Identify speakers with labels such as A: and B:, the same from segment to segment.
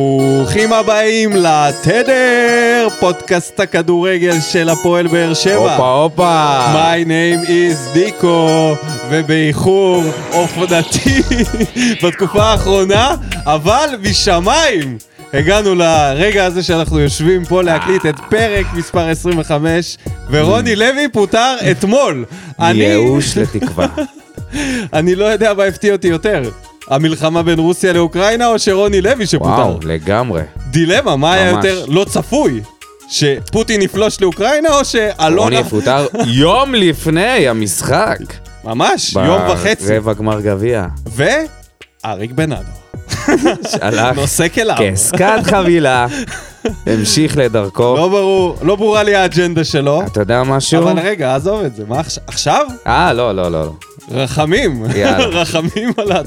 A: ברוכים הבאים לתדר, פודקאסט הכדורגל של הפועל באר שבע.
B: הופה הופה.
A: My name is דיקו, ובאיחור אופנתי בתקופה האחרונה, אבל משמיים. הגענו לרגע הזה שאנחנו יושבים פה להקליט את פרק מספר 25, ורוני לוי פוטר אתמול. אני-
B: Mm. ייאוש לתקווה.
A: אני לא יודע מה הפתיע אותי יותר. המלחמה בין רוסיה לאוקראינה או שרוני לוי שפוטר?
B: וואו, לגמרי.
A: דילמה, מה היה
B: ממש.
A: יותר לא צפוי? שפוטין יפלוש לאוקראינה או
B: רוני
A: שאלונה...
B: יפוטר יום לפני המשחק.
A: ממש, יום וחצי.
B: ברבע גמר גביע.
A: ואריק לא בנאדו.
B: שהלך
A: נושא כליו.
B: כעסקת חבילה, המשיך לדרכו.
A: לא ברור, לא ברורה לי האג'נדה שלו.
B: אתה יודע משהו?
A: אבל רגע, עזוב את זה, מה עכשיו? עכשיו?
B: אה, לא, לא, לא. לא.
A: רחמים.
B: יאללה.
A: רחמים על ה...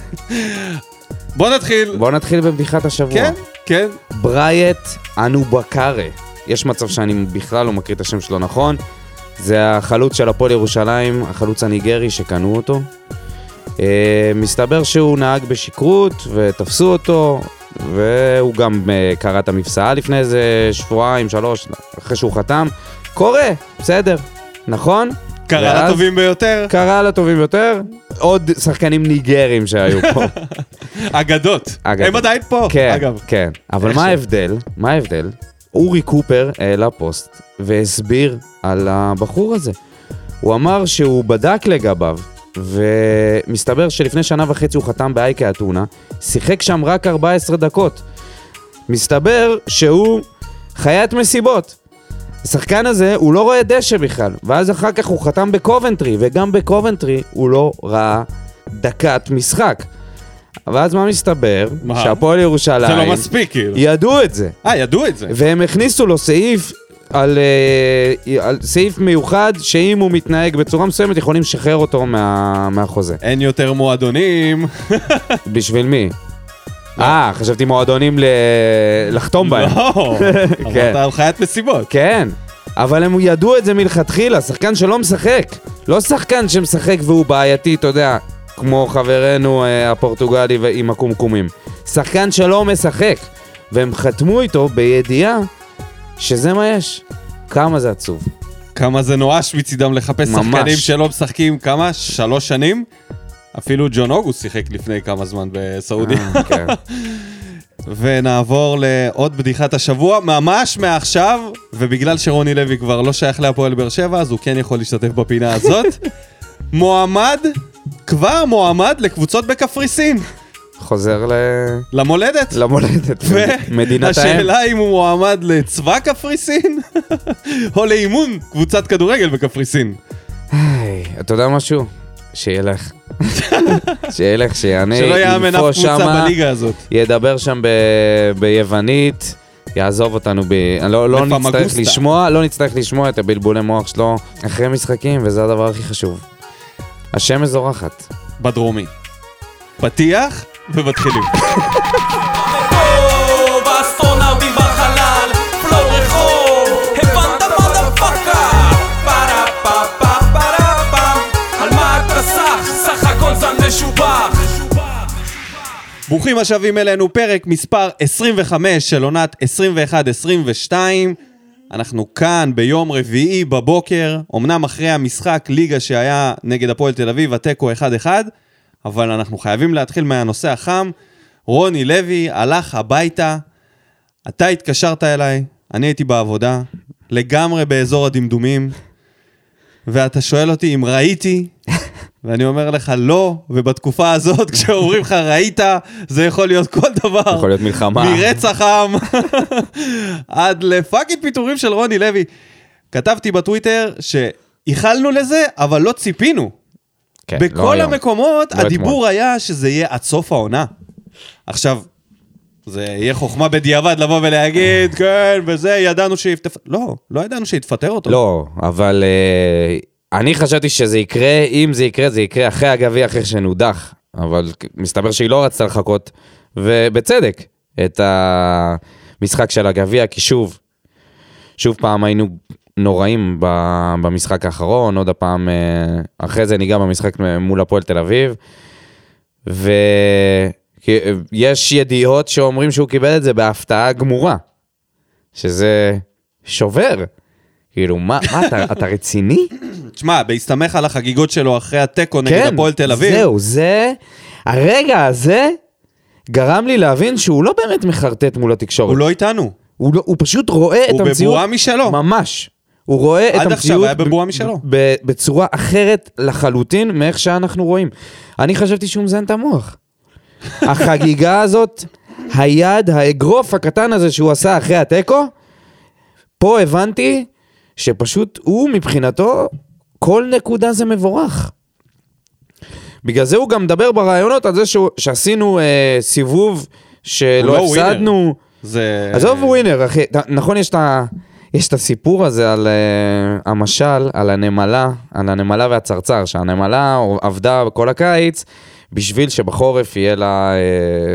A: בוא נתחיל.
B: בואו נתחיל בבדיחת השבוע.
A: כן, כן.
B: ברייט אנובקארה. יש מצב שאני בכלל לא מקריא את השם שלו נכון. זה החלוץ של הפועל ירושלים, החלוץ הניגרי שקנו אותו. אה, מסתבר שהוא נהג בשכרות ותפסו אותו, והוא גם אה, קרא את המפסעה לפני איזה שבועיים, שלוש, אחרי שהוא חתם. קורה, בסדר, נכון?
A: קרא
B: ואז
A: לטובים ביותר.
B: קרא לטובים יותר, עוד שחקנים ניגרים שהיו פה.
A: אגדות.
B: אגדות.
A: הם עדיין פה,
B: כן,
A: אגב.
B: כן. אבל
A: איך
B: מה
A: ש-
B: ההבדל? מה ההבדל? אורי קופר העלה פוסט והסביר על הבחור הזה. הוא אמר שהוא בדק לגביו, ומסתבר שלפני שנה וחצי הוא חתם באייקה אתונה, שיחק שם רק 14 דקות. מסתבר שהוא חיית מסיבות. השחקן הזה, הוא לא רואה דשא בכלל, ואז אחר כך הוא חתם בקובנטרי, וגם בקובנטרי הוא לא ראה דקת משחק. ואז מה מסתבר?
A: מה?
B: שהפועל ירושלים...
A: זה לא מספיק, כאילו.
B: ידעו את זה,
A: אה, ידעו את זה.
B: והם הכניסו לו סעיף על, אה, על סעיף מיוחד, שאם הוא מתנהג בצורה מסוימת, יכולים לשחרר אותו מה, מהחוזה.
A: אין יותר מועדונים.
B: בשביל מי? אה, חשבתי מועדונים ל... לחתום בהם.
A: לא, אמרת על חיית מסיבות.
B: כן, אבל הם ידעו את זה מלכתחילה, שחקן שלא משחק. לא שחקן שמשחק והוא בעייתי, אתה יודע, כמו חברנו אה, הפורטוגלי ו- עם הקומקומים. שחקן שלא משחק, והם חתמו איתו בידיעה שזה מה יש. כמה זה עצוב.
A: כמה זה נואש מצידם לחפש
B: ממש.
A: שחקנים שלא משחקים כמה? שלוש שנים? אפילו ג'ון אוגוס שיחק לפני כמה זמן בסעודיה.
B: אה, כן.
A: ונעבור לעוד בדיחת השבוע, ממש מעכשיו, ובגלל שרוני לוי כבר לא שייך להפועל באר שבע, אז הוא כן יכול להשתתף בפינה הזאת. מועמד, כבר מועמד לקבוצות בקפריסין,
B: חוזר ל...
A: למולדת.
B: למולדת, מדינת האם.
A: והשאלה אם הוא מועמד לצבא קפריסין, או לאימון קבוצת כדורגל בקפריסין.
B: היי, אתה יודע משהו? שילך. שילך, שיענה,
A: שלא יאמן אף
B: ינפוש
A: קבוצה
B: אה, שמה.
A: בליגה הזאת.
B: ידבר שם ב... ביוונית, יעזוב אותנו ב... לא, לא
A: בפמגוסטה.
B: נצטרך לשמוע, לא נצטרך לשמוע את הבלבולי מוח שלו אחרי משחקים, וזה הדבר הכי חשוב. השמש זורחת.
A: בדרומי. פתיח ומתחילים.
C: רחוב, אסטרונאוטים בחלל, פלואו רחוב, הבנת מודפאקה? פרה פה פה פרה פם, על מה אתה סח? סך הכל זן משובח.
A: ברוכים השבים אלינו, פרק מספר 25 של עונת 21-22. אנחנו כאן ביום רביעי בבוקר, אמנם אחרי המשחק ליגה שהיה נגד הפועל תל אביב, התיקו 1-1, אבל אנחנו חייבים להתחיל מהנושא החם. רוני לוי הלך הביתה, אתה התקשרת אליי, אני הייתי בעבודה, לגמרי באזור הדמדומים, ואתה שואל אותי אם ראיתי, ואני אומר לך לא, ובתקופה הזאת כשאומרים לך ראית, זה יכול להיות כל דבר.
B: יכול להיות מלחמה.
A: מרצח עם עד לפאקינג פיטורים של רוני לוי. כתבתי בטוויטר שייחלנו לזה, אבל לא ציפינו.
B: כן,
A: בכל
B: לא היום.
A: המקומות
B: לא
A: הדיבור
B: אתמול.
A: היה שזה יהיה עד סוף העונה. עכשיו, זה יהיה חוכמה בדיעבד לבוא ולהגיד, כן, וזה, ידענו שיפתפ... לא, לא ידענו שיתפטר אותו.
B: לא, אבל אה, אני חשבתי שזה יקרה, אם זה יקרה, זה יקרה אחרי הגביע, אחרי שנודח. אבל מסתבר שהיא לא רצתה לחכות, ובצדק, את המשחק של הגביע, כי שוב, שוב פעם היינו נוראים ב- במשחק האחרון, עוד הפעם, אה, אחרי זה ניגע במשחק מול הפועל תל אביב, ו... כי אה, יש ידיעות שאומרים שהוא קיבל את זה בהפתעה גמורה, שזה שובר. כאילו, מה, מה אתה, אתה רציני?
A: תשמע, בהסתמך על החגיגות שלו אחרי התיקו נגד הפועל תל אביב,
B: כן, זהו, זה... הרגע הזה גרם לי להבין שהוא לא באמת מחרטט מול התקשורת.
A: הוא לא איתנו.
B: הוא, לא, הוא פשוט רואה את
A: הוא
B: המציאות...
A: בבועה משלו.
B: ממש. הוא רואה את
A: עד
B: המציאות...
A: עכשיו היה בבועה
B: ב-
A: משלו.
B: ב- בצורה אחרת לחלוטין מאיך שאנחנו רואים. אני חשבתי שהוא מזיין את המוח. החגיגה הזאת, היד, האגרוף הקטן הזה שהוא עשה אחרי התיקו, פה הבנתי שפשוט הוא מבחינתו, כל נקודה זה מבורך. בגלל זה הוא גם מדבר ברעיונות על זה שהוא, שעשינו אה, סיבוב
A: הוא
B: שלא
A: לא ווינר.
B: הפסדנו.
A: זה...
B: אה, עזוב ווינר, אחי. ת- נכון, יש את ה... יש את הסיפור הזה על uh, המשל, על הנמלה, על הנמלה והצרצר, שהנמלה עבדה כל הקיץ בשביל שבחורף יהיה לה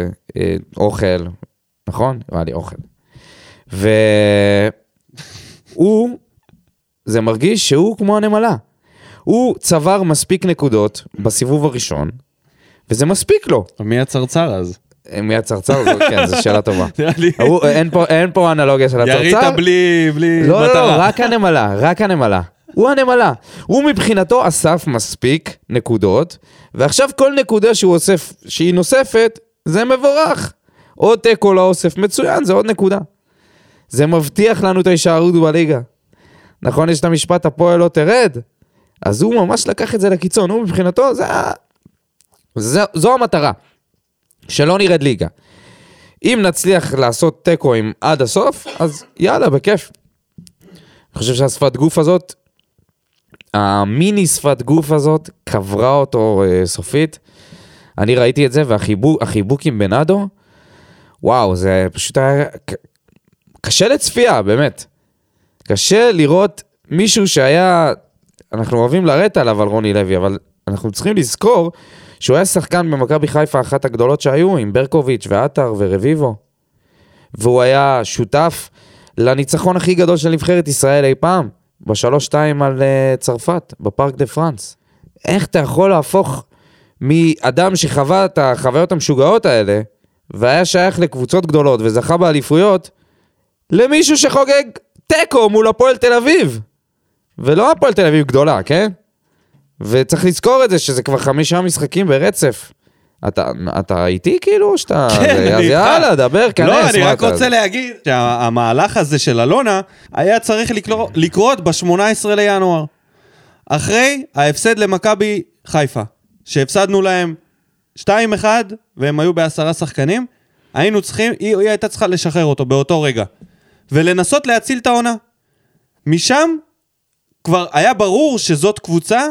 B: uh, uh, אוכל, נכון? היה לי אוכל. והוא, זה מרגיש שהוא כמו הנמלה. הוא צבר מספיק נקודות בסיבוב הראשון, וזה מספיק לו. אה,
A: מי הצרצר אז?
B: מי הצרצר? זו- כן, זו שאלה טובה.
A: נראה לי.
B: הוא- אין פה- אין פה אנלוגיה של הצרצר.
A: ירית בלי... בלי
B: לא, לא,
A: מטרה.
B: לא, רק הנמלה, רק הנמלה. הוא הנמלה. הוא מבחינתו אסף מספיק נקודות, ועכשיו כל נקודה שהוא אוסף, שהיא נוספת, זה מבורך. עוד תיקו לא אוסף, מצוין, זה עוד נקודה. זה מבטיח לנו את ההישארות בליגה. נכון, יש את המשפט, הפועל לא תרד? אז הוא ממש לקח את זה לקיצון, הוא מבחינתו, זה... ה- זה... זו המטרה. שלא נרד ליגה. אם נצליח לעשות תיקו עם עד הסוף, אז יאללה, בכיף. אני חושב שהשפת גוף הזאת, המיני שפת גוף הזאת, קברה אותו אה, סופית. אני ראיתי את זה, והחיבוק עם בנאדו, וואו, זה פשוט היה... ק- קשה לצפייה, באמת. קשה לראות מישהו שהיה... אנחנו אוהבים לרדת עליו על רוני לוי, אבל אנחנו צריכים לזכור שהוא היה שחקן במכבי חיפה אחת הגדולות שהיו, עם ברקוביץ' ועטר ורביבו. והוא היה שותף לניצחון הכי גדול של נבחרת ישראל אי פעם, בשלוש-שתיים על אה, צרפת, בפארק דה פרנס. איך אתה יכול להפוך מאדם שחווה את החוויות המשוגעות האלה, והיה שייך לקבוצות גדולות וזכה באליפויות, למישהו שחוגג תיקו מול הפועל תל אביב? ולא הפועל תל אביב גדולה, כן? וצריך לזכור את זה, שזה כבר חמישה משחקים ברצף. אתה, אתה איתי כאילו, או שאתה...
A: כן, אני
B: אז
A: איתך.
B: יאללה, דבר, כנס.
A: לא, אני
B: מה
A: רק
B: אתה-
A: רוצה להגיד שהמהלך הזה של אלונה היה צריך לקלו- לקרות ב-18 לינואר. אחרי ההפסד למכבי חיפה, שהפסדנו להם 2-1 והם היו בעשרה שחקנים, היינו צריכים, היא, היא הייתה צריכה לשחרר אותו באותו רגע. ולנסות להציל את העונה. משם כבר היה ברור שזאת קבוצה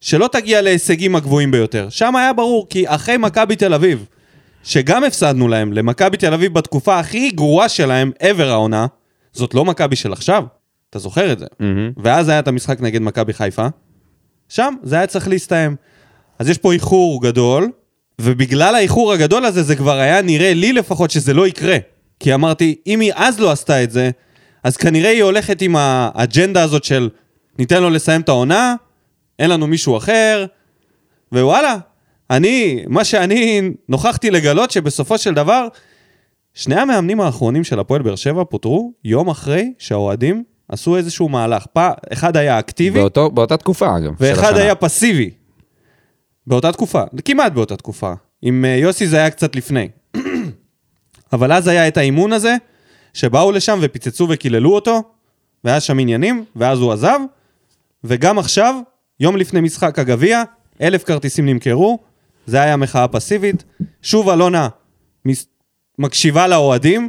A: שלא תגיע להישגים הגבוהים ביותר. שם היה ברור, כי אחרי מכבי תל אביב, שגם הפסדנו להם, למכבי תל אביב בתקופה הכי גרועה שלהם ever העונה, זאת לא מכבי של עכשיו, אתה זוכר את זה.
B: מהמם.
A: ואז היה את המשחק נגד מכבי חיפה, שם זה היה צריך להסתיים. אז יש פה איחור גדול, ובגלל האיחור הגדול הזה זה כבר היה נראה לי לפחות שזה לא יקרה. כי אמרתי, אם היא אז לא עשתה את זה, אז כנראה היא הולכת עם האג'נדה הזאת של ניתן לו לסיים את העונה, אין לנו מישהו אחר, ווואלה, אני, מה שאני נוכחתי לגלות שבסופו של דבר, שני המאמנים האחרונים של הפועל באר שבע פוטרו יום אחרי שהאוהדים עשו איזשהו מהלך. פע... אחד היה אקטיבי,
B: באותו, באותה תקופה, אגב. של
A: ואחד
B: השנה.
A: היה פסיבי. באותה תקופה, כמעט באותה תקופה. עם אה, יוסי זה היה קצת לפני. אבל אז היה את האימון הזה, שבאו לשם ופיצצו וקיללו אותו, והיה שם עניינים, ואז הוא עזב, וגם עכשיו, יום לפני משחק הגביע, אלף כרטיסים נמכרו, זה היה מחאה פסיבית. שוב אלונה מס... מקשיבה לאוהדים,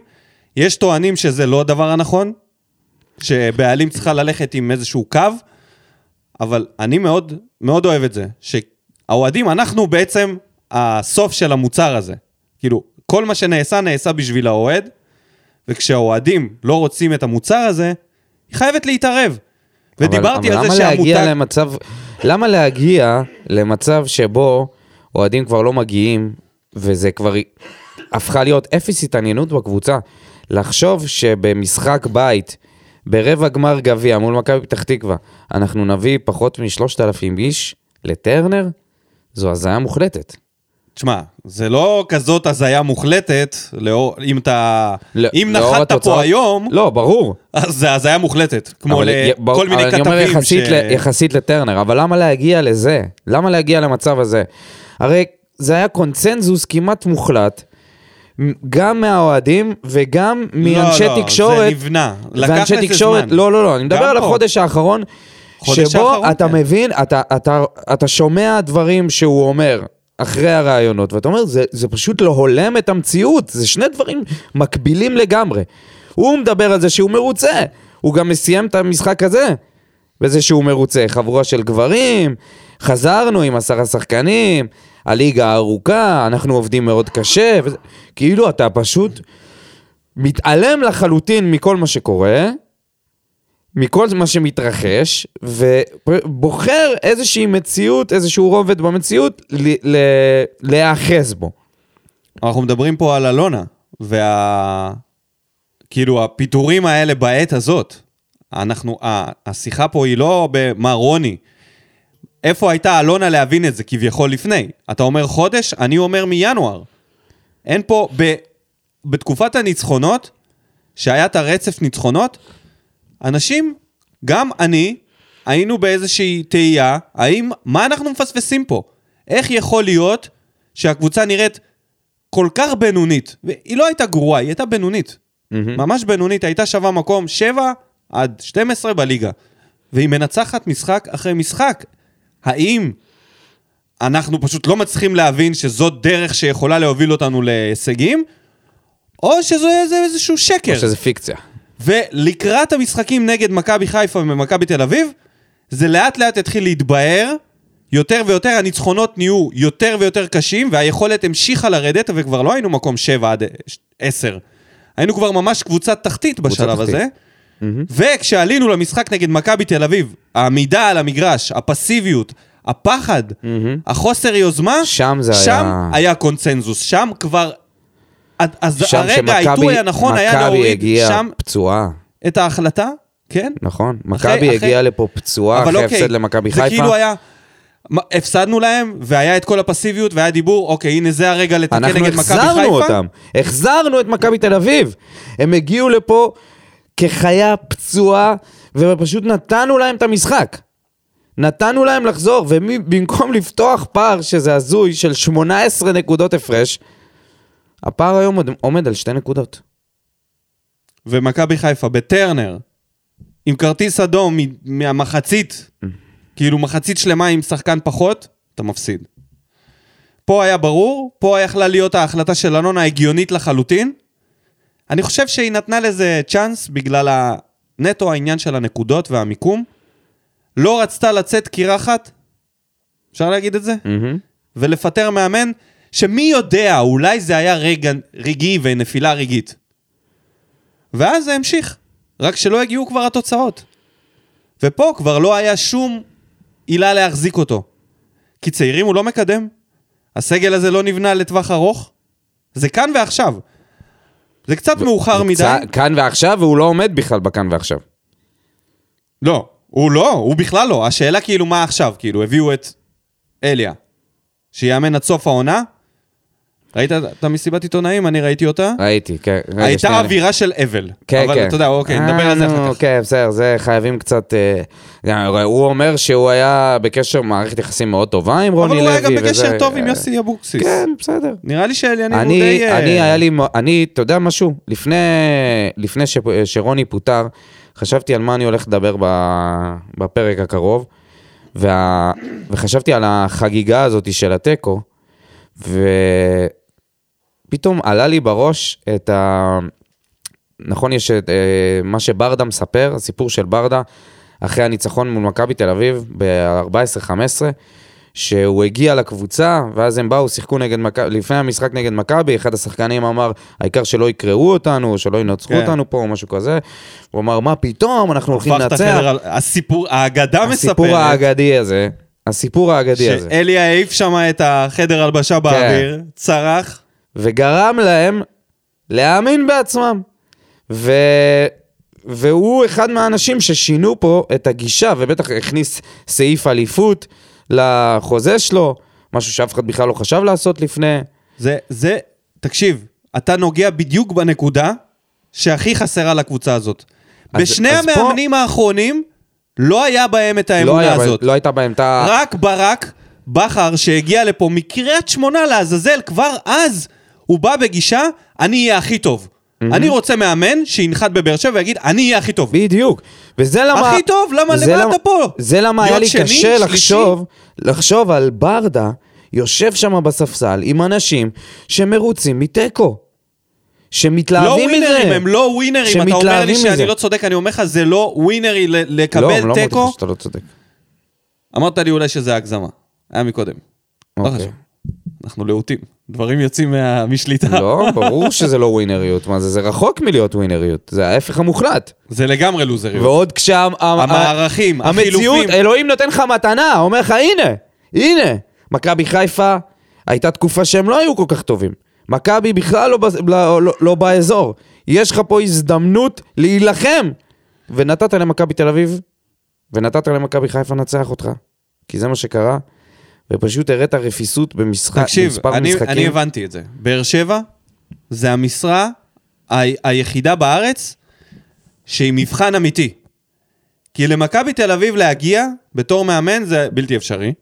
A: יש טוענים שזה לא הדבר הנכון, שבעלים צריכה ללכת עם איזשהו קו, אבל אני מאוד, מאוד אוהב את זה, שהאוהדים, אנחנו בעצם הסוף של המוצר הזה. כאילו, כל מה שנעשה, נעשה בשביל האוהד, וכשהאוהדים לא רוצים את המוצר הזה, היא חייבת להתערב.
B: אבל-
A: ודיברתי
B: אבל
A: על זה
B: למה להגיע
A: שהמותג...
B: למצב, למה להגיע למצב שבו אוהדים כבר לא מגיעים, וזה כבר הפכה להיות אפס התעניינות בקבוצה? לחשוב שבמשחק בית, ברבע גמר גביע מול מכבי פתח תקווה, אנחנו נביא פחות משלושת אלפים איש לטרנר, זו הזיה מוחלטת.
A: תשמע, זה לא כזאת הזיה מוחלטת, לאור, אם אתה...
B: לא-
A: אם
B: לאור
A: נחת
B: התוצאות-
A: פה היום,
B: לא, ברור.
A: אז זה הזיה מוחלטת. כמו
B: אבל י- ברור-
A: לכל מיני
B: אבל
A: כתבים
B: אני אומר יחסית,
A: ש...
B: ל, יחסית לטרנר, אבל למה להגיע לזה? למה להגיע למצב הזה? הרי זה היה קונצנזוס כמעט מוחלט, מ- גם מהאוהדים וגם מאנשי
A: לא, לא,
B: תקשורת.
A: זה נבנה. לקח לזה זמן.
B: לא, לא, לא, אני מדבר
A: גם
B: על
A: פה.
B: החודש האחרון,
A: חודש
B: שבו
A: האחרון,
B: אתה
A: כן.
B: מבין, אתה, אתה, אתה שומע דברים שהוא אומר. אחרי הראיונות, ואתה אומר, זה, זה פשוט לא הולם את המציאות, זה שני דברים מקבילים לגמרי. הוא מדבר על זה שהוא מרוצה, הוא גם סיים את המשחק הזה, בזה שהוא מרוצה. חבורה של גברים, חזרנו עם עשרה שחקנים, הליגה ארוכה, אנחנו עובדים מאוד קשה, וזה, כאילו אתה פשוט מתעלם לחלוטין מכל מה שקורה, מכל מה שמתרחש, ובוחר איזושהי מציאות, איזשהו רובד במציאות, ל- ל- להיאחז בו.
A: אנחנו מדברים פה על אלונה, וה... כאילו, הפיטורים האלה בעת הזאת, אנחנו, ה- השיחה פה היא לא במה רוני. איפה הייתה אלונה להבין את זה כביכול לפני? אתה אומר חודש, אני אומר מינואר. אין פה, ב... בתקופת הניצחונות, שהיה את הרצף ניצחונות, אנשים, גם אני, היינו באיזושהי תהייה, האם, מה אנחנו מפספסים פה? איך יכול להיות שהקבוצה נראית כל כך בינונית? היא לא הייתה גרועה, היא הייתה בינונית. ממש בינונית, הייתה שווה מקום 7 עד 12 בליגה. והיא מנצחת משחק אחרי משחק. האם אנחנו פשוט לא מצליחים להבין שזאת דרך שיכולה להוביל אותנו להישגים? או שזה זה איזשהו שקר.
B: או שזה פיקציה.
A: ולקראת המשחקים נגד מכבי חיפה ומכבי תל אביב, זה לאט לאט התחיל להתבהר. יותר ויותר הניצחונות נהיו יותר ויותר קשים, והיכולת המשיכה לרדת, וכבר לא היינו מקום 7 עד 10. היינו כבר ממש קבוצת תחתית בשלב
B: תחתית.
A: הזה. וכשעלינו למשחק נגד מכבי תל אביב, העמידה על המגרש, הפסיביות, הפחד, החוסר יוזמה,
B: שם זה
A: שם
B: היה-
A: היה קונצנזוס, שם כבר... אז- אז
B: שם
A: הרגע,
B: שמכבי-
A: העיתוי הנכון היה
B: מכבי
A: להוריד
B: הגיעה
A: שם
B: פצועה,
A: את ההחלטה, כן?
B: נכון?
A: אחרי-
B: מכבי הגיעה לפה פצועה
A: אבל
B: אחרי
A: אוקיי,
B: הפסד למכבי
A: זה כאילו
B: חיפה.
A: היה... מה, הפסדנו להם, והיה את כל הפסיביות, והיה דיבור, אוקיי, הנה זה הרגע לתקן נגד מכבי
B: אנחנו
A: חיפה.
B: החזרנו אותם, החזרנו את מכבי תל אביב. הם הגיעו לפה כחיה פצועה, ופשוט נתנו להם את המשחק. נתנו להם לחזור, ובמקום לפתוח פער, שזה הזוי, של 18 נקודות הפרש, הפער היום עוד עומד על שתי נקודות.
A: ומכבי חיפה בטרנר, עם כרטיס אדום מ- מהמחצית, כאילו מחצית שלמה עם שחקן פחות, אתה מפסיד. פה היה ברור, פה יכלה להיות ההחלטה של אלונה הגיונית לחלוטין. אני חושב שהיא נתנה לזה צ'אנס בגלל הנטו העניין של הנקודות והמיקום. לא רצתה לצאת קירחת, אפשר להגיד את זה? ולפטר מאמן, שמי יודע, אולי זה היה רגע רגעי ונפילה רגעית. ואז זה המשיך, רק שלא הגיעו כבר התוצאות. ופה כבר לא היה שום עילה להחזיק אותו. כי צעירים הוא לא מקדם, הסגל הזה לא נבנה לטווח ארוך, זה כאן ועכשיו. זה קצת מאוחר מדי.
B: צ- כאן ועכשיו, והוא לא עומד בכלל בכאן ועכשיו.
A: לא, הוא לא, הוא בכלל לא. השאלה כאילו מה עכשיו, כאילו, הביאו את אליה, שיאמן עד סוף העונה. ראית את המסיבת עיתונאים? אני ראיתי אותה.
B: ראיתי, כן. רגע,
A: הייתה
B: שנייה, אני-
A: אווירה של אבל.
B: כן,
A: אבל
B: כן.
A: אתה יודע, אוקיי, נדבר על זה
B: אה, נו,
A: אחר כך.
B: כן, בסדר, זה חייבים קצת... אה, גם, הוא אומר שהוא היה בקשר מערכת יחסים מאוד טובה עם רוני
A: אבל
B: לוי.
A: הוא היה גם
B: וזה-
A: בקשר טוב עם
B: אה,
A: יוסי אבוקסיס.
B: כן, בסדר.
A: נראה לי שאליאנים הוא
B: אני,
A: די... אה,
B: אני, היה לי, מ- אני, אתה יודע משהו? לפני, לפני ש, שרוני פוטר, חשבתי על מה אני הולך לדבר ב, בפרק הקרוב, וה, וחשבתי על החגיגה הזאת של התיקו, ופתאום עלה לי בראש את ה... נכון, יש את אה, מה שברדה מספר, הסיפור של ברדה, אחרי הניצחון מול מכבי תל אביב ב-14-15, שהוא הגיע לקבוצה, ואז הם באו, שיחקו נגד מכבי, לפני המשחק נגד מכבי, אחד השחקנים אמר, העיקר שלא יקראו אותנו, שלא ינצחו
A: כן.
B: אותנו פה, או משהו כזה. הוא אמר, מה פתאום, אנחנו הולכים
A: הפכת
B: לנצח.
A: חדר על- הסיפור, האגדה
B: הסיפור
A: מספרת
B: האגדי הזה, הסיפור האגדי הזה. כן.
A: שאלי העיף שם את החדר הלבשה באוויר, צרח.
B: וגרם להם להאמין בעצמם. ו... והוא אחד מהאנשים ששינו פה את הגישה, ובטח הכניס סעיף אליפות לחוזה שלו, משהו שאף אחד בכלל לא חשב לעשות לפני.
A: זה, זה, תקשיב, אתה נוגע בדיוק בנקודה שהכי חסרה לקבוצה הזאת.
B: אז-
A: בשני
B: אז פה-
A: המאמנים האחרונים לא היה בהם את
B: לא,
A: האמונה
B: היה,
A: הזאת.
B: לא הייתה בהם את ה...
A: רק ברק בכר, שהגיע לפה מקריית שמונה לעזאזל, כבר אז הוא בא בגישה, אני אהיה הכי טוב. אני רוצה מאמן שינחת בבאר שבע ויגיד, אני אהיה הכי טוב.
B: בדיוק. וזה למה...
A: הכי טוב, למה-
B: זה
A: למה אתה פה?
B: זה למה היה
A: להיות
B: לי
A: שני,
B: קשה
A: שלישי?
B: לחשוב, לחשוב על ברדה יושב שם בספסל עם אנשים שמרוצים מתיקו.
A: לא
B: שמתלהבים מזה.
A: ווינרים, הם לא ווינרים. אתה אומר
B: שמתלהבים
A: לי שאני
B: מזה.
A: לא צודק, אני אומר לך, זה לא ווינרי ל-
B: לא, הם לא
A: לקבל
B: אמרו לך
A: תיקו.
B: שאתה לא צודק.
A: אמרת לי אולי שזה הגזמה. היה מקודם. לא
B: אוקיי.
A: חשוב. אנחנו להוטים. דברים יוצאים מה- משליטה.
B: לא, ברור שזה לא ווינריות. מה זה, זה רחוק מלהיות ווינריות. זה ההפך המוחלט.
A: זה לגמרי לוזריות.
B: ועוד כשה... ה-
A: המערכים,
B: ה- המציאות,
A: החילופים.
B: אלוהים נותן לך מתנה, אומר לך, הנה, הנה. מכבי חיפה, הייתה תקופה שהם לא היו כל כך טובים. מכבי בכלל לא, בז- לא, לא, לא באזור. יש לך פה הזדמנות להילחם. ונתת למכבי תל אביב, ונתת למכבי חיפה לנצח אותך. כי זה מה שקרה. ופשוט הראת רפיסות במשחק,
A: תקשיב,
B: במספר
A: אני-
B: משחקים.
A: אני הבנתי את זה. באר שבע זה המשרה ה- היחידה בארץ שהיא מבחן אמיתי. כי למכבי תל אביב להגיע בתור מאמן זה בלתי אפשרי.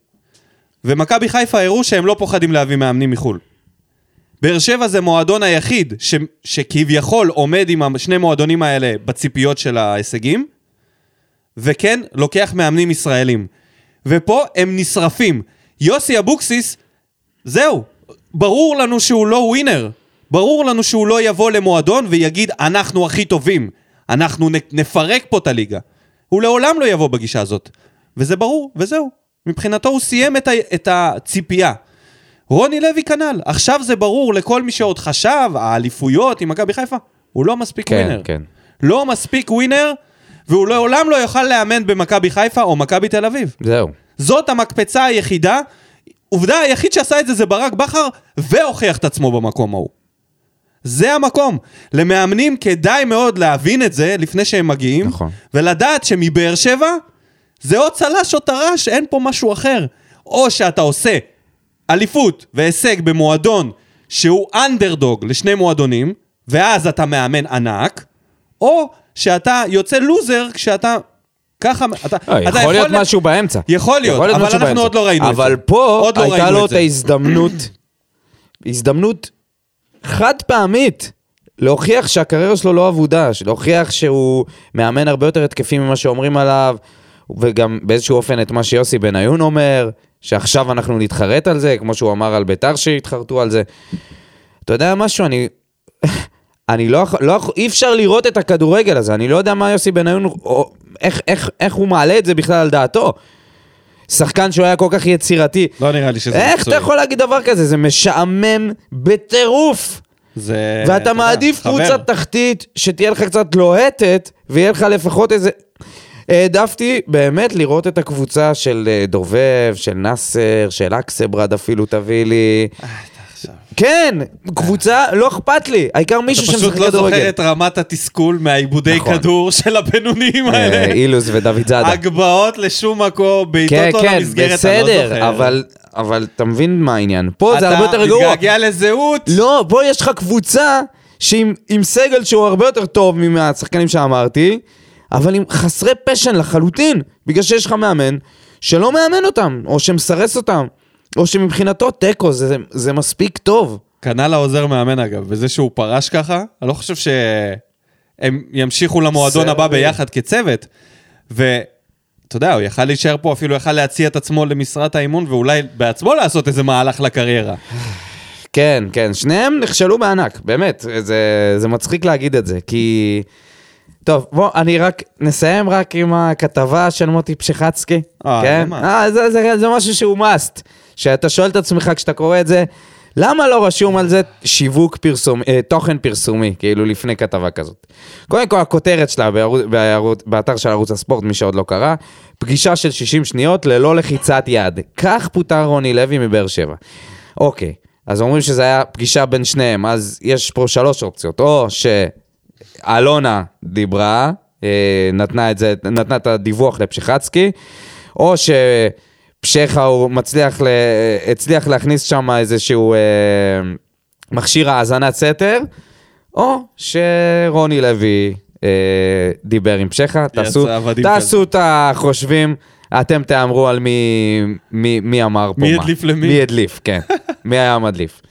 A: ומכבי חיפה הראו שהם לא פוחדים להביא מאמנים מחו"ל. באר שבע זה מועדון היחיד ש... שכביכול עומד עם שני מועדונים האלה בציפיות של ההישגים, וכן, לוקח מאמנים ישראלים. ופה הם נשרפים. יוסי אבוקסיס, זהו, ברור לנו שהוא לא ווינר. ברור לנו שהוא לא יבוא למועדון ויגיד, אנחנו הכי טובים, אנחנו נ- נפרק פה את הליגה. הוא לעולם לא יבוא בגישה הזאת. וזה ברור, וזהו. מבחינתו הוא סיים את, ה... את הציפייה. רוני לוי כנ"ל, עכשיו זה ברור לכל מי שעוד חשב, האליפויות עם מכבי חיפה, הוא לא מספיק
B: כן,
A: ווינר.
B: כן.
A: לא מספיק ווינר, והוא לעולם לא יוכל לאמן במכבי חיפה או מכבי תל אביב.
B: זהו.
A: זאת המקפצה היחידה. עובדה, היחיד שעשה את זה זה ברק בכר, והוכיח את עצמו במקום ההוא. זה המקום. למאמנים כדאי מאוד להבין את זה לפני שהם מגיעים,
B: נכון.
A: ולדעת שמבאר שבע זה או צל"ש או טר"ש, אין פה משהו אחר. או שאתה עושה אליפות והישג במועדון שהוא אנדרדוג לשני מועדונים, ואז אתה מאמן ענק, או שאתה יוצא לוזר כשאתה ככה... אתה,
B: לא,
A: אתה
B: יכול להיות
A: ל-
B: משהו באמצע.
A: אה, יכול להיות, אבל
B: משהו
A: אנחנו עוד לא ראינו את זה.
B: אבל פה
A: עוד לא
B: הייתה
A: ראינו את
B: לו את
A: זה.
B: ההזדמנות, הזדמנות חד פעמית, להוכיח שהקריירה שלו לא אבודה, להוכיח שהוא מאמן הרבה יותר התקפי ממה שאומרים עליו, וגם באיזשהו אופן את מה שיוסי בניון אומר, שעכשיו אנחנו נתחרט על זה, כמו שהוא אמר על ביתר שהתחרטו על זה. אתה יודע משהו, אני... אני לא יכול, לא יכול, אי אפשר לראות את הכדורגל הזה, אני לא יודע מה יוסי בניון, או- איך, איך, איך הוא מעלה את זה בכלל על דעתו. שחקן שהוא היה כל כך יצירתי.
A: לא נראה לי שזה
B: איך אתה
A: מקצועי.
B: יכול להגיד דבר כזה? זה משעמם בטירוף.
A: זה... אה, אתה
B: ואתה
A: יודע,
B: מעדיף
A: חבר.
B: קבוצה תחתית, שתהיה לך קצת לוהטת, ויהיה לך לפחות איזה... העדפתי באמת לראות את הקבוצה של אה, דובב, של נאסר, של אקסברד אפילו תביא לי. כן, קבוצה, לא אכפת לי, העיקר
A: אתה
B: מישהו
A: פשוט
B: שמשחק
A: לא זוכר
B: כדורגל.
A: את רמת התסכול מהעיבודי
B: נכון.
A: כדור של הבינוניים
B: אה,
A: האלה.
B: אילוז ודוד זאדה.
A: הגבהות לשום מקום,
B: כן,
A: בעיטות לא
B: כן,
A: למסגרת, אתה לא זוכר.
B: בסדר, אבל, אבל אתה מבין מה העניין. פה זה הרבה יותר
A: אתה
B: גרוע.
A: מתגעגע לזהות.
B: לא, פה יש לך קבוצה שעם, עם סגל שהוא הרבה יותר טוב מהשחקנים שאמרתי, אבל עם חסרי פשן לחלוטין, בגלל שיש לך מאמן שלא מאמן אותם, או שמסרס אותם, או שמבחינתו תיקו זה, זה מספיק טוב.
A: כנ"ל העוזר מאמן אגב, וזה שהוא פרש ככה, אני לא חושב שהם ימשיכו למועדון
B: זה-
A: הבא ביחד כצוות. ואתה יודע, הוא יכל להישאר פה, אפילו יכל להציע את עצמו למשרת האימון, ואולי בעצמו לעשות איזה מהלך לקריירה.
B: כן, כן, שניהם נכשלו בענק, באמת, זה, זה מצחיק להגיד את זה, כי... טוב, בוא, אני רק, נסיים רק עם הכתבה של מוטי פשחצקי,
A: אה,
B: כן?
A: למה?
B: אה, זה, זה, זה משהו שהוא must, שאתה שואל את עצמך כשאתה קורא את זה, למה לא רשום על זה שיווק פרסומי, אה, תוכן פרסומי, כאילו לפני כתבה כזאת? קודם כל, הכותרת שלה בערוץ, בערוץ, באתר של ערוץ הספורט, מי שעוד לא קרא, פגישה של 60 שניות ללא לחיצת יד. כך פוטר רוני לוי מבאר שבע. אוקיי, אז אומרים שזה היה פגישה בין שניהם, אז יש פה שלוש אופציות, או שאלונה דיברה, אה, נתנה את זה, נתנה את הדיווח לפשיחצקי, או ש... שכה הוא מצליח, ל... הצליח להכניס שם איזשהו אה, מכשיר האזנת סתר, או שרוני לוי אה, דיבר עם שכה, תעשו,
A: עבדים
B: תעשו את החושבים, אתם תאמרו על מי, מי, מי אמר פה
A: מי
B: מה.
A: הדליף למי?
B: מי הדליף, כן. מי היה מדליף.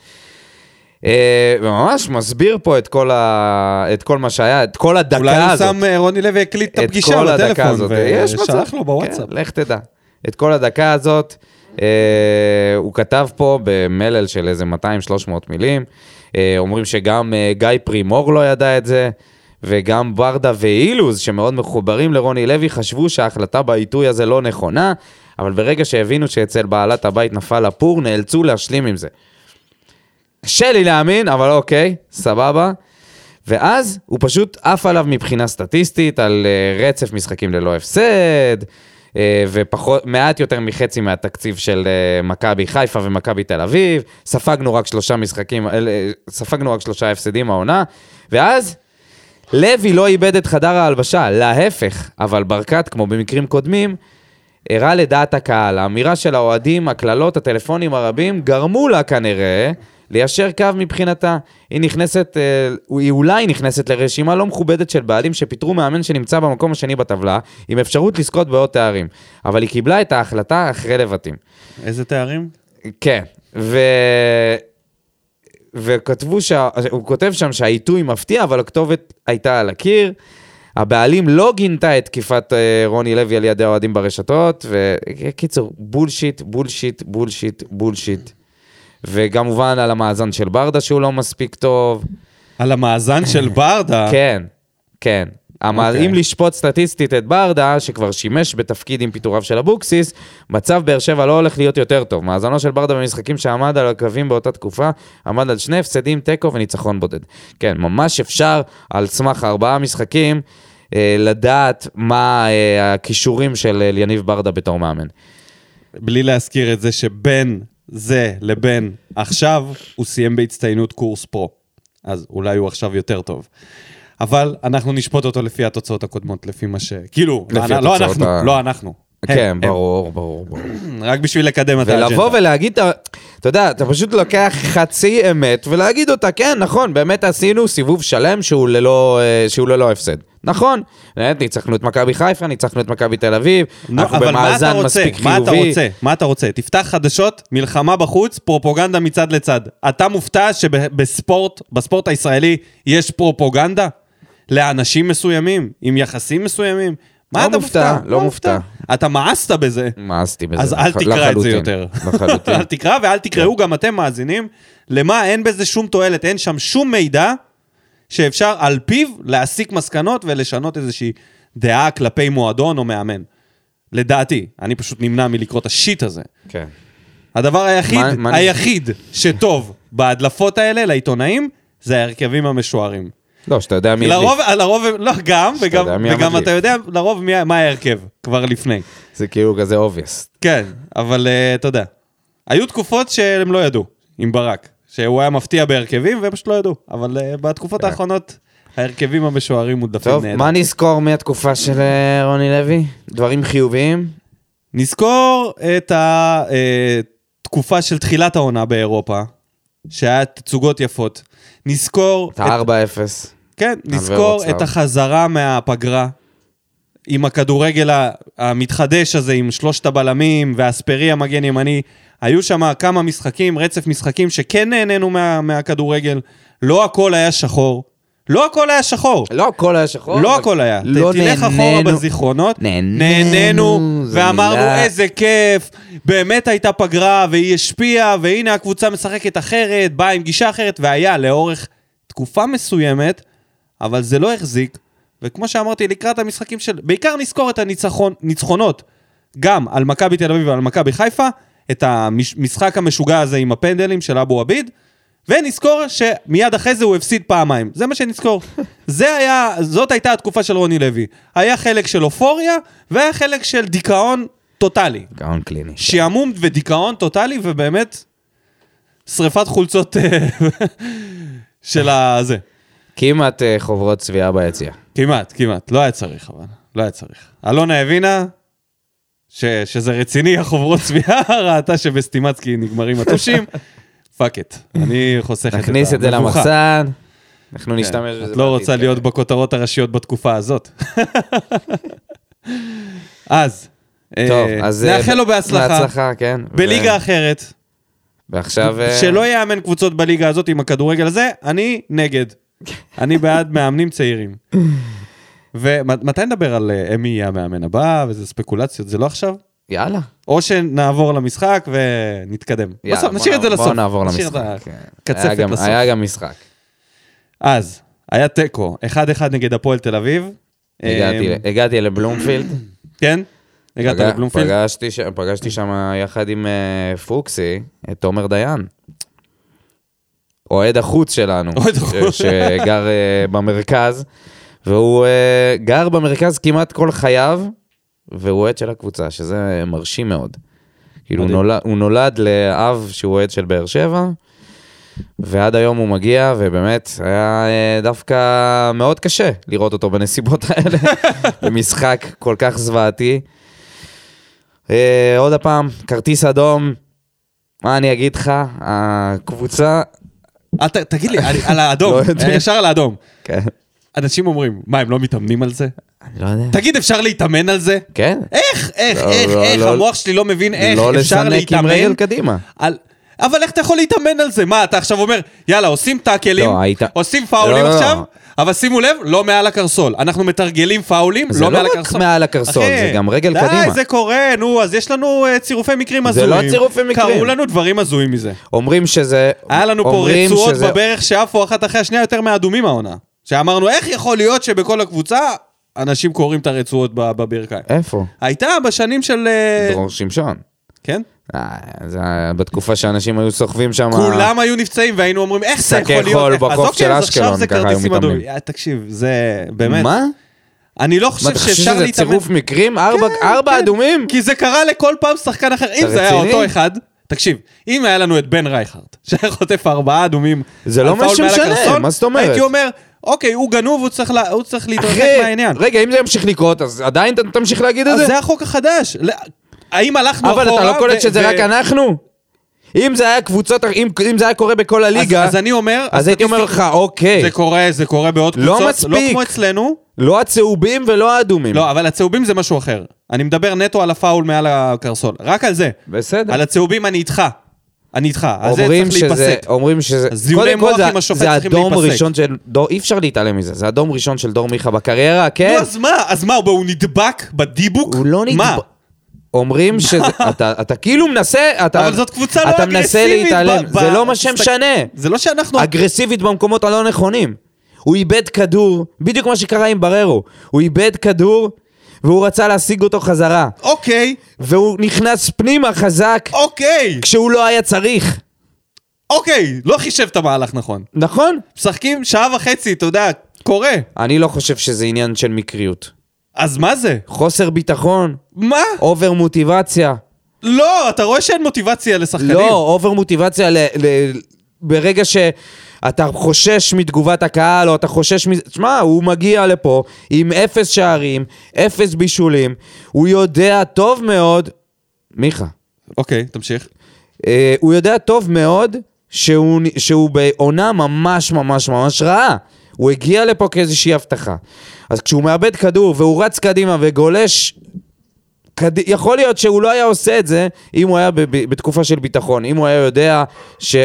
B: אה, וממש מסביר פה את כל, ה... את כל מה שהיה, את כל הדקה
A: אולי
B: הזאת.
A: הוא שם, אה, רוני לוי הקליט את הפגישה
B: כל הדקה
A: בטלפון,
B: הזאת. אה, יש מצב.
A: ושלח לו בוואטסאפ.
B: כן, לך תדע. את כל הדקה הזאת, אה, הוא כתב פה במלל של איזה 200-300 מילים. אה, אומרים שגם אה, גיא פרימור לא ידע את זה, וגם ברדה ואילוז, שמאוד מחוברים לרוני לוי, חשבו שההחלטה בעיתוי הזה לא נכונה, אבל ברגע שהבינו שאצל בעלת הבית נפל הפור, נאלצו להשלים עם זה. קשה לי להאמין, אבל אוקיי, סבבה. ואז הוא פשוט עף עליו מבחינה סטטיסטית, על אה, רצף משחקים ללא הפסד, אה, ופחות, מעט יותר מחצי מהתקציב של אה, מכבי חיפה ומכבי תל אביב. ספגנו רק שלושה משחקים, אה, אה, ספגנו רק שלושה הפסדים העונה, ואז לוי לא איבד את חדר ההלבשה, להפך, אבל ברקת, כמו במקרים קודמים, הראה לדעת הקהל. האמירה של האוהדים, הקללות, הטלפונים הרבים, גרמו לה כנראה ליישר קו מבחינתה. היא נכנסת, אה, היא אולי נכנסת לרשימה לא מכובדת של בעלים שפיטרו מאמן שנמצא במקום השני בטבלה, עם אפשרות לזכות בעוד תארים. אבל היא קיבלה את ההחלטה אחרי לבטים.
A: איזה תארים?
B: כן, ו... וכתבו, שה... הוא כותב שם שהעיתוי מפתיע, אבל הכתובת הייתה על הקיר. הבעלים לא גינתה את תקיפת אה, רוני לוי על ידי האוהדים ברשתות, וקיצור, בולשיט, בולשיט, בולשיט, בולשיט. וכמובן על המאזן של ברדה שהוא לא מספיק טוב.
A: על המאזן של ברדה.
B: כן, כן. אבל
A: אה? אוקיי.
B: אם לשפוט סטטיסטית את ברדה, שכבר שימש בתפקיד עם פיטוריו של אבוקסיס, מצב באר שבע לא הולך להיות יותר טוב. מאזנו של ברדה במשחקים שעמד על הקווים באותה תקופה, עמד על שני הפסדים, תיקו וניצחון בודד. כן, ממש אפשר על סמך ארבעה משחקים אה, לדעת מה אה, הכישורים של אה, יניב ברדה בתור מאמן.
A: בלי להזכיר את זה שבין זה לבין עכשיו, הוא סיים בהצטיינות קורס פרו. אז אולי הוא עכשיו יותר טוב. אבל אנחנו נשפוט אותו לפי התוצאות הקודמות, לפי מה ש... כאילו,
B: לפי
A: לא, לא
B: התוצאות
A: אנחנו,
B: ה-
A: לא אנחנו. הם,
B: כן,
A: הם.
B: ברור, ברור, ברור.
A: רק בשביל לקדם את האג'נדה.
B: ולבוא ולהגיד, את ה- אתה יודע, אתה פשוט לוקח חצי אמת ולהגיד אותה, כן, נכון, באמת עשינו סיבוב שלם שהוא ללא, אה, שהוא ללא הפסד. נכון, באמת, ניצחנו את מכבי חיפה, ניצחנו את מכבי תל אביב,
A: נו,
B: אנחנו
A: אבל מה אתה
B: במאזן
A: רוצה?
B: מספיק
A: מה אתה
B: חיובי.
A: רוצה? מה אתה רוצה? תפתח חדשות, מלחמה בחוץ, פרופוגנדה מצד לצד. אתה מופתע שבספורט, בספורט הישראלי, יש פרופוגנדה? לאנשים מסוימים? עם יחסים מסוימים? מה
B: לא
A: אתה
B: מופתע,
A: מופתע?
B: לא מופתע.
A: אתה מאסת בזה.
B: מאסתי בזה,
A: אז אל
B: לח-
A: תקרא את זה
B: לחלוטין,
A: יותר.
B: לחלוטין. כן.
A: אל תקרא ואל תקראו גם אתם מאזינים. למה אין בזה שום תועלת, אין שם שום מידע שאפשר על פיו להסיק מסקנות ולשנות איזושהי דעה כלפי מועדון או מאמן. לדעתי, אני פשוט נמנע מלקרוא את השיט הזה.
B: כן.
A: הדבר היחיד,
B: מה- מה-
A: היחיד שטוב בהדלפות האלה לעיתונאים, זה ההרכבים המשוערים.
B: לא, שאתה יודע מי...
A: לרוב, לרוב, לא, גם,
B: יודע
A: וגם,
B: מי
A: וגם
B: המדליף.
A: אתה יודע לרוב מי- מה ההרכב כבר לפני.
B: זה כאילו כזה אובייס.
A: כן, אבל אה, אתה יודע. היו תקופות שהם לא ידעו, עם ברק. שהוא היה מפתיע בהרכבים והם פשוט לא ידעו. אבל אה, בתקופות
B: כן.
A: האחרונות, ההרכבים המשוערים מודלפים
B: טוב,
A: נהדר.
B: מה נזכור מהתקופה של אה, רוני לוי? דברים חיוביים?
A: נזכור את התקופה של תחילת העונה באירופה, שהיה תצוגות יפות. נזכור...
B: את ה-4-0.
A: כן,
B: על
A: נזכור
B: ורוצלב.
A: את החזרה מהפגרה עם הכדורגל ה- המתחדש הזה, עם שלושת הבלמים והספרי המגן ימני. היו שם כמה משחקים, רצף משחקים, שכן נהנינו מה, מהכדורגל. לא הכל היה שחור. לא הכל היה שחור.
B: לא הכל היה שחור.
A: לא
B: אבל
A: הכל היה.
B: לא
A: ת- תלך אחורה
B: נהנינו.
A: בזיכרונות.
B: נהנינו,
A: נהנינו,
B: זו
A: ואמרנו
B: מילה.
A: איזה כיף, באמת הייתה פגרה, והיא השפיעה, והנה הקבוצה משחקת אחרת, באה עם גישה אחרת, והיה לאורך תקופה מסוימת, אבל זה לא החזיק. וכמו שאמרתי, לקראת המשחקים של... בעיקר נזכור את הניצחונות, גם על מכבי תל אביב ועל מכבי חיפה, את המשחק המשוגע הזה עם הפנדלים של אבו עביד, ונזכור שמיד אחרי זה הוא הפסיד פעמיים. זה מה שנזכור. זה היה, זאת הייתה התקופה של רוני לוי. היה חלק של אופוריה, והיה חלק של דיכאון טוטאלי.
B: גאון קליני.
A: שעמום ודיכאון טוטאלי, ובאמת, שריפת חולצות אה, של הזה.
B: כמעט אה, חוברות צביעה ביציע.
A: כמעט, כמעט. לא היה צריך, אבל. לא היה צריך. אלונה הבינה ש, שזה רציני, החוברות צביעה, ראתה שבסטימצקי נגמרים הטושים. פאק את, אני חוסך את זה.
B: נכניס את זה
A: למבוכה.
B: למחסן, אנחנו
A: כן,
B: נשתמש בזה.
A: את לא
B: בעתיד,
A: רוצה
B: כן.
A: להיות בכותרות הראשיות בתקופה הזאת. אז,
B: טוב,
A: אה,
B: אז...
A: נאחל
B: אה,
A: לו בהצלחה.
B: בהצלחה, כן. ו-
A: בליגה אחרת,
B: ועכשיו... אה,
A: שלא יאמן קבוצות בליגה הזאת עם הכדורגל הזה, אני נגד. אני בעד מאמנים צעירים. ומתי נדבר על אה, מי יהיה המאמן הבא, וזה ספקולציות, זה לא עכשיו?
B: יאללה.
A: או שנעבור למשחק ונתקדם.
B: יאללה,
A: בסוף,
B: בוא
A: נשאיר את זה
B: נעבור-
A: לסוף.
B: בוא נעבור
A: נשאיר
B: למשחק.
A: את
B: כן.
A: הקצפת
B: היה גם-
A: לסוף.
B: היה גם משחק.
A: אז, היה תיקו, 1-1 נגד הפועל תל אביב.
B: הגעתי
A: אה,
B: ל- הגעתי לבלומפילד.
A: כן? הגעת
B: פגע-
A: לבלומפילד?
B: פגשתי ש- פגשתי שם יחד עם אה, פוקסי את תומר דיין. אוהד החוץ שלנו,
A: אוהד
B: ש-
A: החוץ.
B: שגר אה, במרכז, והוא אה, גר במרכז כמעט כל חייו, והוא אוהד של הקבוצה, שזה מרשים מאוד. כאילו, הוא
A: מדהים.
B: נולד, הוא נולד לאב שהוא אוהד של באר שבע, ועד היום הוא מגיע, ובאמת, היה אה, דווקא מאוד קשה לראות אותו בנסיבות האלה, במשחק כל כך זוועתי. אה, עוד הפעם, כרטיס אדום, מה אני אגיד לך, הקבוצה...
A: אה, ת- תגיד לי, על- על האדום,
B: לא יודע.
A: ישר על האדום.
B: כן,
A: אנשים אומרים, מה, הם לא מתאמנים על זה?
B: אני לא יודע.
A: תגיד, אפשר להתאמן על זה?
B: כן,
A: איך, איך,
B: לא,
A: איך,
B: לא,
A: איך,
B: לא-
A: המוח שלי לא מבין איך
B: לא
A: אפשר
B: לסנק עם
A: להתאמן.
B: רגל קדימה.
A: על... אבל איך אתה יכול להתאמן על זה? מה, אתה עכשיו אומר, יאללה, עושים טאקלים,
B: לא, היית-
A: עושים פאולים
B: לא, לא,
A: עכשיו,
B: לא.
A: אבל שימו לב, לא מעל הקרסול. אנחנו מתרגלים פאולים,
B: זה
A: לא
B: לא
A: מעל
B: רק
A: הקרסול.
B: מעל הקרסול,
A: אחי,
B: זה גם רגל
A: די,
B: קדימה.
A: זה קורה, נו, אז יש לנו אה, צירופי מקרים
B: זה
A: הזויים.
B: לא צירופי מקרים.
A: קרו לנו דברים הזויים מזה.
B: אומרים שזה...
A: היה לנו פה
B: אומרים
A: רצועות
B: שזה-
A: בברך שעפו אחת אחרי השנייה יותר מהאדומים העונה. שאמרנו, איך יכול להיות שבכל הקבוצה אנשים קוראים את הרצועות ב- בברכיים?
B: איפה?
A: הייתה בשנים של... אה,
B: דרור שמשון.
A: כן?
B: אה, זה היה בתקופה שאנשים היו סוחבים שם...
A: כולם היו נפצעים והיינו אומרים, איך זה
B: שקי
A: יכול להיות?
B: חול
A: אז
B: בקוף
A: אוקיי,
B: של
A: אז עכשיו
B: אשקלון,
A: זה
B: ככה היו
A: כרטיסים
B: מתאמנים.
A: אדומים. אה, תקשיב, זה באמת...
B: מה?
A: אני לא
B: מה,
A: חושב
B: אתה חושב
A: שאפשר
B: שזה
A: להתאמן.
B: צירוף מקרים? ארבע-
A: כן,
B: ארבע
A: כן.
B: אדומים?
A: כי זה קרה לכל פעם שחקן אחר. אם זה היה
B: רציני?
A: אותו אחד, תקשיב, אם היה לנו את בן רייכרד, שהיה חוטף ארבעה אדומים,
B: זה לא
A: על
B: מה
A: פאול מעל
B: שמשנה,
A: הקרסון,
B: מה זאת אומרת?
A: הייתי אומר, אוקיי, הוא גנוב, הוא צריך לה- הוא צריך להתרחק מהעניין.
B: רגע, אם זה ימשיך לקרות, אז עדיין אתה תמשיך להגיד את
A: אז
B: זה?
A: זה החוק החדש. ל- האם הלכנו אחורה...
B: אבל אתה לא
A: ו-
B: קולט שזה
A: ו-
B: רק אנחנו? אם זה היה קבוצות, אם אם זה היה קורה בכל
A: אז-
B: הליגה,
A: אז אני אומר...
B: אז הייתי אומר לך,
A: הסטטיסטיקה-
B: אוקיי,
A: זה קורה, זה קורה בעוד
B: לא
A: קבוצות, לא
B: מספיק.
A: כמו אצלנו,
B: לא הצהובים ולא האדומים.
A: לא, אבל הצהובים זה משהו אחר. אני מדבר נטו על הפאול מעל הקרסול, רק על זה.
B: בסדר.
A: על הצהובים אני איתך. אני איתך, על זה
B: אומרים
A: צריך
B: שזה,
A: להיפסק.
B: אומרים שזה,
A: זיוני
B: קודם כל
A: מוח
B: זה-
A: עם השופט
B: זה
A: צריכים
B: האדום
A: להיפסק.
B: ראשון של דור, אי אפשר להתעלם מזה, זה אדום ראשון של דור מיכה בקריירה,
A: נו,
B: כן?
A: אז מה? אז מה, הוא הוא נדבק בדיבוק?
B: הוא לא נדבק.
A: מה?
B: אומרים שזה, אתה, אתה כאילו מנסה, אתה,
A: אבל זאת קבוצה לא
B: אתה מנסה
A: אגרסיבית
B: להתעלם,
A: ב- ב-
B: זה לא מה שמשנה.
A: זה לא שאנחנו...
B: אגרסיבית במקומות הלא נכונים. הוא איבד כדור, בדיוק מה שקרה עם בררו. הוא איבד כדור, והוא רצה להשיג אותו חזרה.
A: אוקיי,
B: והוא נכנס פנימה חזק,
A: אוקיי,
B: כשהוא לא היה צריך.
A: אוקיי, לא חישב את המהלך נכון.
B: נכון?
A: משחקים שעה וחצי, אתה יודע, קורה.
B: אני לא חושב שזה עניין של מקריות.
A: אז מה זה?
B: חוסר ביטחון,
A: מה?
B: אובר מוטיבציה.
A: לא, אתה רואה שאין מוטיבציה לשחקנים.
B: לא, אובר מוטיבציה ל... ל... ברגע שאתה חושש מתגובת הקהל, או אתה חושש מזה... תשמע, הוא מגיע לפה עם אפס שערים, אפס בישולים, הוא יודע טוב מאוד... מיכה,
A: אוקיי, תמשיך.
B: אה, הוא יודע טוב מאוד שהוא, נ- שהוא בעונה ממש ממש ממש רעה. הוא הגיע לפה כאיזושהי הבטחה. אז כשהוא מאבד כדור והוא רץ קדימה וגולש... קד... יכול להיות שהוא לא היה עושה את זה אם הוא היה ב- ב- בתקופה של ביטחון, אם הוא היה יודע ש...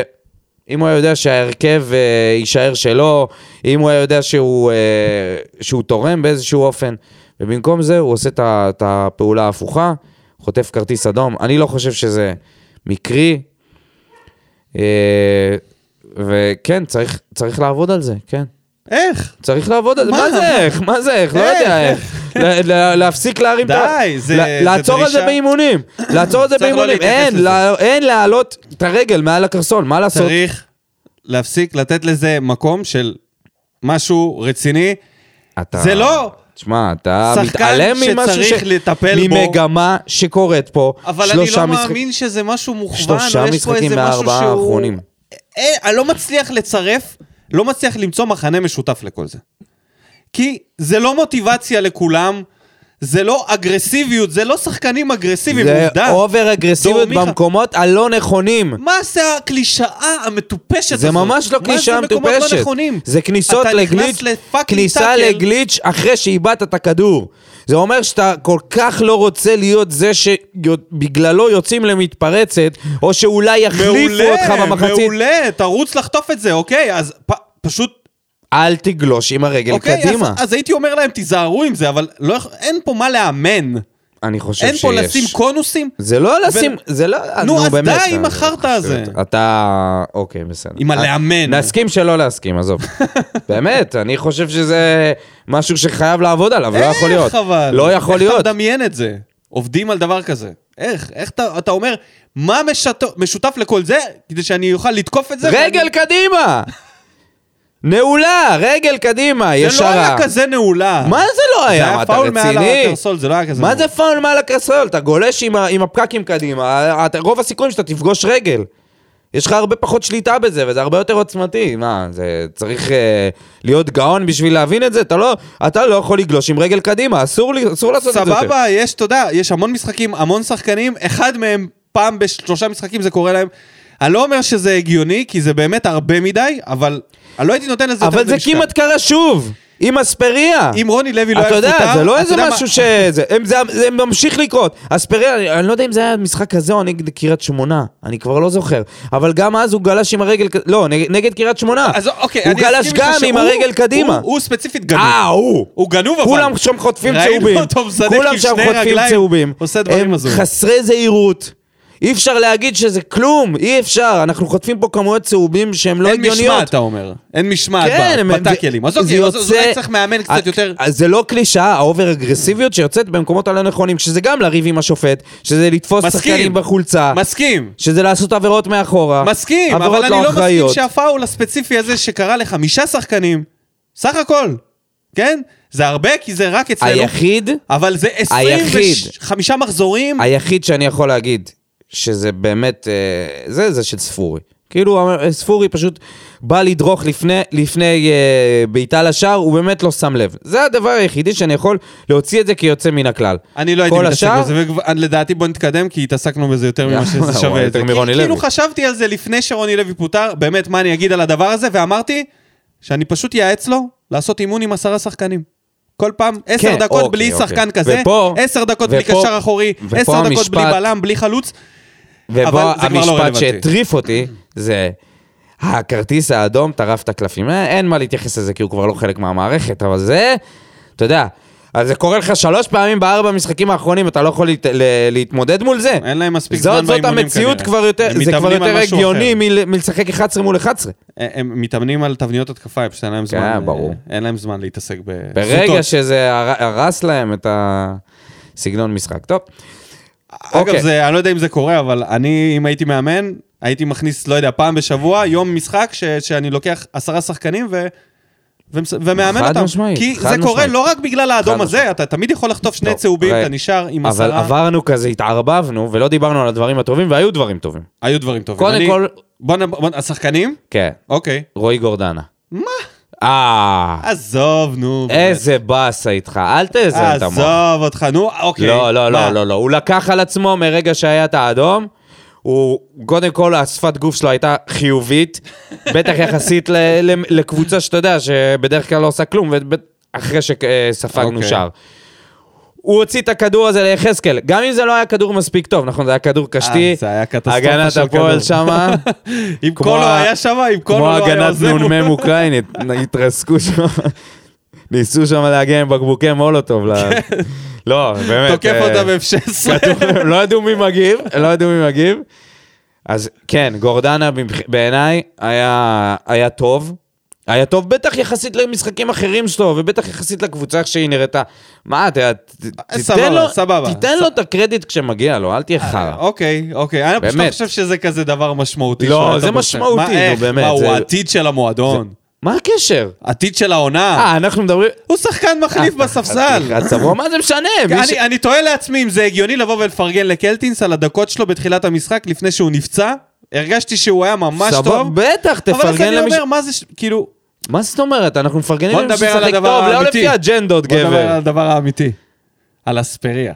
B: אם הוא היה יודע שההרכב אה, יישאר שלו, אם הוא היה יודע שהוא, אה, שהוא תורם באיזשהו אופן. ובמקום זה הוא עושה את ה- את הפעולה ההפוכה, חוטף כרטיס אדום. אני לא חושב שזה מקרי. אה, וכן, צריך, צריך לעבוד על זה, כן.
A: איך?
B: צריך לעבוד על זה.
A: מה?
B: מה זה איך? מה זה איך? לא יודע
A: איך?
B: איך. ל- ל- להפסיק להרים את ה...
A: די, זה-
B: ל-
A: זה
B: לעצור על זה
A: דרישה.
B: באימונים. לעצור על זה
A: צריך לא
B: באימונים.
A: להתייחס
B: אין,
A: לזה.
B: לה- אין להעלות את הרגל מעל הקרסול, מה לעשות?
A: צריך להפסיק לתת לזה מקום של משהו רציני.
B: אתה...
A: זה לא...
B: תשמע, אתה
A: שחקן
B: מתעלם ממשהו
A: שצריך לטפל בו.
B: ממגמה שקורית פה.
A: אבל אני
B: שלושה
A: לא
B: משחק-
A: מאמין שזה משהו מוכוון,
B: שלושה
A: או יש פה
B: משחקים
A: איזה משהו
B: מהארבעה
A: שהוא...
B: האחרונים.
A: אה, אני לא מצליח לצרף, לא מצליח למצוא מחנה משותף לכל זה. כי זה לא מוטיבציה לכולם, זה לא אגרסיביות, זה לא שחקנים אגרסיביים,
B: זה
A: עובדה.
B: אובר
A: דור
B: אגרסיביות
A: מיכה.
B: במקומות הלא נכונים.
A: מה זה הקלישאה המטופשת הזאת?
B: זה ממש לא
A: מה
B: קלישאה
A: זה מקומות
B: מטופשת.
A: לא נכונים?
B: זה כניסות
A: אתה
B: לגליץ',
A: נכנס לפאקינג
B: כניסה
A: טאקל.
B: לגליץ' אחרי שאיבדת את הכדור. זה אומר שאתה כל כך לא רוצה להיות זה שבגללו יוצאים למתפרצת, או שאולי יחליפו
A: מעולה,
B: אותך במחצית.
A: מעולה, תרוץ לחטוף את זה, אוקיי? אז פ, פשוט...
B: אל תגלוש עם הרגל
A: אוקיי,
B: קדימה.
A: אז, אז הייתי אומר להם, תיזהרו עם זה, אבל לא, יכ- אין פה מה לאמן.
B: אני חושב
A: אין
B: שיש.
A: פה לשים קונוסים?
B: זה לא לשים, זה לא...
A: נו, אז
B: באמת,
A: די עם
B: אני-
A: החרטא הזה.
B: אתה... אוקיי, בסדר.
A: עם הלאמן.
B: נסכים שלא להסכים, עזוב. באמת, אני חושב שזה משהו שחייב לעבוד עליו, לא יכול להיות.
A: איך אבל?
B: לא יכול
A: אה, איך
B: להיות.
A: אתה מדמיין את זה? עובדים על דבר כזה. איך? איך אתה, אתה אומר, מה משת- משותף לכל זה, כדי שאני אוכל לתקוף את זה?
B: רגל
A: ואני-
B: קדימה! נעולה, רגל קדימה, ישרה.
A: זה לא היה כזה נעולה.
B: מה זה לא היה?
A: זה היה
B: מה, אתה
A: פאול מעל
B: רציני?
A: הקרסול, זה לא היה כזה
B: מה
A: נורא.
B: זה פאול מעל הקרסול? אתה גולש עם ה- עם הפקקים קדימה, אתה- רוב הסיכויים שאתה תפגוש רגל. יש לך הרבה פחות שליטה בזה, וזה הרבה יותר עוצמתי. מה, זה צריך אה, להיות גאון בשביל להבין את זה? אתה לא, אתה לא יכול לגלוש עם רגל קדימה, אסור, לי- אסור לעשות את זה יותר.
A: סבבה, יש, אתה יודע, יש המון משחקים, המון שחקנים, אחד מהם פעם בשלושה משחקים זה קורה להם. אני לא אומר שזה הגיוני, כי זה באמת הרבה מדי, אבל אני לא הייתי נותן לזה יותר
B: אבל זה
A: משקל.
B: כמעט קרה שוב, עם אספריה.
A: אם רוני לוי לא היה
B: אתה
A: מפוטר...
B: יודע, זה לא
A: אתה
B: איזה
A: יודע מה-
B: משהו ש... זה הם- זה- זה ממשיך לקרות. אספריה, אני- אני לא יודע אם זה היה משחק כזה או נגד קריית שמונה, אני כבר לא זוכר. אבל גם אז הוא גלש עם הרגל... ק- לא, נג- נגד קריית שמונה.
A: אז אוקיי,
B: הוא
A: אני
B: גלש
A: אסכים איתך
B: גם עם
A: שהוא-
B: הרגל קדימה.
A: הוא- הוא ספציפית גנוב.
B: אה, הוא.
A: הוא גנוב אבל.
B: כולם שם חוטפים
A: ראינו
B: צהובים.
A: אותו מזנק עם
B: כולם שם
A: שני
B: חוטפים
A: רגליים,
B: צהובים.
A: עושה דברים
B: הם
A: הזויים.
B: חסרי זהירות. אי אפשר להגיד שזה כלום, אי אפשר. אנחנו חוטפים פה כמויות צהובים שהן לא
A: אין
B: הגיוניות.
A: משמעת, אתה אומר. אין משמעת
B: כן,
A: ב-
B: הם-
A: בטאקלים. אז
B: זה
A: אוקיי, אז אז
B: יוצא-
A: אולי צריך מאמן
B: אה,
A: קצת יותר...
B: אז זה לא קלישאה, האובר אגרסיביות שיוצאת במקומות הלא נכונים, שזה גם לריב עם השופט, שזה לתפוס
A: מסכים.
B: שחקנים בחולצה,
A: מסכים.
B: שזה לעשות עבירות מאחורה.
A: מסכים,
B: עבירות
A: אבל אני לא מסכים
B: אחראיות.
A: שהפאול הספציפי הזה שקרה לחמישה שחקנים, סך הכל, כן? זה הרבה, כי זה לא- רק אצלנו.
B: היחיד,
A: אבל זה
B: היחיד.
A: 25 מחזורים,
B: היחיד שאני יכול להגיד שזה באמת, אה, זה, זה של ספורי. כאילו, אה, ספורי פשוט בא לדרוך לפני, לפני אה, בעיטה לשער, הוא באמת לא שם לב. זה הדבר היחידי שאני יכול להוציא את זה כיוצא מן הכלל.
A: אני לא הייתי
B: כל
A: מתעסק
B: השאר-
A: בזה, ולדעתי בוא נתקדם, כי התעסקנו בזה יותר ממה שזה
B: וואי,
A: שווה. את זה.
B: יותר מרוני
A: כי- כאילו
B: לוי.
A: חשבתי על זה לפני שרוני לוי פוטר, באמת מה אני אגיד על הדבר הזה, ואמרתי שאני פשוט אייעץ לו לעשות אימון עם עשרה שחקנים. כל פעם, עשר
B: כן,
A: דקות
B: אוקיי,
A: בלי
B: אוקיי.
A: שחקן כזה,
B: ופה-
A: עשר דקות בלי
B: ופה-
A: קשר אחורי,
B: ופה
A: עשר דקות בלי
B: המשפט-
A: בלם, בלי חלוץ. אבל
B: ובו
A: זה כבר לא
B: המשפט
A: רלוונטי.
B: שהטריף אותי זה... הכרטיס האדום טרף את הקלפים. אה, אין מה להתייחס לזה, כי הוא כבר לא חלק מהמערכת, אבל זה, אתה יודע, אז זה קורה לך שלוש פעמים בארבע המשחקים האחרונים, אתה לא יכול להת, ל, להתמודד מול זה.
A: אין להם מספיק
B: זאת,
A: זמן
B: זאת
A: באימונים
B: המציאות
A: כנראה.
B: כבר יותר,
A: הם
B: זה כבר
A: מתאמנים על
B: יותר
A: משהו
B: הגיוני
A: אחר.
B: מל, מלשחק 11 מול 11.
A: הם מתאמנים על תבניות התקפה, פשוט אין להם זמן.
B: אה,
A: אה,
B: ברור.
A: אין להם זמן להתעסק ב...
B: ברגע
A: זוטות.
B: שזה הר- הרס להם את הסגנון משחק. טוב,
A: אגב,
B: אוקיי.
A: זה, אני לא יודע אם זה קורה, אבל אני, אם הייתי מאמן, הייתי מכניס, לא יודע, פעם בשבוע, יום משחק, ש, שאני לוקח עשרה שחקנים ו, ומס, ומאמן
B: חד
A: אותם.
B: משמעית,
A: כי
B: חד
A: זה קורה
B: משמעית.
A: לא רק בגלל האדום
B: חד
A: הזה,
B: משמעית.
A: אתה תמיד יכול לחטוף שני
B: טוב,
A: צהובים,
B: רגע.
A: אתה נשאר עם
B: אבל
A: עשרה.
B: עברנו כזה, התערבבנו, ולא דיברנו על הדברים הטובים, והיו דברים טובים.
A: היו דברים טובים.
B: קודם
A: אני-
B: כל-
A: בוא נ... בוא נ... השחקנים?
B: כן,
A: אוקיי.
B: רועי גורדנה.
A: מה?
B: אה,
A: עזוב, נו.
B: איזה באסה איתך, אל תזיין את
A: באמת.
B: המוח.
A: אה, עזוב אותך, נו, אוקיי.
B: לא, לא,
A: מה?
B: לא, לא, לא. הוא לקח על עצמו מרגע שהיה את האדום, הוא, קודם כל, השפת גוף שלו הייתה חיובית, בטח יחסית ל, ל, לקבוצה שאתה יודע, שבדרך כלל לא עושה כלום, ובט- אחרי שספגנו
A: אוקיי.
B: שער. הוא הוציא את הכדור הזה ליחזקאל, גם אם זה לא היה כדור מספיק טוב, נכון? זה היה כדור קשתי,
A: אה, זה היה קטסטרופה
B: הגנת
A: של
B: הפועל
A: כדור.
B: שמה,
A: אם
B: כמו
A: קולו
B: ה-
A: היה שם, אם קולו
B: כמו
A: לא היה
B: הגנת
A: עוזב, הוא-
B: נ"מ אוקראינית, התרסקו שם, ניסו שם להגיע עם בקבוקי מולוטוב. ל- לא, באמת.
A: כן. תוקף
B: אה,
A: אותם F16.
B: כתוב, הם לא ידעו מי מגיב, הם לא ידעו מי מגיב. אז כן, גורדנה במח- בעיניי היה, היה טוב. היה טוב בטח יחסית למשחקים אחרים שלו, ובטח יחסית לקבוצה איך שהיא נראתה. מה, אתה ת-
A: אה, סבבה,
B: תיתן לו,
A: סבבה.
B: תיתן לו את הקרדיט כשמגיע לו, אל תהיה חרא.
A: אוקיי, אוקיי. אני פשוט לא
B: באמת.
A: חושב שזה כזה דבר משמעותי.
B: לא,
A: שהוא היה
B: זה
A: טוב
B: משמעותי,
A: בזה.
B: נו,
A: מה, איך?
B: באמת,
A: מה, הוא
B: זה-
A: העתיד של המועדון.
B: מה הקשר?
A: עתיד של העונה.
B: אה, אנחנו מדברים...
A: הוא שחקן מחליף בספסל.
B: הצבוע, מה זה משנה? אה, מי ש-
A: אני- אני תוהה לעצמי אם זה הגיוני לבוא ולפרגן לקלטינס על הדקות שלו בתחילת המשחק לפני שהוא נפצע. הרגשתי שהוא היה ממש
B: סבבה,
A: טוב.
B: בטח,
A: אבל אז
B: תפרגן
A: אני
B: למי... ש-
A: אומר, מה זה, ש- כאילו...
B: מה זאת אומרת? אנחנו מפרגנים
A: בוא
B: למי
A: נדבר על
B: שמשחק
A: הדבר
B: טוב, לא
A: האמיתי.
B: לפי אג'נדות,
A: בוא נדבר על
B: גבר.
A: הדבר האמיתי. על אספריה.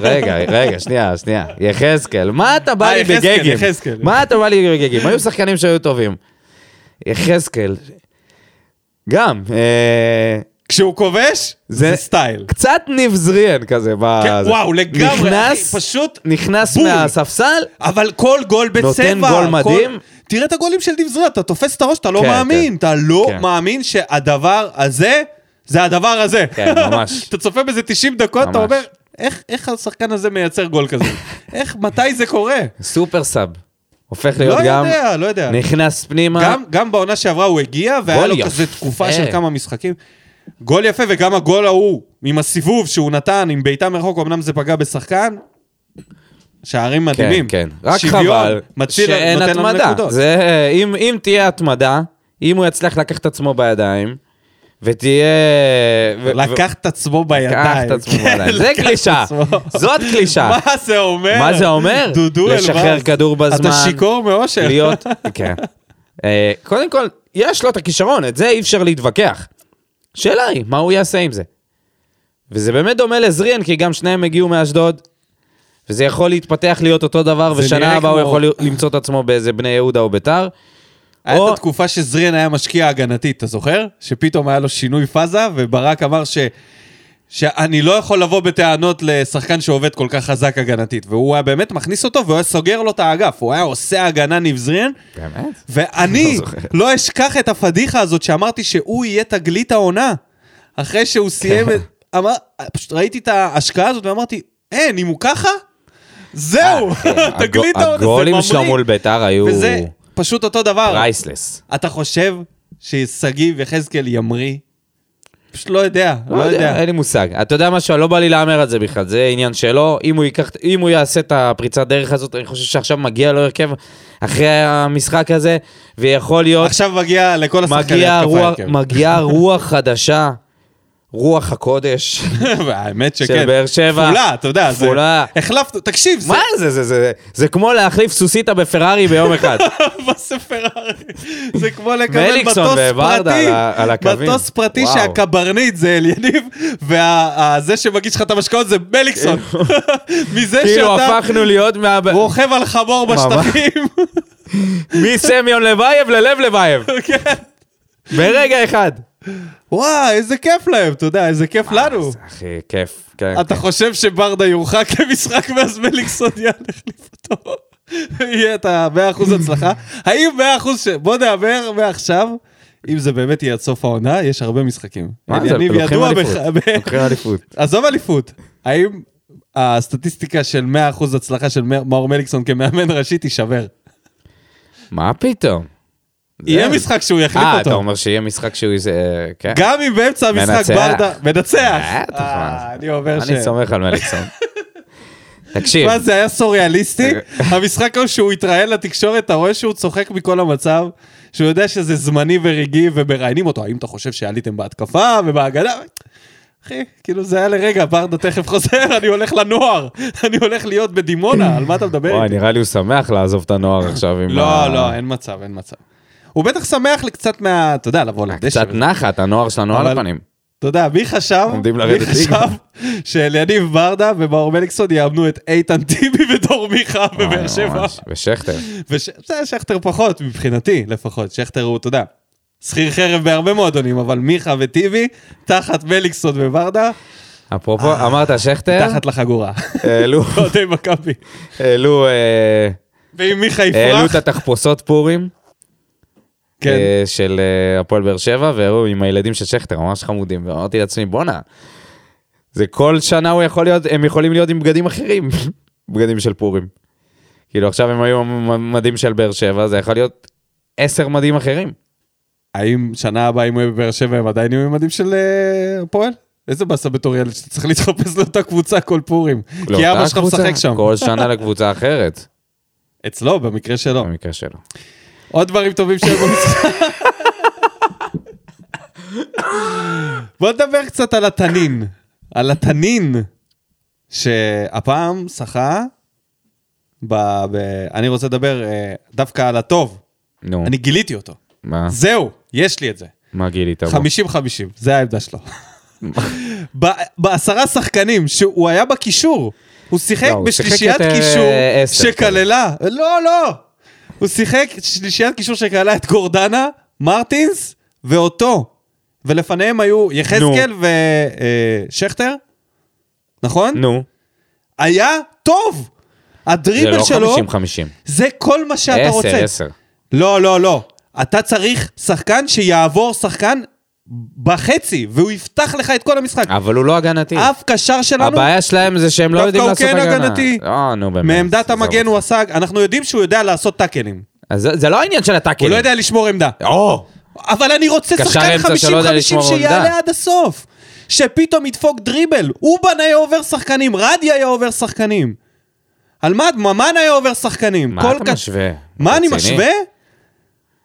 B: רגע, רגע, שנייה, שנייה. יחזקאל, מה אתה בא
A: אה,
B: לי
A: יחזקאל,
B: בגגים?
A: יחזקאל.
B: מה אתה בא לי בגגים? היו שחקנים שהיו טובים. יחזקאל, גם, אה,
A: כשהוא כובש,
B: זה-
A: זה סטייל.
B: קצת ניב זריאן כזה. ב-
A: כן,
B: זה.
A: וואו, לגמרי,
B: נכנס-
A: אחי, פשוט
B: נכנס
A: בול.
B: מהספסל,
A: אבל כל גול בצבע.
B: נותן גול
A: כל-
B: מדהים.
A: תראה את הגולים של דיבזרה, אתה תופס את הראש, אתה לא
B: כן,
A: מאמין.
B: כן.
A: אתה לא
B: כן.
A: מאמין שהדבר הזה, זה הדבר הזה.
B: כן, ממש.
A: אתה צופה בזה 90 דקות, אתה
B: ממש.
A: אומר, "איך- איך השחקן הזה מייצר גול כזה? איך, מתי זה קורה?
B: סופר סאב. הופך
A: לא
B: להיות גם,
A: יודע, לא יודע.
B: נכנס פנימה.
A: גם, גם בעונה שעברה הוא הגיע, והיה
B: גול
A: לו
B: יפה.
A: כזה תקופה של כמה משחקים. גול יפה, וגם הגול ההוא, עם הסיבוב שהוא נתן, עם בעיטה מרחוק, אמנם זה פגע בשחקן. שערים מדהימים.
B: כן, כן. רק
A: שוויון,
B: חבל
A: מציל-
B: שאין
A: נותן לנו
B: התמדה.
A: נקודות.
B: זה, אם, אם תהיה התמדה, אם הוא יצליח לקחת את עצמו בידיים, ותהיה... ו-
A: לקח את עצמו
B: ו-
A: בידיים.
B: לקח את עצמו
A: כן,
B: בידיים. זה
A: לקח את
B: קלישה,
A: עצמו.
B: זאת קלישה.
A: מה זה אומר?
B: מה זה אומר?
A: דודו אלבז.
B: לשחרר כדור בזמן.
A: אתה שיכור מאושר.
B: להיות... כן. אה, קודם כל, יש לו את הכישרון, את זה אי אפשר להתווכח. שאלה היא, מה הוא יעשה עם זה? וזה באמת דומה לזריאן, כי גם שניהם הגיעו מאשדוד, וזה יכול להתפתח להיות אותו דבר,
A: זה
B: ושנה
A: נראה
B: הבאה הוא
A: כמו-
B: יכול למצוא את עצמו באיזה בני יהודה או ביתר.
A: היה
B: או-
A: את התקופה שזרין היה משקיע הגנתית, אתה זוכר? שפתאום היה לו שינוי פאזה, וברק אמר ש... שאני לא יכול לבוא בטענות לשחקן שעובד כל כך חזק הגנתית. והוא היה באמת מכניס אותו, והוא היה סוגר לו את האגף. הוא היה עושה הגנה נבזרין,
B: באמת?
A: ואני
B: לא זוכר.
A: לא אשכח את הפדיחה הזאת שאמרתי שהוא יהיה תגלית העונה. אחרי שהוא סיים
B: כן.
A: את... אמר, פשוט ראיתי את ההשקעה הזאת ואמרתי, אין, אם הוא ככה, זהו, תגלית העונה, זה ממריא.
B: אה, כן, הגולים שלו מול ביתר היו
A: וזה פשוט אותו דבר.
B: פרייסלס.
A: אתה חושב ששגיב יחזקאל ימריא? פשוט לא יודע, לא יודע.
B: אין לי מושג. אתה יודע משהו? לא בא לי להמר על זה בכלל, זה עניין שלו. אם הוא, ייקח, אם הוא יעשה את הפריצת דרך הזאת, אני חושב שעכשיו מגיע לו הרכב אחרי המשחק הזה, ויכול להיות,
A: עכשיו מגיע לכל השחקנים
B: מגיעה
A: התקפה כן.
B: רוח,
A: הרכב.
B: מגיע רוח חדשה, רוח הקודש.
A: והאמת שכן.
B: של באר שבע.
A: כפולה, אתה יודע. זה-
B: כפולה.
A: החלפנו, תקשיב, זה
B: מה זה, זה, זה, זה כמו להחליף סוסיתא בפרארי ביום אחד.
A: בספר הארי. לא זה כמו לקבל מטוס
B: ואליקסון וברדה
A: פרטי,
B: על ה- על הקווים.
A: מטוס פרטי
B: וואו.
A: שהקברניט זה אל יניב, וזה שמגיש לך את המשקאות זה מליקסון. מזה
B: כאילו
A: שאתה
B: הפכנו להיות מה...
A: רוכב על חמור
B: ממש.
A: בשטחים.
B: מסמיון לבייב ללב לבייב,
A: כן.
B: ברגע אחד.
A: וואי, איזה כיף להם, אתה יודע, איזה כיף לנו.
B: אחי, כיף. כן,
A: אתה
B: כן.
A: חושב שברדה יורחק למשחק ואז מליקסון יאן יחליף אותו? יהיה את ה-100% הצלחה. האם 100% ש... בוא נאמר מעכשיו, אם זה באמת יהיה עד סוף העונה, יש הרבה משחקים.
B: מה זה,
A: יניב
B: לוקחים
A: ידוע
B: אליפות. אוקיי.
A: בך- ב-
B: לוקחים אליפות.
A: עזוב אליפות, האם הסטטיסטיקה של 100% הצלחה של מ- מאור מליקסון כמאמן ראשי תישבר?
B: מה פתאום?
A: יהיה
B: זה-
A: משחק שהוא יחליף
B: אה, אתה
A: אותו.
B: אומר שיהיה משחק שהוא... זה- כן.
A: גם אם באמצע המשחק
B: מנצח.
A: ברדה... מנצח.
B: בטח,
A: אה,
B: מה?
A: אני אומר ש...
B: אני סומך על מליקסון. תקשיב,
A: מה זה היה סוריאליסטי?
B: אה.
A: המשחק ההוא שהוא התראיין לתקשורת, אתה רואה שהוא צוחק מכל המצב, שהוא יודע שזה זמני ורגעי ומראיינים אותו, האם אתה חושב שעליתם בהתקפה ובהגנה? אחי, כאילו זה היה לרגע, ברדה תכף חוזר, אני הולך לנוער, אני הולך להיות בדימונה, על מה אתה מדבר
B: וואי,
A: איתי?
B: נראה לי הוא שמח לעזוב את הנוער עכשיו עם ה- אה,
A: לא, לא, אין מצב, אין מצב. הוא בטח שמח לקצת מה... אתה יודע, לבוא לדשא.
B: קצת נחת, הנוער שלנו על
A: אבל-
B: הפנים.
A: אתה יודע, מי חשב,
B: עומדים
A: מי
B: לרדת ליגה.
A: חשב שאליניב ברדה ומאור מליקסון יאמנו את איתן טיבי ודור מיכה בבאר שבע?
B: ממש, ושכטר.
A: וזה שכטר פחות, מבחינתי לפחות, שכטר הוא, אתה יודע, שכיר חרב בהרבה מועדונים, אבל מיכה וטיבי, תחת מליקסון וברדה,
B: אפרופו,
A: אה,
B: אמרת שכטר,
A: תחת לחגורה.
B: העלו-
A: אוהדי מכבי.
B: העלו אה,
A: ואם מיכה
B: העלו את
A: יפרח,
B: התחפושות פורים.
A: כן.
B: אה, של אה, הפועל באר שבע, והראו עם הילדים של שכטר, ממש חמודים, ואמרתי לעצמי, בואנה, זה כל שנה הוא יכול להיות, הם יכולים להיות עם בגדים אחרים, בגדים של פורים. כאילו עכשיו הם היו עם מדים של באר שבע, זה יכול להיות עשר מדים אחרים.
A: האם שנה הבאה, אם הוא יהיה בבאר שבע, הם עדיין יהיו ממדים של אה, הפועל? איזה באסה בתור ילד שאתה צריך להתחפש לאותה קבוצה כל פורים. כי אבא
B: לאותה
A: שלך
B: קבוצה,
A: משחק שם.
B: כל שנה לקבוצה אחרת,
A: אצלו, במקרה שלו.
B: במקרה שלו.
A: עוד דברים טובים שהיו במשחק. בוא נדבר קצת על התנין. על התנין שהפעם שחה. ב... ב... אני רוצה לדבר אה, דווקא על הטוב.
B: נו,
A: אני גיליתי אותו.
B: מה-
A: זהו, יש לי את זה.
B: מה גילית בו?
A: 50-50, זה העמדה שלו. ב- בעשרה שחקנים, שהוא היה בקישור. הוא שיחק
B: לא, הוא שיחק
A: בשלישיית
B: יותר,
A: קישור
B: אה, עשר,
A: שכללה, לא, לא. הוא שיחק שלישיית קישור שכללה את גורדנה, מרטינס ואותו. ולפניהם היו יחזקאל ושכטר, נכון?
B: נו.
A: היה טוב.
B: זה
A: הדריבל
B: לא
A: שלו,
B: 50-50.
A: זה כל מה שאתה
B: 10,
A: רוצה.
B: 10.
A: לא, לא, לא. אתה צריך שחקן שיעבור שחקן בחצי, והוא יפתח לך את כל המשחק.
B: אבל הוא לא הגנתי.
A: אף קשר שלנו,
B: הבעיה שלהם זה שהם לא
A: דווקא
B: יודעים
A: הוא
B: לעשות
A: כן
B: הגנה.
A: הגנתי.
B: לא, נו באמת.
A: מעמדת
B: זה
A: המגן
B: לא-
A: הוא עשה, אנחנו יודעים שהוא יודע לעשות טאקלים.
B: אז זה- זה לא העניין של הטאקלים.
A: הוא לא יודע לשמור עמדה.
B: או!
A: אבל אני רוצה
B: קשר
A: שחקן
B: אמצע
A: 50-50
B: שלא יודע לשמור עמדה.
A: שיעלה עד הסוף. שפתאום ידפוק דריבל. אובן היה עובר שחקנים, רדי היה עובר שחקנים. על מה, ממן היה עובר שחקנים.
B: מה
A: כל
B: אתה
A: ק-
B: משווה?
A: מה אני
B: רציני?
A: משווה?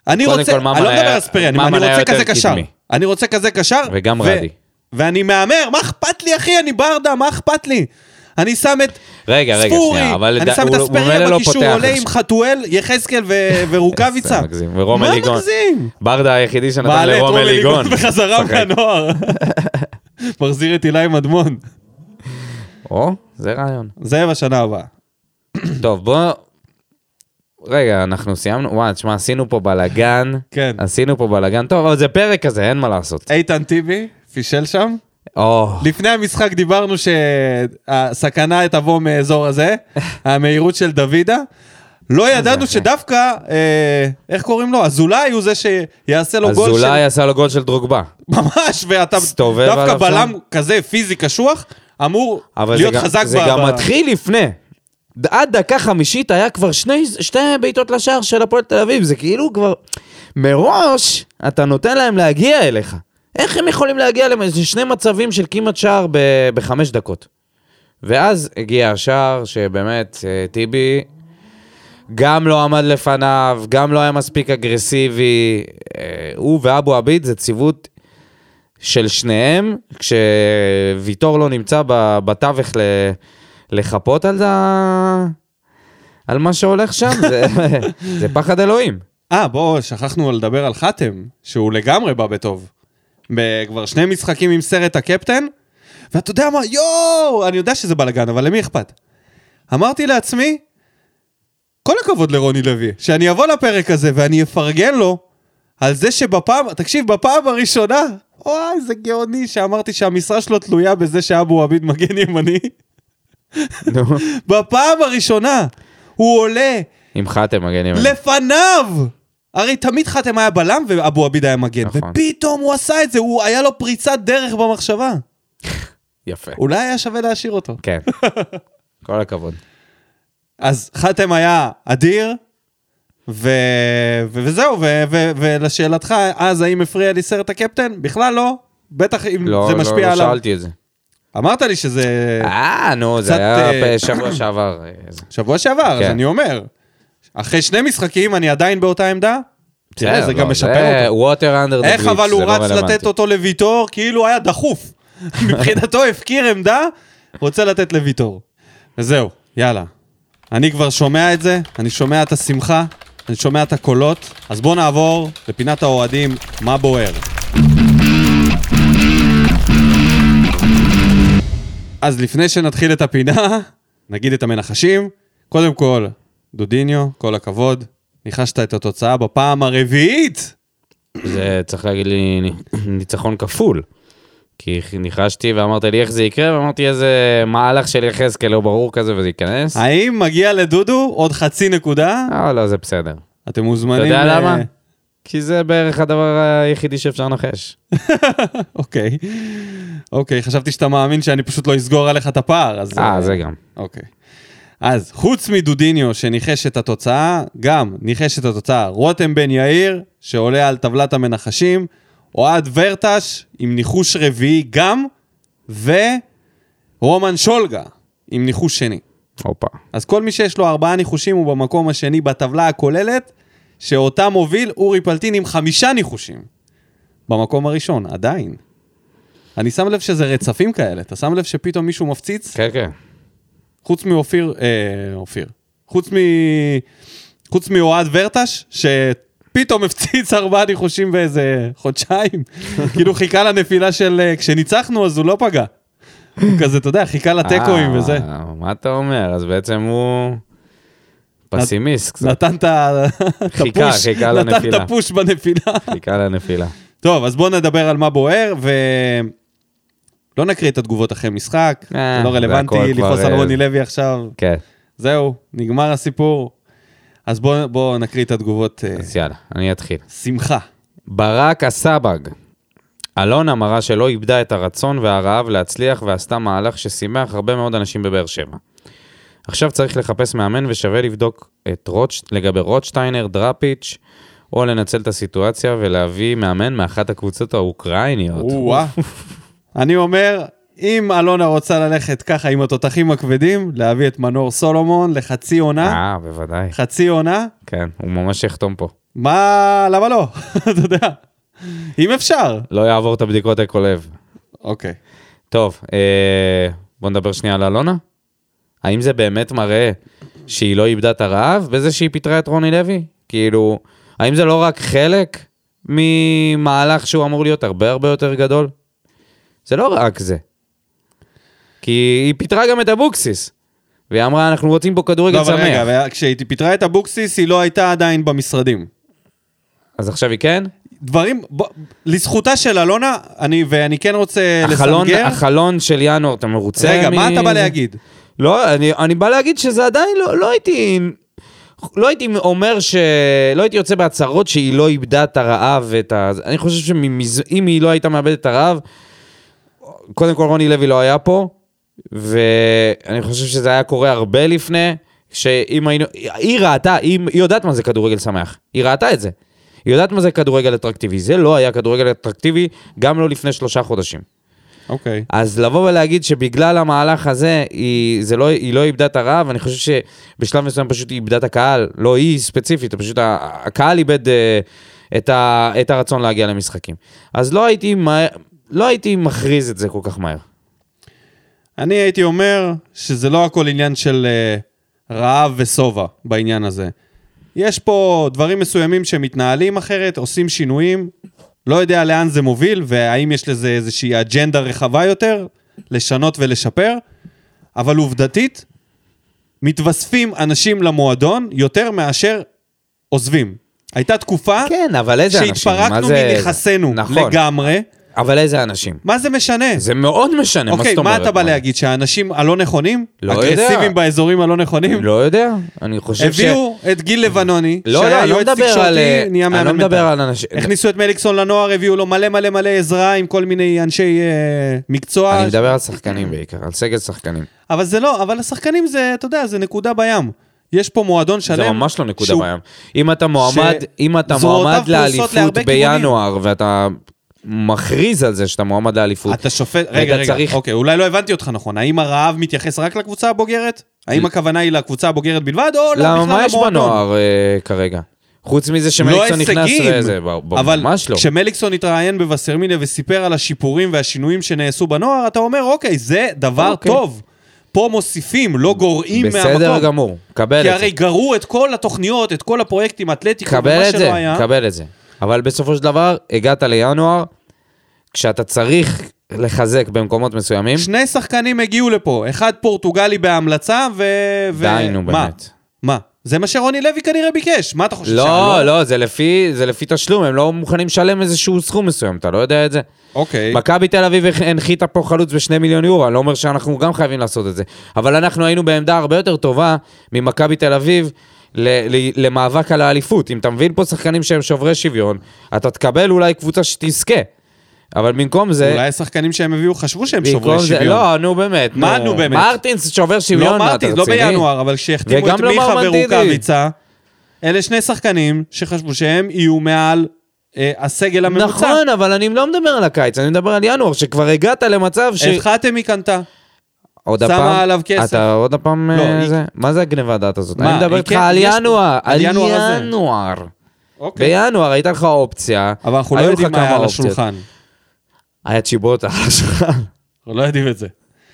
A: אני
B: קודם
A: רוצה,
B: כל, ממן
A: אני לא מדבר
B: היה-
A: על ספריינים,
B: ממן
A: אני
B: היה
A: רוצה
B: יותר
A: כזה קשר.
B: קדמי.
A: אני רוצה כזה קשר.
B: וגם
A: ו-
B: רדי.
A: ואני מהמר, מה אכפת לי אחי, אני ברדה, מה אכפת לי? אני שם את
B: רגע, רגע,
A: ספורי,
B: שנייה, אבל
A: אני
B: ד-
A: שם את
B: הוא- הוא ממילא
A: הספריה
B: לא
A: בקישור,
B: פותח
A: עולה
B: עכשיו.
A: עם חתואל, יחזקאל ו- ורוקאביצה.
B: זה מגזים. ורומל ליגון.
A: מה מגזים?
B: ברדה היחידי שנתן
A: מעלה את
B: לרומל
A: רומל
B: ליגון. אוקיי.
A: ליגון בחזרה
B: שחק.
A: מהנוער. מחזיר את אילי מדמון.
B: או, זה רעיון.
A: זה בשנה הבאה.
B: טוב, בוא... רגע, אנחנו סיימנו, וואי, תשמע, עשינו פה בלאגן.
A: כן.
B: עשינו פה בלאגן. טוב, אבל זה פרק כזה, אין מה לעשות.
A: איתן טיבי, פישל שם.
B: או,
A: לפני המשחק דיברנו שהסכנה תבוא מאזור הזה, המהירות של דוידה. לא ידענו
B: אוקיי.
A: שדווקא, אה, איך קוראים לו? אזולאי הוא זה שיעשה לו גול של...
B: אזולאי עשה לו גול של דרוגבה.
A: ממש, ואתה
B: הסתובב
A: דווקא
B: עליו
A: בלם כזה פיזי קשוח, אמור
B: אבל זה
A: להיות
B: גם-
A: חזק
B: זה
A: ב-
B: גם
A: ב-
B: מתחיל לפני. ד- עד דקה חמישית היה כבר שני, שתי בעיטות לשער של הפועל תל אביב, זה כאילו כבר... מראש אתה נותן להם להגיע אליך. איך הם יכולים להגיע להם? זה שני מצבים של כמעט שער ב- בחמש דקות. ואז הגיע השער שבאמת אה, טיבי גם לא עמד לפניו, גם לא היה מספיק אגרסיבי. אה, הוא ואבו עביד זה ציוות של שניהם, כשוויטור לא נמצא ב- בתווך ל... לחפות על, ה... על מה שהולך שם, זה, זה פחד אלוהים.
A: אה, בוא, שכחנו לדבר על חתם, שהוא לגמרי בא בטוב. כבר שני משחקים עם סרט הקפטן, ואתה יודע מה, יואו, אני יודע שזה בלאגן, אבל למי אכפת? אמרתי לעצמי, כל הכבוד לרוני לוי, שאני אבוא לפרק הזה ואני אפרגן לו על זה שבפעם, תקשיב, בפעם הראשונה, וואי, זה גאוני שאמרתי שהמשרה שלו תלויה בזה שאבו עביד מגן ימני.
B: נו,
A: בפעם הראשונה הוא עולה
B: עם חתם מגן ימני.
A: לפניו! הרי תמיד חתם היה בלם ואבו עביד היה מגן,
B: נכון.
A: ופתאום הוא עשה את זה, הוא היה לו פריצת דרך במחשבה.
B: יפה.
A: אולי היה שווה להשאיר אותו.
B: כן. כל הכבוד.
A: אז חתם היה אדיר, ו... ו... וזהו, ו... ו... ולשאלתך, אז האם הפריע לי סרט הקפטן? בכלל לא, בטח אם
B: לא,
A: זה
B: לא,
A: משפיע
B: לא
A: עליו.
B: שאלתי את זה.
A: אמרת לי שזה
B: אה, נו, זה
A: קצת,
B: היה
A: אה,
B: פ- שבוע שעבר. אה, זה-
A: שבוע שעבר, אז
B: כן.
A: אני אומר. אחרי שני משחקים אני עדיין באותה עמדה? תראה,
B: בסדר,
A: זה
B: לא,
A: גם משפר אותו.
B: ווטר אנדר דה
A: איך אבל הוא רץ לתת אותו לוויטור, כאילו היה דחוף. מבחינתו הפקיר עמדה, רוצה לתת לוויטור. וזהו, יאללה. אני כבר שומע את זה, אני שומע את השמחה, אני שומע את הקולות, אז בואו נעבור לפינת האוהדים, מה בוער. אז לפני שנתחיל את הפינה, נגיד את המנחשים. קודם כל, דודיניו, כל הכבוד, ניחשת את התוצאה בפעם הרביעית.
B: זה צריך להגיד לי ניצחון כפול. כי ניחשתי ואמרת לי איך זה יקרה, ואמרתי איזה מהלך של יחזקאל לא ברור כזה וזה ייכנס.
A: האם מגיע לדודו עוד חצי נקודה?
B: אה, לא, זה בסדר.
A: אתם
B: אתה
A: מוזמנים... אה,
B: יודע
A: ל-
B: למה? כי זה בערך הדבר היחידי שאפשר לנחש.
A: אוקיי. אוקיי, חשבתי שאתה מאמין שאני פשוט לא אסגור עליך את הפער, אז...
B: אה, זה גם.
A: אוקיי. אז חוץ מדודיניו שניחש את התוצאה, גם ניחש את התוצאה רותם בן יאיר, שעולה על טבלת המנחשים, אוהד ורטש עם ניחוש רביעי גם, ורומן שולגה עם ניחוש שני.
B: הופה.
A: אז כל מי שיש לו ארבעה ניחושים הוא במקום השני בטבלה הכוללת, שאותה מוביל אורי פלטין עם חמישה ניחושים. במקום הראשון, עדיין. אני שם לב שזה רצפים כאלה, אתה שם לב שפתאום מישהו מפציץ?
B: כן, כן.
A: חוץ מאופיר, אה, אופיר. חוץ מ... חוץ מאוהד ורטש, שפתאום הפציץ ארבעה ניחושים באיזה חודשיים. כאילו חיכה לנפילה של... אה, כשניצחנו אז הוא לא פגע. הוא כזה, אתה יודע, חיכה לתיקואים
B: אה,
A: וזה.
B: מה אתה אומר? אז בעצם הוא פסימיסט קצת.
A: נתן את ה- את
B: חיכה,
A: הפוש,
B: חיכה
A: נתן את
B: לנפילה.
A: הפוש בנפילה.
B: חיכה לנפילה.
A: טוב, אז בואו נדבר על מה בוער, ו... לא נקריא את התגובות אחרי משחק,
B: אה,
A: זה לא
B: זה הכל
A: רלוונטי
B: כבר,
A: לכעוס על
B: אה,
A: רוני לוי עכשיו.
B: כן,
A: זהו, נגמר הסיפור. אז בואו בוא נקריא את התגובות. אה,
B: אז יאללה, אני אתחיל.
A: שמחה.
B: ברק הסבג. אלונה מראה שלא איבדה את הרצון והרעב להצליח ועשתה מהלך ששימח הרבה מאוד אנשים בבאר שבע. עכשיו צריך לחפש מאמן ושווה לבדוק את רוטש... לגבי רוטשטיינר, דראפיץ', או לנצל את הסיטואציה ולהביא מאמן מאחת הקבוצות האוקראיניות.
A: או-אה. אני אומר, אם אלונה רוצה ללכת ככה עם התותחים הכבדים, להביא את מנור סולומון לחצי עונה,
B: אה, בוודאי.
A: חצי עונה,
B: כן, הוא ממש יחתום פה.
A: מה, למה לא? אתה יודע, אם אפשר.
B: לא יעבור את הבדיקות אקולב.
A: אוקיי.
B: טוב, אה, בוא נדבר שנייה על אלונה. האם זה באמת מראה שהיא לא איבדה את הרעב בזה שהיא פיטרה את רוני לוי? כאילו, האם זה לא רק חלק ממהלך שהוא אמור להיות הרבה הרבה יותר גדול? זה לא רק זה. כי היא פיטרה גם את אבוקסיס. והיא אמרה, אנחנו רוצים פה כדורגל
A: לא, אבל רגע,
B: צמח.
A: אבל כשהיא פיטרה את אבוקסיס, היא לא הייתה עדיין במשרדים.
B: אז עכשיו היא כן?
A: דברים, בוא, לזכותה של אלונה, אני, ואני כן רוצה
B: החלון-
A: לסנגר.
B: החלון של ינואר, אתה מרוצה?
A: רגע, מה
B: מ-
A: אתה בא להגיד?
B: לא, אני, אני בא להגיד שזה עדיין לא, לא הייתי... לא הייתי אומר ש... לא הייתי יוצא בהצהרות שהיא לא איבדה את הרעב ואת ה... אני חושב שאם היא לא הייתה מאבדת את הרעב, קודם כל רוני לוי לא היה פה, ואני חושב שזה היה קורה הרבה לפני, שאם היינו... היא ראתה, היא, היא יודעת מה זה כדורגל שמח. היא ראתה את זה. היא יודעת מה זה כדורגל אטרקטיבי. זה לא היה כדורגל אטרקטיבי, גם לא לפני שלושה חודשים.
A: אוקיי.
B: אז לבוא ולהגיד שבגלל המהלך הזה, היא, זה לא, היא לא איבדה את הרעב, אני חושב שבשלב מסוים פשוט היא איבדה את הקהל, לא היא ספציפית, פשוט ה- הקהל איבד אה, את, ה, את הרצון להגיע למשחקים. אז לא הייתי, מה, לא הייתי מכריז את זה כל כך מהר.
A: אני הייתי אומר שזה לא הכל עניין של uh, רעב ושובע בעניין הזה. יש פה דברים מסוימים שמתנהלים אחרת, עושים שינויים, לא יודע לאן זה מוביל, והאם יש לזה איזושהי אג'נדה רחבה יותר, לשנות ולשפר, אבל עובדתית, מתווספים אנשים למועדון יותר מאשר עוזבים. הייתה תקופה
B: כן, אבל איזה אנשים? מה
A: שהתפרקנו
B: זה-
A: מנכסינו
B: נכון.
A: לגמרי,
B: אבל איזה אנשים?
A: מה זה משנה?
B: זה מאוד משנה, מה
A: אוקיי,
B: זאת
A: מה
B: אומרת?
A: אתה בא להגיד? שהאנשים הלא נכונים?
B: לא יודע.
A: אגרסיביים באזורים הלא נכונים?
B: לא יודע, אני חושב ש...
A: הביאו את גיל לבנוני,
B: לא, לא,
A: שהיה
B: אני לא
A: יועץ
B: מדבר על...
A: תקשורתי, נהיה
B: אני
A: מאמן
B: לא מדבר
A: מטר.
B: על אנשים...
A: הכניסו את מליקסון לנוער, הביאו לו מלא מלא מלא עזרה עם כל מיני אנשי אה, מקצוע.
B: אני מדבר על שחקנים בעיקר, על סגל שחקנים.
A: אבל זה לא, אבל השחקנים זה, אתה יודע, זה נקודה בים. יש פה מועדון שלם.
B: זה ממש לא נקודה
A: שהוא-
B: בים. אם אתה מועמד,
A: ש-
B: אם אתה
A: זרועותיו
B: מועמד
A: פרוסות להרבה
B: לאליפות
A: כיוונים.
B: בינואר, ואתה מכריז על זה שאתה מועמד לאליפות,
A: אתה שופט,
B: ואתה
A: רגע, רגע,
B: צריך-
A: אוקיי, אולי לא הבנתי אותך נכון. האם הרעב מתייחס רק לקבוצה הבוגרת? האם הכוונה היא לקבוצה הבוגרת בלבד, או לא בכלל
B: למה
A: למועדון? לא
B: מה יש בנוער אה, כרגע? חוץ מזה שמליקסון נכנס לזה, ב- ב-
A: אבל
B: ממש לא.
A: כשמליקסון התראיין בווסרמיליה וסיפר על השיפורים והשינויים שנעשו בנוער, אתה אומר, אוקיי, זה דבר
B: אוקיי.
A: טוב. פה מוסיפים, לא גורעים מהמקום.
B: בסדר גמור,
A: כי
B: קבל את זה.
A: הרי גרעו את כל התוכניות, את כל הפרויקטים, אתלטיקה,
B: קבל
A: ומה
B: את זה,
A: שלא היה.
B: קבל את זה. אבל בסופו של דבר, הגעת לינואר, כשאתה צריך לחזק במקומות מסוימים,
A: שני שחקנים הגיעו לפה, אחד פורטוגלי בהמלצה, ו... ו-
B: די, נו,
A: מה?
B: באמת.
A: מה? זה מה שרוני לוי כנראה ביקש, מה אתה חושב?
B: לא,
A: שאני
B: לא, זה לפי, זה לפי תשלום, הם לא מוכנים לשלם איזשהו סכום מסוים, אתה לא יודע את זה.
A: אוקיי.
B: מכבי תל אביב הנחיתה פה חלוץ בשני מיליון יורו, אני לא אומר שאנחנו גם חייבים לעשות את זה. אבל אנחנו היינו בעמדה הרבה יותר טובה ממכבי תל אביב ל- ל- למאבק על האליפות. אם אתה מבין פה שחקנים שהם שוברי שוויון, אתה תקבל אולי קבוצה שתזכה. אבל במקום זה...
A: אולי השחקנים שהם הביאו חשבו שהם שוברי
B: במקום זה-
A: שוויון.
B: לא, נו באמת.
A: מה, נו, באמת?
B: מרטינס שובר שוויון,
A: לא
B: מה, אתה
A: אמרתי, לא
B: רציני?
A: בינואר, אבל כשהחתימו
B: וגם
A: את
B: לא
A: מיכה
B: מרמן דידי.
A: ורוקאביצה, אלה שני שחקנים שחשבו שהם יהיו מעל אה, הסגל הממוצע.
B: נכון, אבל אני לא מדבר על הקיץ, אני מדבר על ינואר, שכבר הגעת למצב
A: אה,
B: ש...
A: הפחתם מקנתה.
B: עוד
A: שמה
B: הפעם,
A: עליו כסף.
B: אתה עוד הפעם,
A: לא,
B: אה,
A: היא-
B: זה, מה זה הגניבת דעת הזאת?
A: מה,
B: אני מדבר
A: היא
B: איתך
A: כן-
B: על
A: יש פה-
B: ינואר,
A: על
B: על
A: ינואר הזה.
B: ינואר.
A: אוקיי.
B: בינואר הייתה לך אופציה,
A: אבל אנחנו לא
B: היו לך
A: יודעים מה
B: כמה
A: היה על
B: אופציות.
A: השולחן.
B: היה צ'יבוטה על השולחן.
A: אנחנו לא יודעים את זה.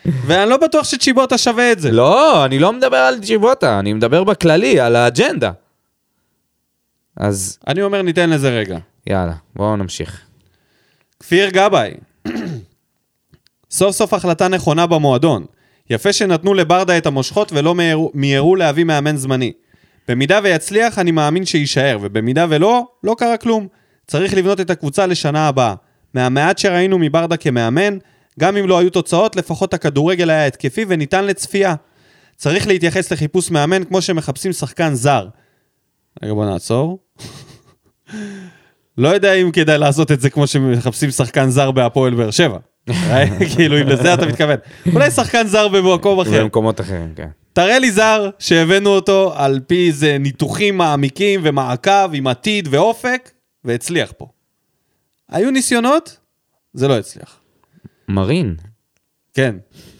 A: ואני לא בטוח שצ'יבוטה שווה את זה.
B: לא, אני לא מדבר על צ'יבוטה, אני מדבר בכללי, על האג'נדה. אז
A: אני אומר, ניתן לזה רגע.
B: יאללה, בואו נמשיך.
A: כפיר גבאי. סוף סוף החלטה נכונה במועדון. יפה שנתנו לברדה את המושכות ולא מיהרו- מיהרו להביא מאמן זמני. במידה ויצליח, אני מאמין שיישאר, ובמידה ולא, לא קרה כלום. צריך לבנות את הקבוצה לשנה הבאה. מהמעט שראינו מברדה כמאמן, גם אם לא היו תוצאות, לפחות הכדורגל היה התקפי וניתן לצפייה. צריך להתייחס לחיפוש מאמן כמו שמחפשים שחקן זר. רגע, בוא נעצור. לא יודע אם כדאי לעשות את זה כמו שמחפשים שחקן זר בהפועל באר שבע. כאילו, אם לזה אתה מתכוון. אולי שחקן זר במקום אחר.
B: במקומות אחרים, כן.
A: תראה לי זר שהבאנו אותו על פי איזה ניתוחים מעמיקים ומעקב עם עתיד ואופק, והצליח פה. היו ניסיונות, זה לא הצליח.
B: מרין.
A: כן,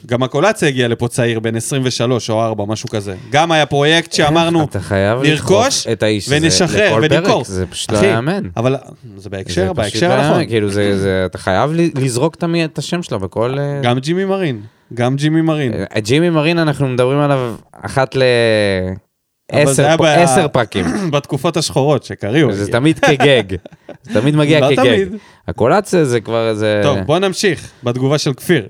A: גם הקולציה הגיע לפה צעיר, בן 23 או 4, משהו כזה. גם היה פרויקט שאמרנו,
B: אתה חייב
A: נרכוש
B: לדחוף את האיש הזה
A: ונשחרר
B: לכל פרק,
A: ונמכור.
B: זה פשוט לא
A: אחי,
B: יאמן.
A: אבל זה
B: זה
A: בהקשר,
B: פשוט
A: בהקשר
B: לא יאמן,
A: הנכון.
B: כאילו, זה- זה- אתה חייב ל- לזרוק את המי- את השם שלו בכל... אה,
A: גם ג'ימי מרין, גם ג'ימי מרין.
B: אה, ג'ימי מרין, אנחנו מדברים עליו אחת ל...
A: אבל זה
B: עשר
A: היה
B: פ-
A: ב-
B: עשר פרקים.
A: בתקופות השחורות שקריו.
B: אה, זה תמיד כגג. זה תמיד מגיע
A: לא
B: כגג.
A: תמיד.
B: הקולציה זה כבר איזה...
A: טוב, בוא נמשיך בתגובה של כפיר.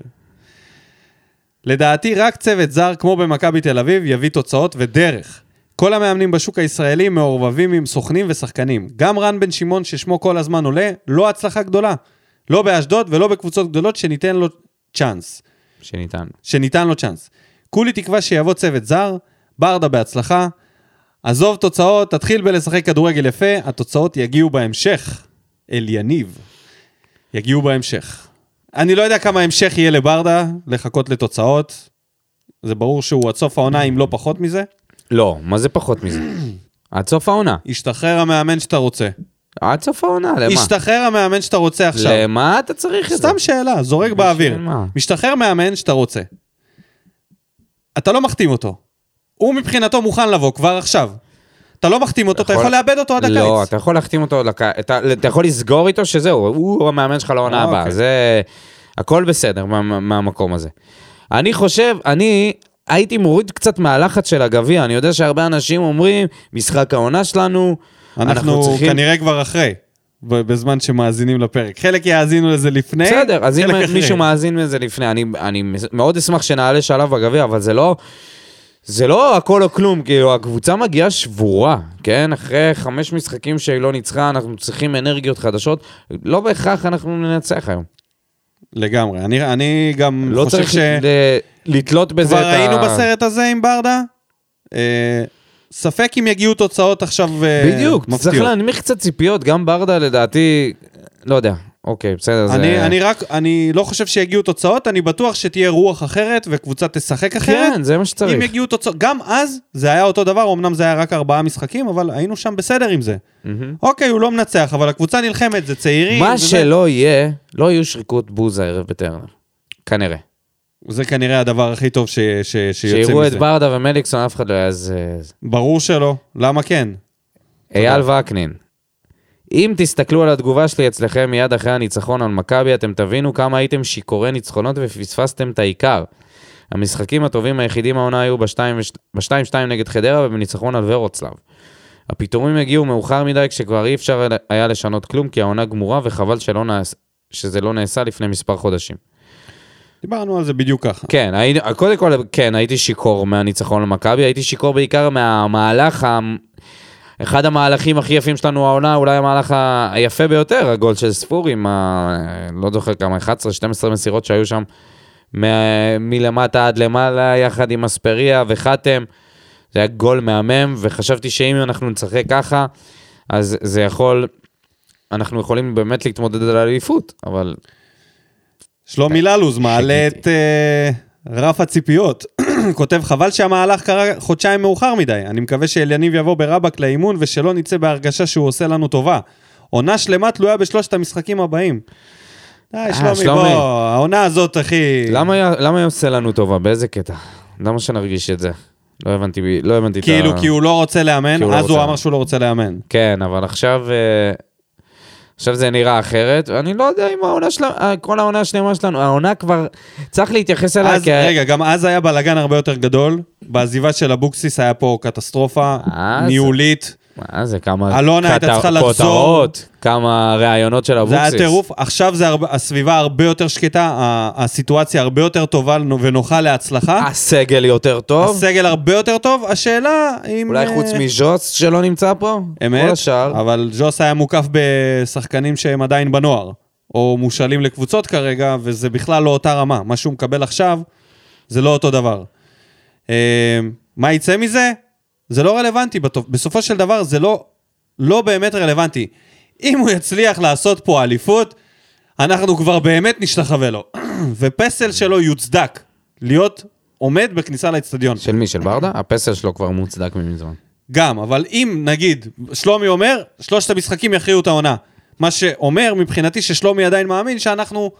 A: לדעתי רק צוות זר כמו במכבי תל אביב יביא תוצאות ודרך. כל המאמנים בשוק הישראלי מעורבבים עם סוכנים ושחקנים. גם רן בן שמעון ששמו כל הזמן עולה, לא הצלחה גדולה. לא באשדוד ולא בקבוצות גדולות שניתן לו צ'אנס.
B: שניתן.
A: שניתן לו צ'אנס. כולי תקווה שיבוא צוות זר, ברדה בהצלחה. עזוב תוצאות, תתחיל בלשחק כדורגל יפה, התוצאות יגיעו בהמשך. אל יניב. יגיעו בהמשך. אני לא יודע כמה המשך יהיה לברדה לחכות לתוצאות. זה ברור שהוא עד סוף העונה, אם לא פחות מזה.
B: לא, מה זה פחות מזה? עד סוף העונה.
A: ישתחרר המאמן שאתה רוצה.
B: עד סוף העונה, למה?
A: ישתחרר המאמן שאתה רוצה עכשיו.
B: למה אתה צריך את זה?
A: סתם שאלה, זורק באוויר.
B: מה?
A: משתחרר מאמן שאתה רוצה. אתה לא מחתים אותו. הוא מבחינתו מוכן לבוא כבר עכשיו. אתה לא מחתים אותו, אתה
B: יכול-
A: יכול לאבד אותו עד הקיץ.
B: לא, אתה יכול להחתים אותו, לק... אתה, אתה יכול לסגור איתו שזהו, הוא המאמן שלך לעונה
A: אה,
B: הבאה.
A: אוקיי.
B: זה... הכל בסדר מה, מה- מהמקום הזה. אני חושב, אני הייתי מוריד קצת מהלחץ של הגביע. אני יודע שהרבה אנשים אומרים, משחק העונה שלנו, אנחנו,
A: אנחנו
B: צריכים...
A: כנראה כבר אחרי, ב- בזמן שמאזינים לפרק. חלק יאזינו לזה לפני,
B: בסדר, אז
A: חלק
B: אם
A: אחרי.
B: מישהו מאזין לזה לפני, אני, אני מאוד אשמח שנעלה שלב בגביע, אבל זה לא... זה לא הכל או כלום, כאילו, הקבוצה מגיעה שבורה, כן? אחרי חמש משחקים שהיא לא ניצחה, אנחנו צריכים אנרגיות חדשות. לא בהכרח אנחנו ננצח היום.
A: לגמרי. אני, אני גם
B: לא
A: חושב
B: צריך
A: ש...
B: ל- לתלות בזה את
A: כבר
B: ה...
A: היינו בסרט הזה עם ברדה. אה, ספק אם יגיעו תוצאות עכשיו אה,
B: בדיוק, צריך
A: מפתיעות.
B: להנמיך קצת ציפיות, גם ברדה לדעתי, לא יודע. אוקיי, בסדר, זה...
A: אני, אני רק, אני לא חושב שיגיעו תוצאות, אני בטוח שתהיה רוח אחרת וקבוצה תשחק אחרת.
B: כן, זה מה שצריך.
A: אם יגיעו תוצאות, גם אז זה היה אותו דבר, אמנם זה היה רק ארבעה משחקים, אבל היינו שם בסדר עם זה.
B: מהמם.
A: אוקיי, הוא לא מנצח, אבל הקבוצה נלחמת, זה צעירים.
B: מה
A: וזה-
B: שלא יהיה, לא יהיו שריקות בוז הערב בטרנר. כנראה.
A: זה כנראה הדבר הכי טוב ש... ש... שיוצא
B: שיראו את
A: מזה.
B: ברדה ומליקסון, אף אחד לא היה אז...
A: ברור שלא, למה כן?
B: אייל וקנין. אם תסתכלו על התגובה שלי אצלכם מיד אחרי הניצחון על מכבי, אתם תבינו כמה הייתם שיכורי ניצחונות ופספסתם את העיקר. המשחקים הטובים היחידים העונה היו ב-2-2 נגד חדרה ובניצחון על ורוצלב. הפיטורים הגיעו מאוחר מדי כשכבר אי אפשר היה לשנות כלום, כי העונה גמורה וחבל שלא נעש... שזה לא נעשה לפני מספר חודשים.
A: דיברנו על זה בדיוק ככה.
B: כן, היינו, קודם כל, כן, הייתי שיכור מהניצחון למכבי, הייתי שיכור בעיקר מהמהלך, ה... אחד המהלכים הכי יפים שלנו העונה, אולי המהלך ה- היפה ביותר, הגול של ספורי, עם ה... לא זוכר כמה, 11-12 מסירות שהיו שם מ... מלמטה עד למעלה, יחד עם אספריה וחתם. זה היה גול מהמם, וחשבתי שאם אנחנו נשחק ככה, אז זה יכול, אנחנו יכולים באמת להתמודד על האליפות, אבל
A: שלומי ללוז מעלה את אה, רף הציפיות. כותב, חבל שהמהלך קרה חודשיים מאוחר מדי. אני מקווה שאליניב יבוא ברבק לאימון ושלא נצא בהרגשה שהוא עושה לנו טובה. עונה שלמה תלויה בשלושת המשחקים הבאים. די, שלומי,
B: אה, שלומי.
A: בוא, העונה הזאת, אחי...
B: למה, למה היא עושה לנו טובה? באיזה קטע? למה שנרגיש את זה? לא הבנתי, לא הבנתי את ה...
A: כאילו, כי הוא לא רוצה לאמן,
B: כי הוא לא
A: אז
B: רוצה
A: הוא אמר
B: לאמן.
A: שהוא לא רוצה לאמן.
B: כן, אבל עכשיו... אה, עכשיו זה נראה אחרת. אני לא יודע אם העונה שלנו... אה, כל העונה השלמה שלנו... העונה כבר... צריך להתייחס אליה
A: אז,
B: כ...
A: רגע, גם אז היה בלאגן הרבה יותר גדול. בעזיבה של אבוקסיס היה פה קטסטרופה
B: אה, זה-
A: ניהולית.
B: מה זה, כמה
A: אלונה הייתה
B: כת-
A: צריכה לחזור.
B: כותרות, כמה ראיונות של
A: זה
B: אבוקסיס.
A: היה טירוף, עכשיו זה הרבה, הסביבה הרבה יותר שקטה, ה- הסיטואציה הרבה יותר טובה לנו ונוחה להצלחה,
B: הסגל יותר אה, טוב.
A: הסגל הרבה יותר טוב, השאלה אם...
B: אולי
A: אה,
B: חוץ מז'וס שלא נמצא פה?
A: אמת,
B: כל השאר.
A: אבל ג'וס היה מוקף בשחקנים שהם עדיין בנוער, או מושאלים לקבוצות כרגע, וזה בכלל לא אותה רמה. מה שהוא מקבל עכשיו, זה לא אותו דבר. אה, מה יצא מזה? זה לא רלוונטי. בטוב- בסופו של דבר זה לא, לא באמת רלוונטי. אם הוא יצליח לעשות פה אליפות, אנחנו כבר באמת נשתחווה לו. ופסל שלו יוצדק להיות עומד בכניסה לאצטדיון.
B: של מי? של ברדה? הפסל שלו כבר מוצדק ממזמן.
A: גם, אבל אם נגיד, שלומי אומר, שלושת המשחקים יכריעו את העונה. מה שאומר מבחינתי ששלומי עדיין מאמין שאנחנו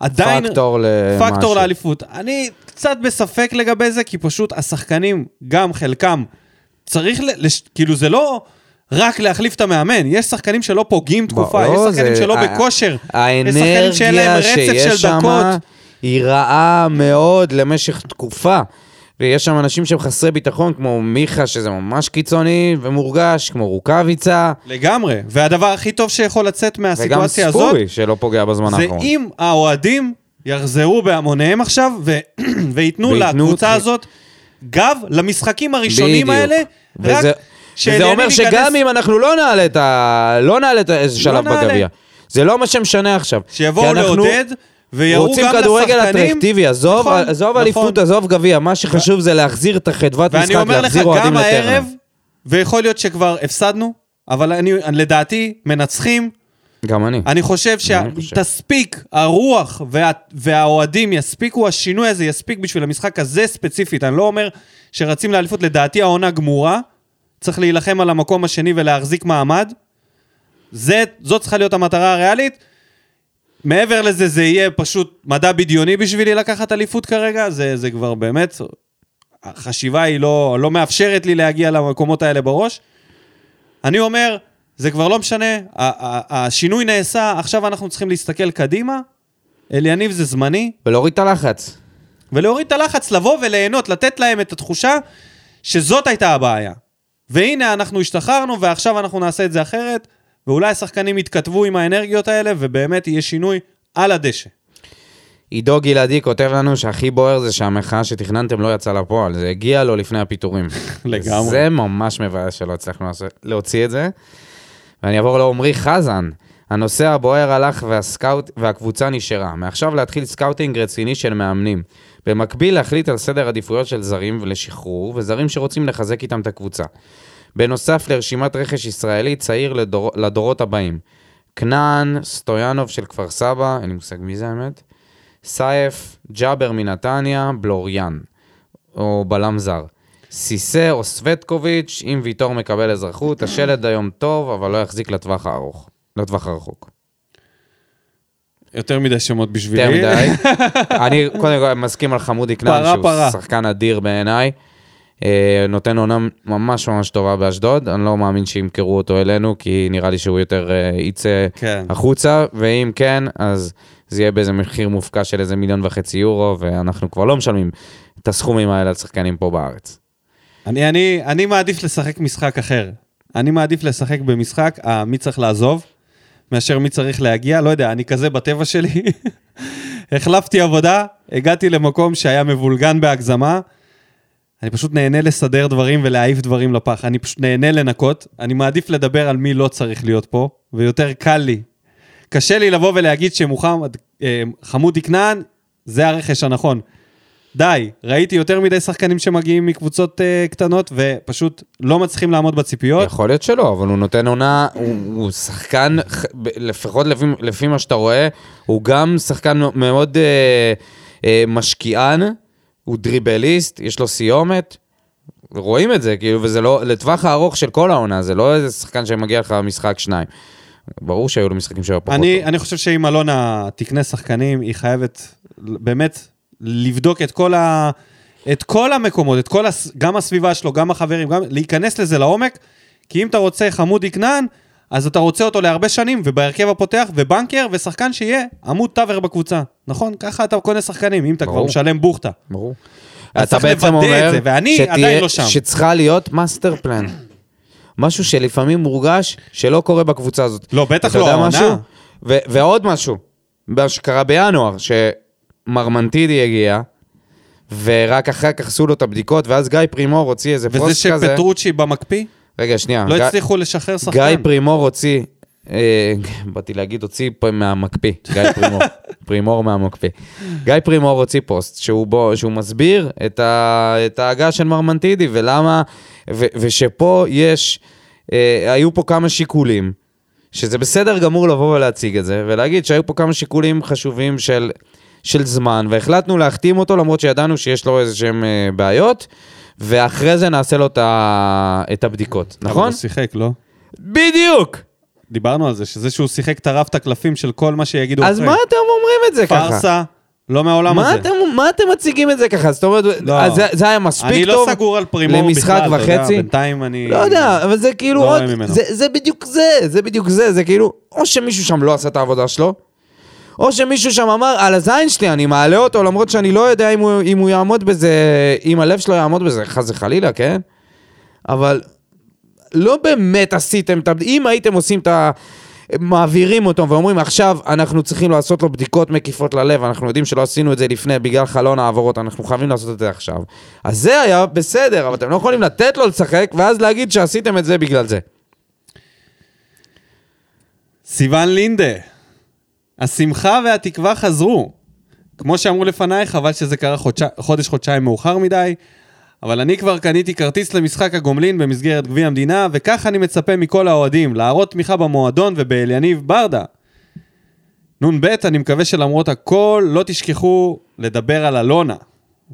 A: עדיין...
B: פקטור אה, למשהו.
A: פקטור לאליפות. אני קצת בספק לגבי זה, כי פשוט השחקנים, גם חלקם, צריך ל... לש... כאילו זה לא רק להחליף את המאמן, יש שחקנים שלא פוגעים תקופה,
B: לא,
A: יש שחקנים
B: זה-
A: שלא
B: ה-
A: בכושר, יש שחקנים שאין להם
B: האנרגיה
A: רצף
B: שיש
A: של
B: שם
A: דקות.
B: היא רעה מאוד למשך תקופה. ויש שם אנשים שהם חסרי ביטחון, כמו מיכה, שזה ממש קיצוני ומורגש, כמו רוקאביצה,
A: לגמרי, והדבר הכי טוב שיכול לצאת
B: וגם
A: מהסיטואציה הזאת,
B: ספורי, שלא פוגע בזמן
A: זה
B: האחרון.
A: אם האוהדים יחזרו בהמוניהם עכשיו ו... וייתנו
B: וייתנו-
A: לקבוצה הזאת גב למשחקים הראשונים
B: בדיוק.
A: האלה, רק
B: וזה- וזה
A: שאליניב
B: אומר שגם
A: ייכנס-
B: אם אנחנו לא נעלה את ה... לא נעלה את איזה שלב
A: נעלה.
B: בגביע. זה לא מה שמשנה עכשיו.
A: שיבואו
B: כי אנחנו
A: לעודד ויראו גם
B: רוצים
A: לשחקנים.
B: כדורגל אטרקטיבי, עזוב
A: נכון,
B: עזוב
A: נכון.
B: אליפות, עזוב גביע, מה שחשוב זה להחזיר את החדוות
A: ואני
B: משחק,
A: אומר לך,
B: להחזיר אוהדים
A: גם הערב,
B: לטרנר.
A: ויכול להיות שכבר הפסדנו, אבל אני, לדעתי, מנצחים.
B: גם אני.
A: אני חושב
B: אני חושב.
A: שתספיק, הרוח וה, והאוהדים יספיקו, השינוי הזה יספיק בשביל המשחק הזה ספציפית. אני לא אומר שרצים לאליפות, לדעתי העונה גמורה. צריך להילחם על המקום השני ולהחזיק מעמד. זה, זאת צריכה להיות המטרה הריאלית. מעבר לזה, זה יהיה פשוט מדע בדיוני בשבילי לקחת אליפות כרגע, זה, זה כבר באמת, החשיבה היא לא, לא מאפשרת לי להגיע למקומות האלה בראש. אני אומר, זה כבר לא משנה, ה- ה- השינוי נעשה, עכשיו אנחנו צריכים להסתכל קדימה, אליניב זה זמני,
B: ולהוריד את הלחץ.
A: ולהוריד את הלחץ, לבוא וליהנות, לתת להם את התחושה שזאת הייתה הבעיה. והנה, אנחנו השתחררנו, ועכשיו אנחנו נעשה את זה אחרת, ואולי השחקנים יתכתבו עם האנרגיות האלה, ובאמת יהיה שינוי על הדשא.
B: עידו גלעדי כותב לנו שהכי בוער זה שהמחאה שתכננתם לא יצאה לפועל, זה הגיע לו לפני הפיטורים.
A: לגמרי.
B: זה ממש מבאס שלא הצלחנו לעשות- להוציא את זה. ואני אעבור לעומרי חזן. הנוסע הבוער הלך והסקאוט, והקבוצה נשארה. מעכשיו להתחיל סקאוטינג רציני של מאמנים. במקביל להחליט על סדר עדיפויות של זרים לשחרור, וזרים שרוצים לחזק איתם את הקבוצה. בנוסף לרשימת רכש ישראלי צעיר לדור, לדורות הבאים. כנען, סטויאנוב של כפר סבא, אין לי מושג מי זה האמת. סייף, ג'אבר מנתניה, בלוריאן, או בלם זר. סיסה או סווטקוביץ', אם ויטור מקבל אזרחות, השלד היום טוב, אבל לא יחזיק לטווח הארוך. לטווח הרחוק.
A: יותר מדי שמות בשבילי.
B: יותר מדי. אני קודם כל מסכים על חמודי כנען,
A: פרה,
B: שהוא
A: פרה.
B: שחקן אדיר בעיניי. אה, נותן עונה ממש ממש טובה באשדוד, אני לא מאמין שימכרו אותו אלינו, כי נראה לי שהוא יותר אה, יצא
A: כן.
B: החוצה, ואם כן, אז זה יהיה באיזה מחיר מופקע של איזה מיליון וחצי יורו, ואנחנו כבר לא משלמים את הסכומים האלה לשחקנים פה בארץ.
A: אני, אני, אני מעדיף לשחק משחק אחר. אני מעדיף לשחק במשחק ה- מי צריך לעזוב, מאשר מי צריך להגיע. לא יודע, אני כזה בטבע שלי. החלפתי עבודה, הגעתי למקום שהיה מבולגן בהגזמה. אני פשוט נהנה לסדר דברים ולהעיף דברים לפח. אני פשוט נהנה לנקות. אני מעדיף לדבר על מי לא צריך להיות פה, ויותר קל לי. קשה לי לבוא ולהגיד שמוחמד, אה, חמודי כנען, זה הרכש הנכון. די, ראיתי יותר מדי שחקנים שמגיעים מקבוצות אה, קטנות ופשוט לא מצליחים לעמוד בציפיות.
B: יכול להיות שלא, אבל הוא נותן עונה, הוא, הוא שחקן, ח- ב- לפחות לפי, לפי מה שאתה רואה, הוא גם שחקן מאוד אה, אה, משקיען, הוא דריבליסט, יש לו סיומת. רואים את זה, כאילו, וזה לא, לטווח הארוך של כל העונה, זה לא איזה שחקן שמגיע לך משחק שניים. ברור שהיו לו משחקים שהיו פחות
A: אני,
B: טוב.
A: אני חושב שאם אלונה תקנה שחקנים, היא חייבת באמת לבדוק את כל, ה, את כל המקומות, את כל הס, גם הסביבה שלו, גם החברים, גם להיכנס לזה לעומק, כי אם אתה רוצה חמודי כנען, אז אתה רוצה אותו להרבה שנים, ובהרכב הפותח, ובנקר, ושחקן שיהיה עמוד תווך בקבוצה. נכון? ככה אתה קונה שחקנים, אם אתה כבר
B: ברור.
A: משלם בוכטה.
B: ברור.
A: אז
B: אתה
A: צריך
B: בעצם
A: לוודא את
B: אומר
A: זה, ואני עדיין לא שם.
B: שצריכה להיות מאסטר פלן. משהו שלפעמים מורגש שלא קורה בקבוצה הזאת.
A: לא, בטח
B: אתה
A: לא
B: יודע
A: העונה.
B: משהו? ו- ועוד משהו, מה שקרה בינואר, שמרמנטידי הגיע, ורק אחר כך עשו לו את הבדיקות, ואז גיא פרימור הוציא איזה
A: וזה
B: פוסט כזה.
A: שפטרוצ'י במקפיא,
B: רגע, שנייה.
A: לא
B: גיא-
A: הצליחו לשחרר
B: גיא
A: שחקן.
B: פרימור הוציא, אה, באתי להגיד הוציא פה מהמקפיא, גיא פרימור, פרימור מהמקפיא. גיא פרימור הוציא פוסט שהוא, בו, שהוא מסביר את, ה, את ההגה של מרמנטידי ולמה, ו, ושפה יש, אה, היו פה כמה שיקולים, שזה בסדר גמור לבוא ולהציג את זה, ולהגיד שהיו פה כמה שיקולים חשובים של... של זמן, והחלטנו להחתים אותו למרות שידענו שיש לו איזה שהם אה, בעיות, ואחרי זה נעשה לו את ה- את הבדיקות,
A: אבל
B: נכון?
A: הוא שיחק, לא?
B: בדיוק.
A: דיברנו על זה, שזה שהוא שיחק טרף את הקלפים של כל מה שיגידו
B: אז מה אתם אומרים את זה ככה?
A: פארסה, לא מהעולם
B: מה
A: הזה.
B: אתם, מה אתם מציגים את זה ככה? זאת אומרת,
A: לא.
B: אז זה, זה היה מספיק
A: אני
B: טוב
A: לא סגור על פרימור
B: למשחק
A: בכלל, אתה יודע,
B: וחצי?
A: בינתיים אני...
B: לא יודע, אבל זה כאילו
A: לא
B: עוד,
A: רואה ממנו.
B: זה, זה בדיוק זה, זה בדיוק זה, זה כאילו, או שמישהו שם לא עשה את העבודה שלו, או שמישהו שם אמר, על הזין שלי אני מעלה אותו, למרות שאני לא יודע אם הוא, אם הוא יעמוד בזה, אם הלב שלו יעמוד בזה, חס וחלילה, כן? אבל לא באמת עשיתם את הבדיקה. אם הייתם עושים את ה... מעבירים אותו ואומרים עכשיו אנחנו צריכים לעשות לו בדיקות מקיפות ללב, אנחנו יודעים שלא עשינו את זה לפני בגלל חלון העברות, אנחנו חייבים לעשות את זה עכשיו. אז זה היה בסדר, אבל אתם לא יכולים לתת לו לשחק ואז להגיד שעשיתם את זה בגלל זה.
A: סיוון לינדה, השמחה והתקווה חזרו. כמו שאמרו לפניי, חבל שזה קרה חודש- חודש-חודשיים מאוחר מדי, אבל אני כבר קניתי כרטיס למשחק הגומלין במסגרת גביע המדינה, וכך אני מצפה מכל האוהדים, להראות תמיכה במועדון ובאליניב ברדה. נ"ב, אני מקווה שלמרות הכל, לא תשכחו לדבר על אלונה.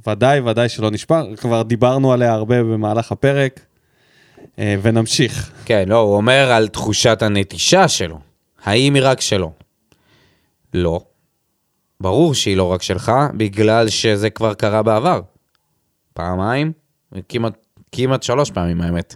A: ודאי, ודאי שלא נשפר, כבר דיברנו עליה הרבה במהלך הפרק, אה, ונמשיך.
B: כן, לא, הוא אומר על תחושת הנטישה שלו. האם היא רק שלו? לא. ברור שהיא לא רק שלך, בגלל שזה כבר קרה בעבר. פעמיים, כמעט, כמעט שלוש פעמים האמת,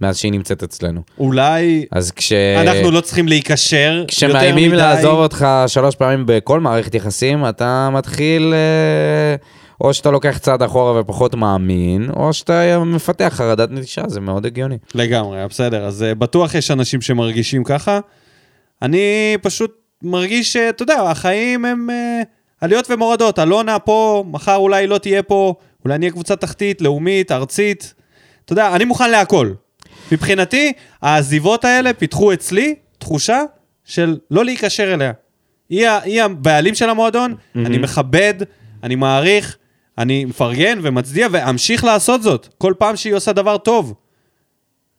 B: מאז שהיא נמצאת אצלנו.
A: אולי
B: אז כש...
A: אנחנו לא צריכים להיקשר
B: כשמאיימים
A: יותר מדי.
B: לעזוב אותך שלוש פעמים בכל מערכת יחסים, אתה מתחיל... אה, או שאתה לוקח צעד אחורה ופחות מאמין, או שאתה מפתח חרדת נטישה, זה מאוד הגיוני.
A: לגמרי, בסדר. אז אה, בטוח יש אנשים שמרגישים ככה. אני פשוט מרגיש שאתה יודע, החיים הם אה, עליות ומורדות. אלונה פה, מחר אולי לא תהיה פה, אולי נהיה קבוצה תחתית, לאומית, ארצית. אתה יודע, אני מוכן להכל. מבחינתי, העזיבות האלה פיתחו אצלי תחושה של לא להיקשר אליה. היא, ה- היא הבעלים של המועדון, mm-hmm. אני מכבד, אני מעריך, אני מפרגן ומצדיע ואמשיך לעשות זאת כל פעם שהיא עושה דבר טוב.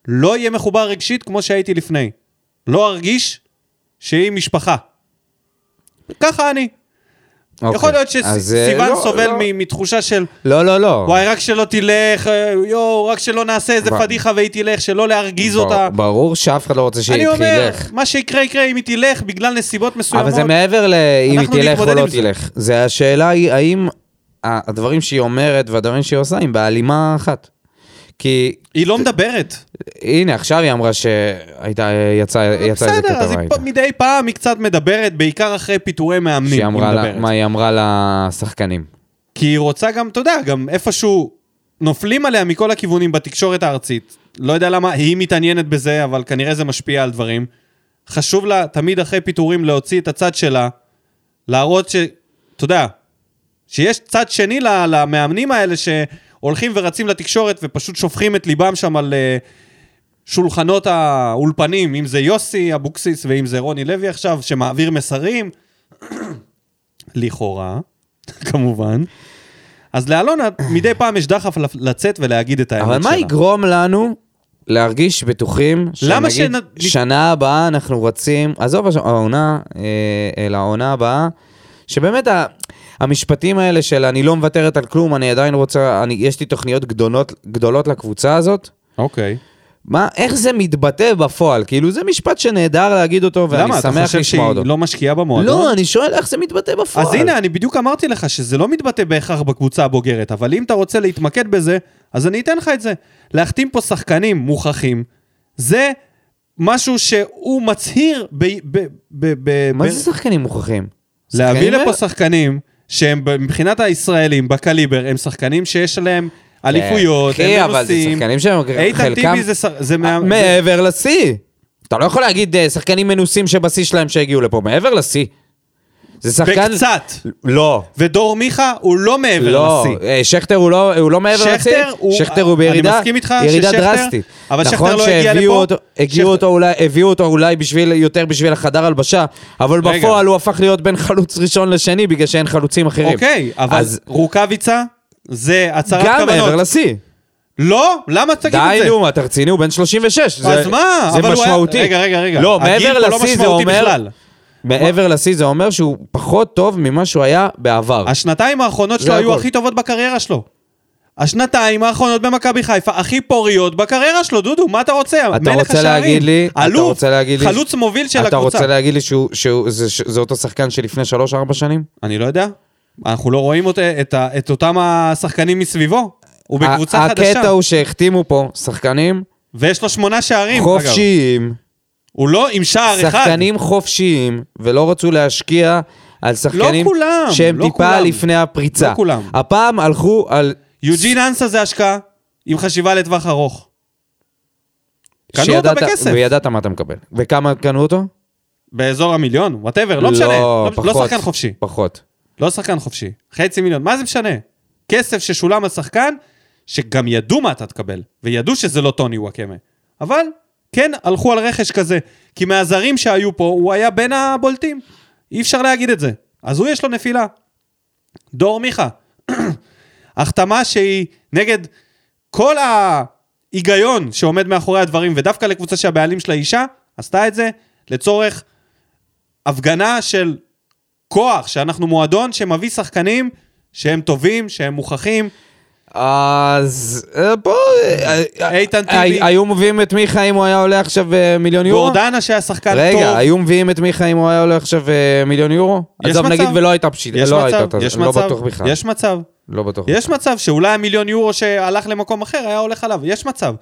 A: לא אהיה מחובר רגשית כמו שהייתי לפני. לא ארגיש שהיא משפחה. ככה אני. Okay. יכול להיות
B: אז, אה,
A: שסיוון
B: לא,
A: סובל
B: לא.
A: מ- מתחושה של
B: לא, לא, לא.
A: וואי, רק שלא תלך, אה, יואו, רק שלא נעשה איזה
B: ב-
A: פדיחה והיא תלך, שלא להרגיז
B: בר-
A: אותה.
B: ברור שאף אחד לא רוצה שהיא
A: אני אומר,
B: תלך.
A: מה שיקרה יקרה אם היא תלך בגלל נסיבות מסוימות.
B: אבל זה מעבר לאם היא
A: אנחנו
B: תלך או
A: נתמודד
B: לא
A: עם זה.
B: תלך. זה השאלה היא, האם ה- הדברים שהיא אומרת והדברים שהיא עושה הם בהלימה אחת. כי
A: היא לא מדברת.
B: הנה, עכשיו היא אמרה שהייתה, יצאה יצא איזה
A: אה, בסדר, אז
B: כתבה.
A: היא
B: הייתה.
A: פ- מדי פעם היא קצת מדברת, בעיקר אחרי פיטורי מאמנים.
B: שהיא
A: היא
B: אמרה לה-
A: מדברת.
B: מה היא אמרה לשחקנים.
A: כי היא רוצה גם, אתה יודע, גם איפשהו נופלים עליה מכל הכיוונים בתקשורת הארצית. לא יודע למה היא מתעניינת בזה, אבל כנראה זה משפיע על דברים. חשוב לה תמיד אחרי פיטורים להוציא את הצד שלה, להראות ש... אתה יודע, שיש צד שני ל- למאמנים האלה שהולכים ורצים לתקשורת ופשוט שופכים את ליבם שם על אה, שולחנות האולפנים, אם זה יוסי אבוקסיס ואם זה רוני לוי עכשיו, שמעביר מסרים. לכאורה, כמובן. אז לאלונה מדי פעם יש דחף לצאת ולהגיד את האמת שלה.
B: אבל מה יגרום לנו להרגיש בטוחים,
A: למה
B: שנגיד
A: שנ-
B: שנה הבאה אנחנו רצים, עזוב הש- העונה, אה, אלא העונה הבאה, שבאמת ה- המשפטים האלה של אני לא מוותרת על כלום, אני עדיין רוצה, אני, יש לי תוכניות גדולות, גדולות לקבוצה הזאת,
A: אוקיי.
B: מה, איך זה מתבטא בפועל? כאילו זה משפט שנהדר להגיד אותו ואני
A: למה? אתה
B: שמח
A: חושב שהיא
B: לשמוע אותו.
A: לא משקיעה במועדון?
B: לא, אני שואל איך זה מתבטא בפועל.
A: אז הנה, אני בדיוק אמרתי לך שזה לא מתבטא בהכרח בקבוצה הבוגרת, אבל אם אתה רוצה להתמקד בזה, אז אני אתן לך את זה. להחתים פה שחקנים מוכחים, זה משהו שהוא מצהיר ב... ב, ב, ב
B: מה
A: ב-
B: זה שחקנים מוכחים?
A: להביא
B: שחקנים
A: לפה
B: האלה?
A: שחקנים שהם מבחינת הישראלים בקליבר, הם שחקנים שיש להם אליפויות,
B: כן, אחי,
A: הם
B: אבל זה
A: מנוסים.
B: שחקנים שהם
A: איתן
B: חלקם- אה,
A: טיבי זה שר- זה מה- זה-
B: מעבר לשיא. אתה לא יכול להגיד אה, שחקנים מנוסים שבשיא שלהם שהגיעו לפה, מעבר לשיא. זה שחקן...
A: וקצת.
B: לא.
A: ודור מיכה הוא לא מעבר
B: לא,
A: לשיא.
B: אה, שכטר הוא לא, הוא לא מעבר לשיא,
A: שכטר הוא-
B: שכטר הוא בירידה,
A: אני מסכים איתך
B: ירידה
A: ששכטר-
B: דרסטית.
A: אבל שכטר
B: נכון
A: לא הגיע
B: שהביאו
A: לפה.
B: אותו, הגיעו
A: שכטר-
B: אותו אולי, הביאו אותו אולי בשביל, יותר בשביל החדר הלבשה, אבל
A: רגע.
B: בפועל הוא הפך להיות בין חלוץ ראשון לשני בגלל שאין חלוצים אחרים.
A: אוקיי, אבל
B: אז
A: רוקאביצה זה הצהרת
B: גם מעבר
A: כוונות.
B: לשיא.
A: לא? למה תגיד את
B: די,
A: זה?
B: נו, אתה רציני, הוא בן 36.
A: אז
B: זה-
A: מה?
B: זה
A: אבל הוא היה-
B: משמעותי.
A: רגע, רגע, רגע.
B: לא,
A: הגיל
B: מעבר
A: פה לא
B: לשיא זה
A: משמעותי
B: אומר...
A: בכלל.
B: מעבר לשיא זה אומר שהוא פחות טוב ממה שהוא היה בעבר.
A: השנתיים האחרונות
B: זה
A: שלו היו
B: הכל.
A: הכי טובות בקריירה שלו. השנתיים האחרונות במכבי חיפה הכי פוריות בקריירה שלו, דודו, מה אתה רוצה?
B: אתה
A: מלך
B: רוצה
A: השערים.
B: להגיד לי, אתה
A: אלוף,
B: רוצה להגיד לי,
A: חלוץ מוביל של
B: אתה
A: הקבוצה.
B: רוצה להגיד לי שהוא, שהוא, זה, זה אותו שחקן שלפני 3-4 שנים?
A: אני לא יודע, אנחנו לא רואים אות- את ה- את אותם השחקנים מסביבו. הוא בקבוצה
B: ה-
A: חדשה,
B: הקטע הוא שהחתימו פה שחקנים
A: ויש לו שמונה שערים, אגב.
B: חופשיים,
A: הוא לא עם שער אחד.
B: שחקנים חופשיים, ולא רצו להשקיע על שחקנים
A: לא כולם,
B: שהם
A: לא
B: טיפה
A: כולם.
B: לפני הפריצה.
A: לא כולם.
B: הפעם הלכו על...
A: יוג'ין אנסה זה השקעה, עם חשיבה לטווח ארוך. קנו אותו
B: שידעת-
A: בכסף.
B: וידעת מה אתה מקבל. וכמה קנו אותו?
A: באזור המיליון, וואטאבר, לא משנה. לא- לא
B: פחות,
A: שחקן חופשי.
B: פחות.
A: לא שחקן חופשי. חצי מיליון, מה זה משנה? כסף ששולם על שחקן, שגם ידעו מה אתה תקבל, וידעו שזה לא טוני וואקמה. אבל כן הלכו על רכש כזה, כי מהזרים שהיו פה, הוא היה בין הבולטים. אי אפשר להגיד את זה. אז הוא יש לו נפילה. דור מיכה, החתמה שהיא נגד כל ההיגיון שעומד מאחורי הדברים, ודווקא לקבוצה שהבעלים שלה אישה, עשתה את זה לצורך הפגנה של כוח, שאנחנו מועדון שמביא שחקנים שהם טובים, שהם מוכחים.
B: אז אה, בוא... אה, אה,
A: איתן
B: אה,
A: טיבי.
B: היו מביאים את מיכה אם הוא היה עולה עכשיו אה, מיליון יורו?
A: גורדנה שהיה שחקן טוב.
B: רגע, היו מביאים את מיכה אם הוא היה עולה עכשיו אה, מיליון יורו?
A: יש
B: עזוב,
A: מצב.
B: נגיד ולא הייתה פשיטה.
A: יש
B: לא
A: מצב,
B: הייתה,
A: יש
B: לא
A: מצב,
B: בטוח בכלל.
A: יש מצב,
B: לא בטוח.
A: יש מצב שאולי המיליון יורו שהלך למקום אחר היה הולך עליו, יש מצב.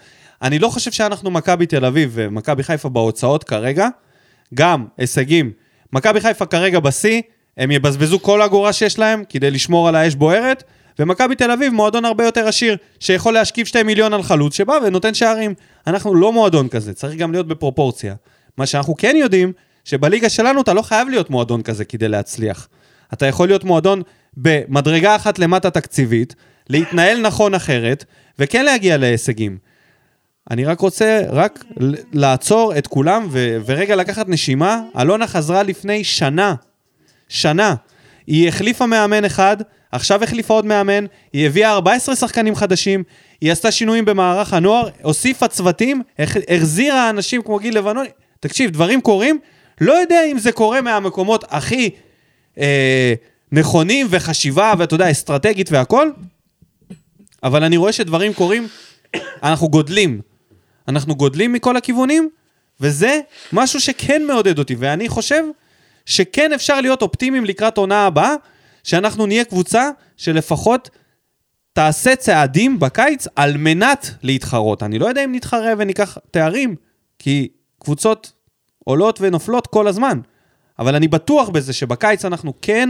A: אני לא חושב שאנחנו מכבי תל אביב ומכבי חיפה בהוצאות כרגע, גם הישגים. מכבי חיפה כרגע בשיא, הם יבזבזו כל אגורה שיש להם כדי לשמור על האש בוערת, ומכבי תל אביב מועדון הרבה יותר עשיר, שיכול להשכיב שתי מיליון על חלוץ שבא ונותן שערים. אנחנו לא מועדון כזה, צריך גם להיות בפרופורציה. מה שאנחנו כן יודעים, שבליגה שלנו אתה לא חייב להיות מועדון כזה כדי להצליח. אתה יכול להיות מועדון במדרגה אחת למטה תקציבית, להתנהל נכון אחרת, וכן להגיע להישגים. אני רק רוצה רק ל- לעצור את כולם ו- ורגע לקחת נשימה. אלונה חזרה לפני שנה. שנה. היא החליפה מאמן אחד, עכשיו החליפה עוד מאמן, היא הביאה 14 שחקנים חדשים, היא עשתה שינויים במערך הנוער, הוסיפה צוותים, הח- החזירה אנשים כמו גיל לבנון. תקשיב, דברים קורים, לא יודע אם זה קורה מהמקומות הכי אה, נכונים וחשיבה, ואתה יודע, אסטרטגית והכול, אבל אני רואה שדברים קורים, אנחנו גודלים. אנחנו גודלים מכל הכיוונים, וזה משהו שכן מעודד אותי, ואני חושב שכן אפשר להיות אופטימיים לקראת עונה הבאה, שאנחנו נהיה קבוצה שלפחות תעשה צעדים בקיץ על מנת להתחרות. אני לא יודע אם נתחרה וניקח תארים, כי קבוצות עולות ונופלות כל הזמן, אבל אני בטוח בזה שבקיץ אנחנו כן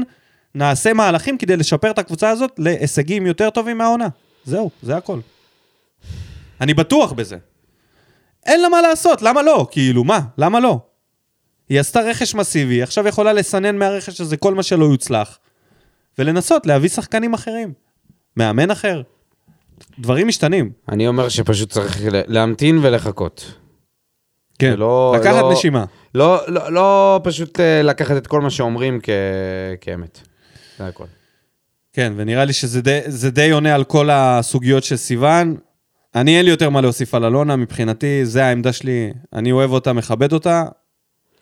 A: נעשה מהלכים כדי לשפר את הקבוצה הזאת להישגים יותר טובים מהעונה. זהו, זה הכל. אני בטוח בזה. אין לה מה לעשות, למה לא? כאילו, מה? למה לא? היא עשתה רכש מסיבי, עכשיו יכולה לסנן מהרכש הזה כל מה שלא יוצלח, ולנסות להביא שחקנים אחרים. מאמן אחר. דברים משתנים.
B: אני אומר שפשוט צריך ל- להמתין ולחכות.
A: כן.
B: ולא-
A: לקחת
B: לא-
A: נשימה.
B: לא, לא, לא פשוט אה, לקחת את כל מה שאומרים כ... כאמת. זה הכל.
A: כן, ונראה לי שזה די, זה די עונה על כל הסוגיות של סיוון. אני, אין לי יותר מה להוסיף על אלונה, מבחינתי, זה העמדה שלי. אני אוהב אותה, מכבד אותה.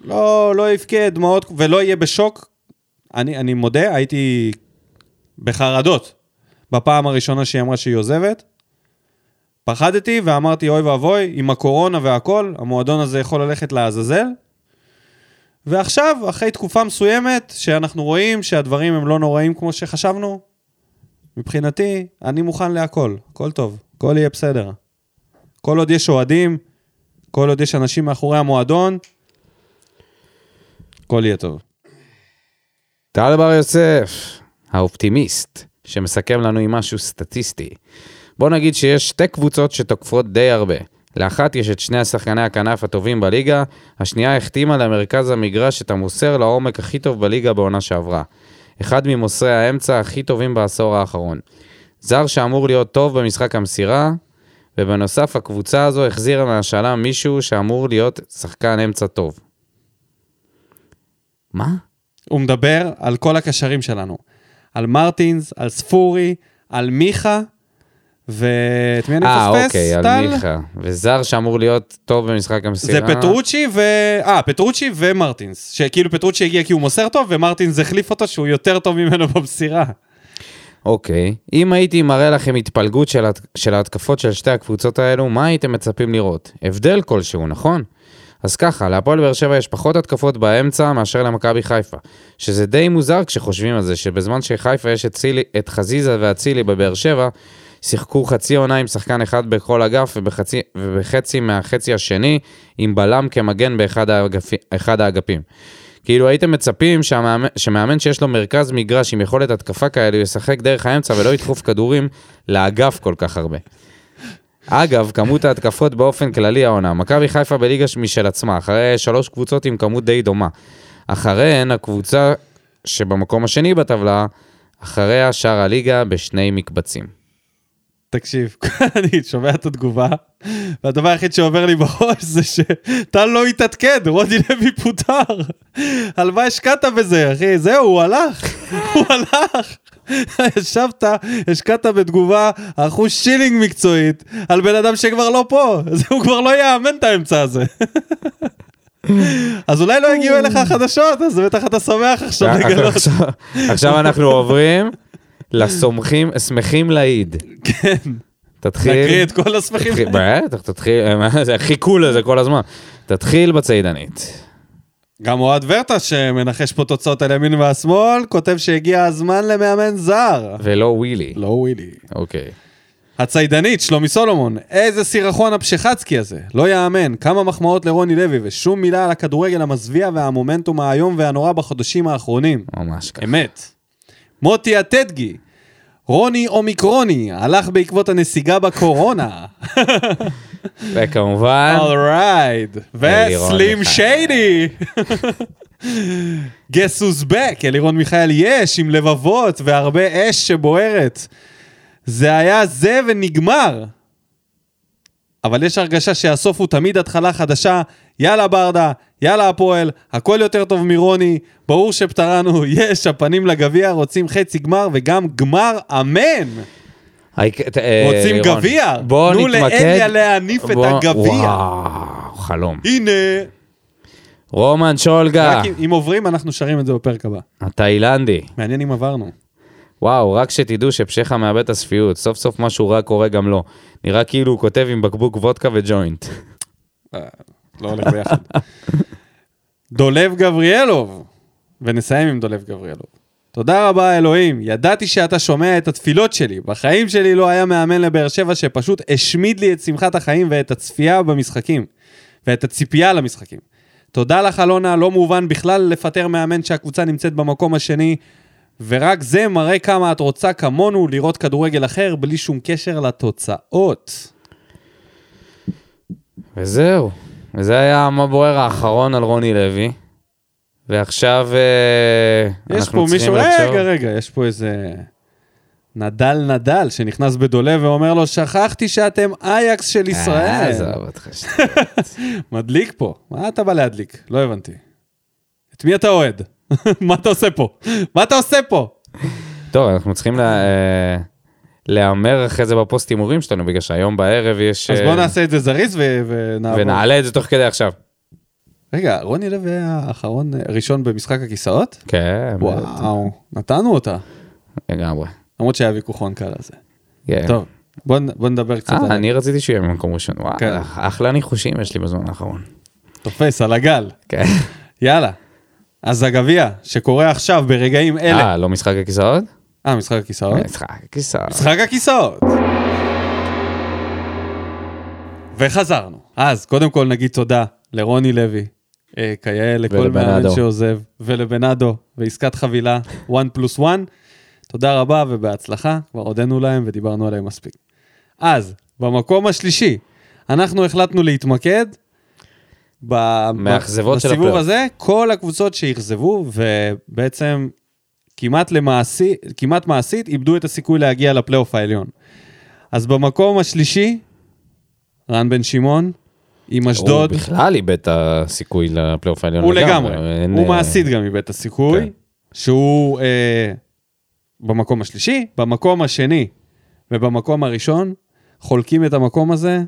A: לא, לא יבכה דמעות ולא יהיה בשוק. אני, אני מודה, הייתי בחרדות בפעם הראשונה שהיא אמרה שהיא עוזבת. פחדתי ואמרתי, אוי ואבוי, עם הקורונה והכל, המועדון הזה יכול ללכת לעזאזל. ועכשיו, אחרי תקופה מסוימת, שאנחנו רואים שהדברים הם לא נוראים כמו שחשבנו, מבחינתי, אני מוכן להכל. הכל טוב, הכל יהיה בסדר. כל עוד יש אוהדים, כל עוד יש אנשים מאחורי המועדון, הכל יהיה טוב.
B: טל בר יוסף, האופטימיסט, שמסכם לנו עם משהו סטטיסטי. בוא נגיד שיש שתי קבוצות שתוקפות די הרבה. לאחת יש את שני השחקני הכנף הטובים בליגה, השנייה החתימה למרכז המגרש את המוסר לעומק הכי טוב בליגה בעונה שעברה. אחד ממוסרי האמצע הכי טובים בעשור האחרון. זר שאמור להיות טוב במשחק המסירה, ובנוסף הקבוצה הזו החזירה מהשאלה מישהו שאמור להיות שחקן אמצע טוב. מה?
A: הוא מדבר על כל הקשרים שלנו. על מרטינס, על ספורי, על מיכה, ואת מי אני מפספס?
B: אה, אוקיי,
A: טל?
B: על מיכה. וזר שאמור להיות טוב במשחק
A: זה
B: המסירה.
A: פטרוצ'י ו... אה, פטרוצ'י ומרטינס. שכאילו פטרוצ'י הגיע כי הוא מוסר טוב, ומרטינס החליף אותו שהוא יותר טוב ממנו במסירה.
B: אוקיי. אם הייתי מראה לכם התפלגות של, הת... של ההתקפות של שתי הקבוצות האלו, מה הייתם מצפים לראות? הבדל כלשהו, נכון? אז ככה, להפועל באר שבע יש פחות התקפות באמצע מאשר למכבי חיפה. שזה די מוזר כשחושבים על זה, שבזמן שחיפה יש את, צילי, את חזיזה ואצילי בבאר שבע, שיחקו חצי עונה עם שחקן אחד בכל אגף ובחצי, ובחצי מהחצי השני עם בלם כמגן באחד האגפי, אחד האגפים. כאילו הייתם מצפים שהמאמן, שמאמן שיש לו מרכז מגרש עם יכולת התקפה כאלו ישחק דרך האמצע ולא ידחוף כדורים לאגף כל כך הרבה. אגב, כמות ההתקפות באופן כללי העונה, מכבי חיפה בליגה משל עצמה, אחרי שלוש קבוצות עם כמות די דומה. אחריהן הקבוצה שבמקום השני בטבלה, אחריה שאר הליגה בשני מקבצים.
A: תקשיב, אני שומע את התגובה, והדבר היחיד שעובר לי בראש זה שטל לא התעדכן, רוני לוי פוטר. על מה השקעת בזה, אחי? זהו, הוא הלך. הוא הלך. ישבת, השקעת בתגובה אחוז שילינג מקצועית על בן אדם שכבר לא פה. אז הוא כבר לא יאמן את האמצע הזה. אז אולי לא הגיעו אליך החדשות, אז בטח אתה שמח עכשיו לגלות.
B: אה, עכשיו- עכשיו אנחנו עוברים לסומכים, שמחים להעיד.
A: כן, נקריא
B: תתחיל.
A: את כל הסמכים.
B: תתחיל- בטח, תתחיל, מה זה חיכו לזה כל הזמן. תתחיל בצעידנית.
A: גם אוהד ורטה שמנחש פה תוצאות על ימין והשמאל, כותב שהגיע הזמן למאמן זר.
B: ולא ווילי.
A: לא ווילי.
B: אוקיי.
A: הצידנית, שלומי סולומון, איזה סירחון הפשחצקי הזה. לא יאמן, כמה מחמאות לרוני לוי ושום מילה על הכדורגל המזוויע והמומנטום האיום והנורא בחודשים האחרונים.
B: ממש ככה.
A: אמת. מוטי הטדגי, רוני אומיקרוני, הלך בעקבות הנסיגה בקורונה.
B: וכמובן,
A: אה, אולרייד.
B: אלירון
A: וסלים
B: מיכאל.
A: שיידי. גס ווז בק, אלירון מיכאל יש, עם לבבות והרבה אש שבוערת. זה היה זה ונגמר. אבל יש הרגשה שהסוף הוא תמיד התחלה חדשה. יאללה ברדה, יאללה הפועל, הכל יותר טוב מרוני, ברור שפטרנו, יש, הפנים לגביע, רוצים חצי גמר וגם גמר אמן.
B: היק- ת- אה,
A: רוצים
B: לירון,
A: גביע?
B: בואו
A: תנו
B: נתמקד.
A: לאליה להניף את
B: בוא-
A: הגביע.
B: וואו, חלום.
A: הנה,
B: רומן שולגה,
A: רק אם- אם עוברים, אנחנו שרים את זה בפרק הבא.
B: התאילנדי.
A: מעניין אם עברנו.
B: וואו, רק שתדעו שפשחה מאבד את השפיות. סוף סוף משהו רע קורה גם לו. נראה כאילו הוא כותב עם בקבוק וודקה וג'וינט.
A: לא הולך ביחד. דולב גבריאלוב, ונסיים עם דולב גבריאלוב. תודה רבה אלוהים, ידעתי שאתה שומע את התפילות שלי. בחיים שלי לא היה מאמן לבאר שבע שפשוט השמיד לי את שמחת החיים ואת הצפייה במשחקים, ואת הציפייה למשחקים. תודה לך אלונה, לא מובן בכלל לפטר מאמן שהקבוצה נמצאת במקום השני, ורק זה מראה כמה את רוצה כמונו לראות כדורגל אחר בלי שום קשר לתוצאות.
B: וזהו. וזה היה המבוער האחרון על רוני לוי. ועכשיו אה,
A: יש
B: אנחנו
A: פה
B: צריכים
A: מישהו, אה,
B: לחשוב.
A: רגע, רגע, יש פה איזה נדל נדל שנכנס בדולה ואומר לו, שכחתי שאתם אייקס של
B: אה,
A: ישראל.
B: עזוב אותך. שטויות.
A: מדליק פה, מה אתה בא להדליק? לא הבנתי. את מי אתה אוהד? מה אתה עושה פה? מה אתה עושה פה?
B: טוב, אנחנו צריכים לה- אה, להמר אחרי זה בפוסט הימורים שלנו, בגלל שהיום בערב יש...
A: אז
B: אה,
A: בוא נעשה את זה זריז ו- ונעבור.
B: ונעלה את זה תוך כדי עכשיו.
A: רגע, רוני לוי היה האחרון, אה, ראשון במשחק הכיסאות?
B: כן,
A: וואו, נתנו אותה.
B: לגמרי.
A: למרות שהיה ויכוחון קל על זה.
B: כן.
A: טוב, בוא נ- בוא נדבר קצת
B: אה,
A: על...
B: אני רציתי שהוא יהיה במקום ראשון.
A: כן.
B: וואלה, אחלה ניחושים יש לי בזמן האחרון.
A: תופס על הגל.
B: כן.
A: יאללה. אז הגביע שקורה עכשיו ברגעים אלה.
B: אה, לא משחק הכיסאות?
A: אה, משחק הכיסאות?
B: משחק הכיסאות.
A: משחק הכיסאות. וחזרנו. אז קודם כל נגיד תודה לרוני לוי, אה, כיאה לכל
B: ולבנאדו.
A: מאמן שעוזב, ולבנאדו, ועסקת חבילה 1 פלוס 1. תודה רבה ובהצלחה, כבר הודינו להם ודיברנו עליהם מספיק. אז, במקום השלישי, אנחנו החלטנו להתמקד ב- ב-
B: מהאכזבות של
A: בסיבוב
B: הפרק.
A: הזה, כל הקבוצות שאכזבו, ובעצם כמעט, למעשי, כמעט מעשית איבדו את הסיכוי להגיע לפלייאוף העליון. אז במקום השלישי, רן בן שמעון, עם אשדוד,
B: הוא בכלל איבד את הסיכוי לפלייאוף העליון
A: הוא לגמרי,
B: אין,
A: הוא
B: אה,
A: מעשית גם מבית הסיכוי,
B: כן.
A: שהוא אה, במקום השלישי, במקום השני ובמקום הראשון, חולקים את המקום הזה,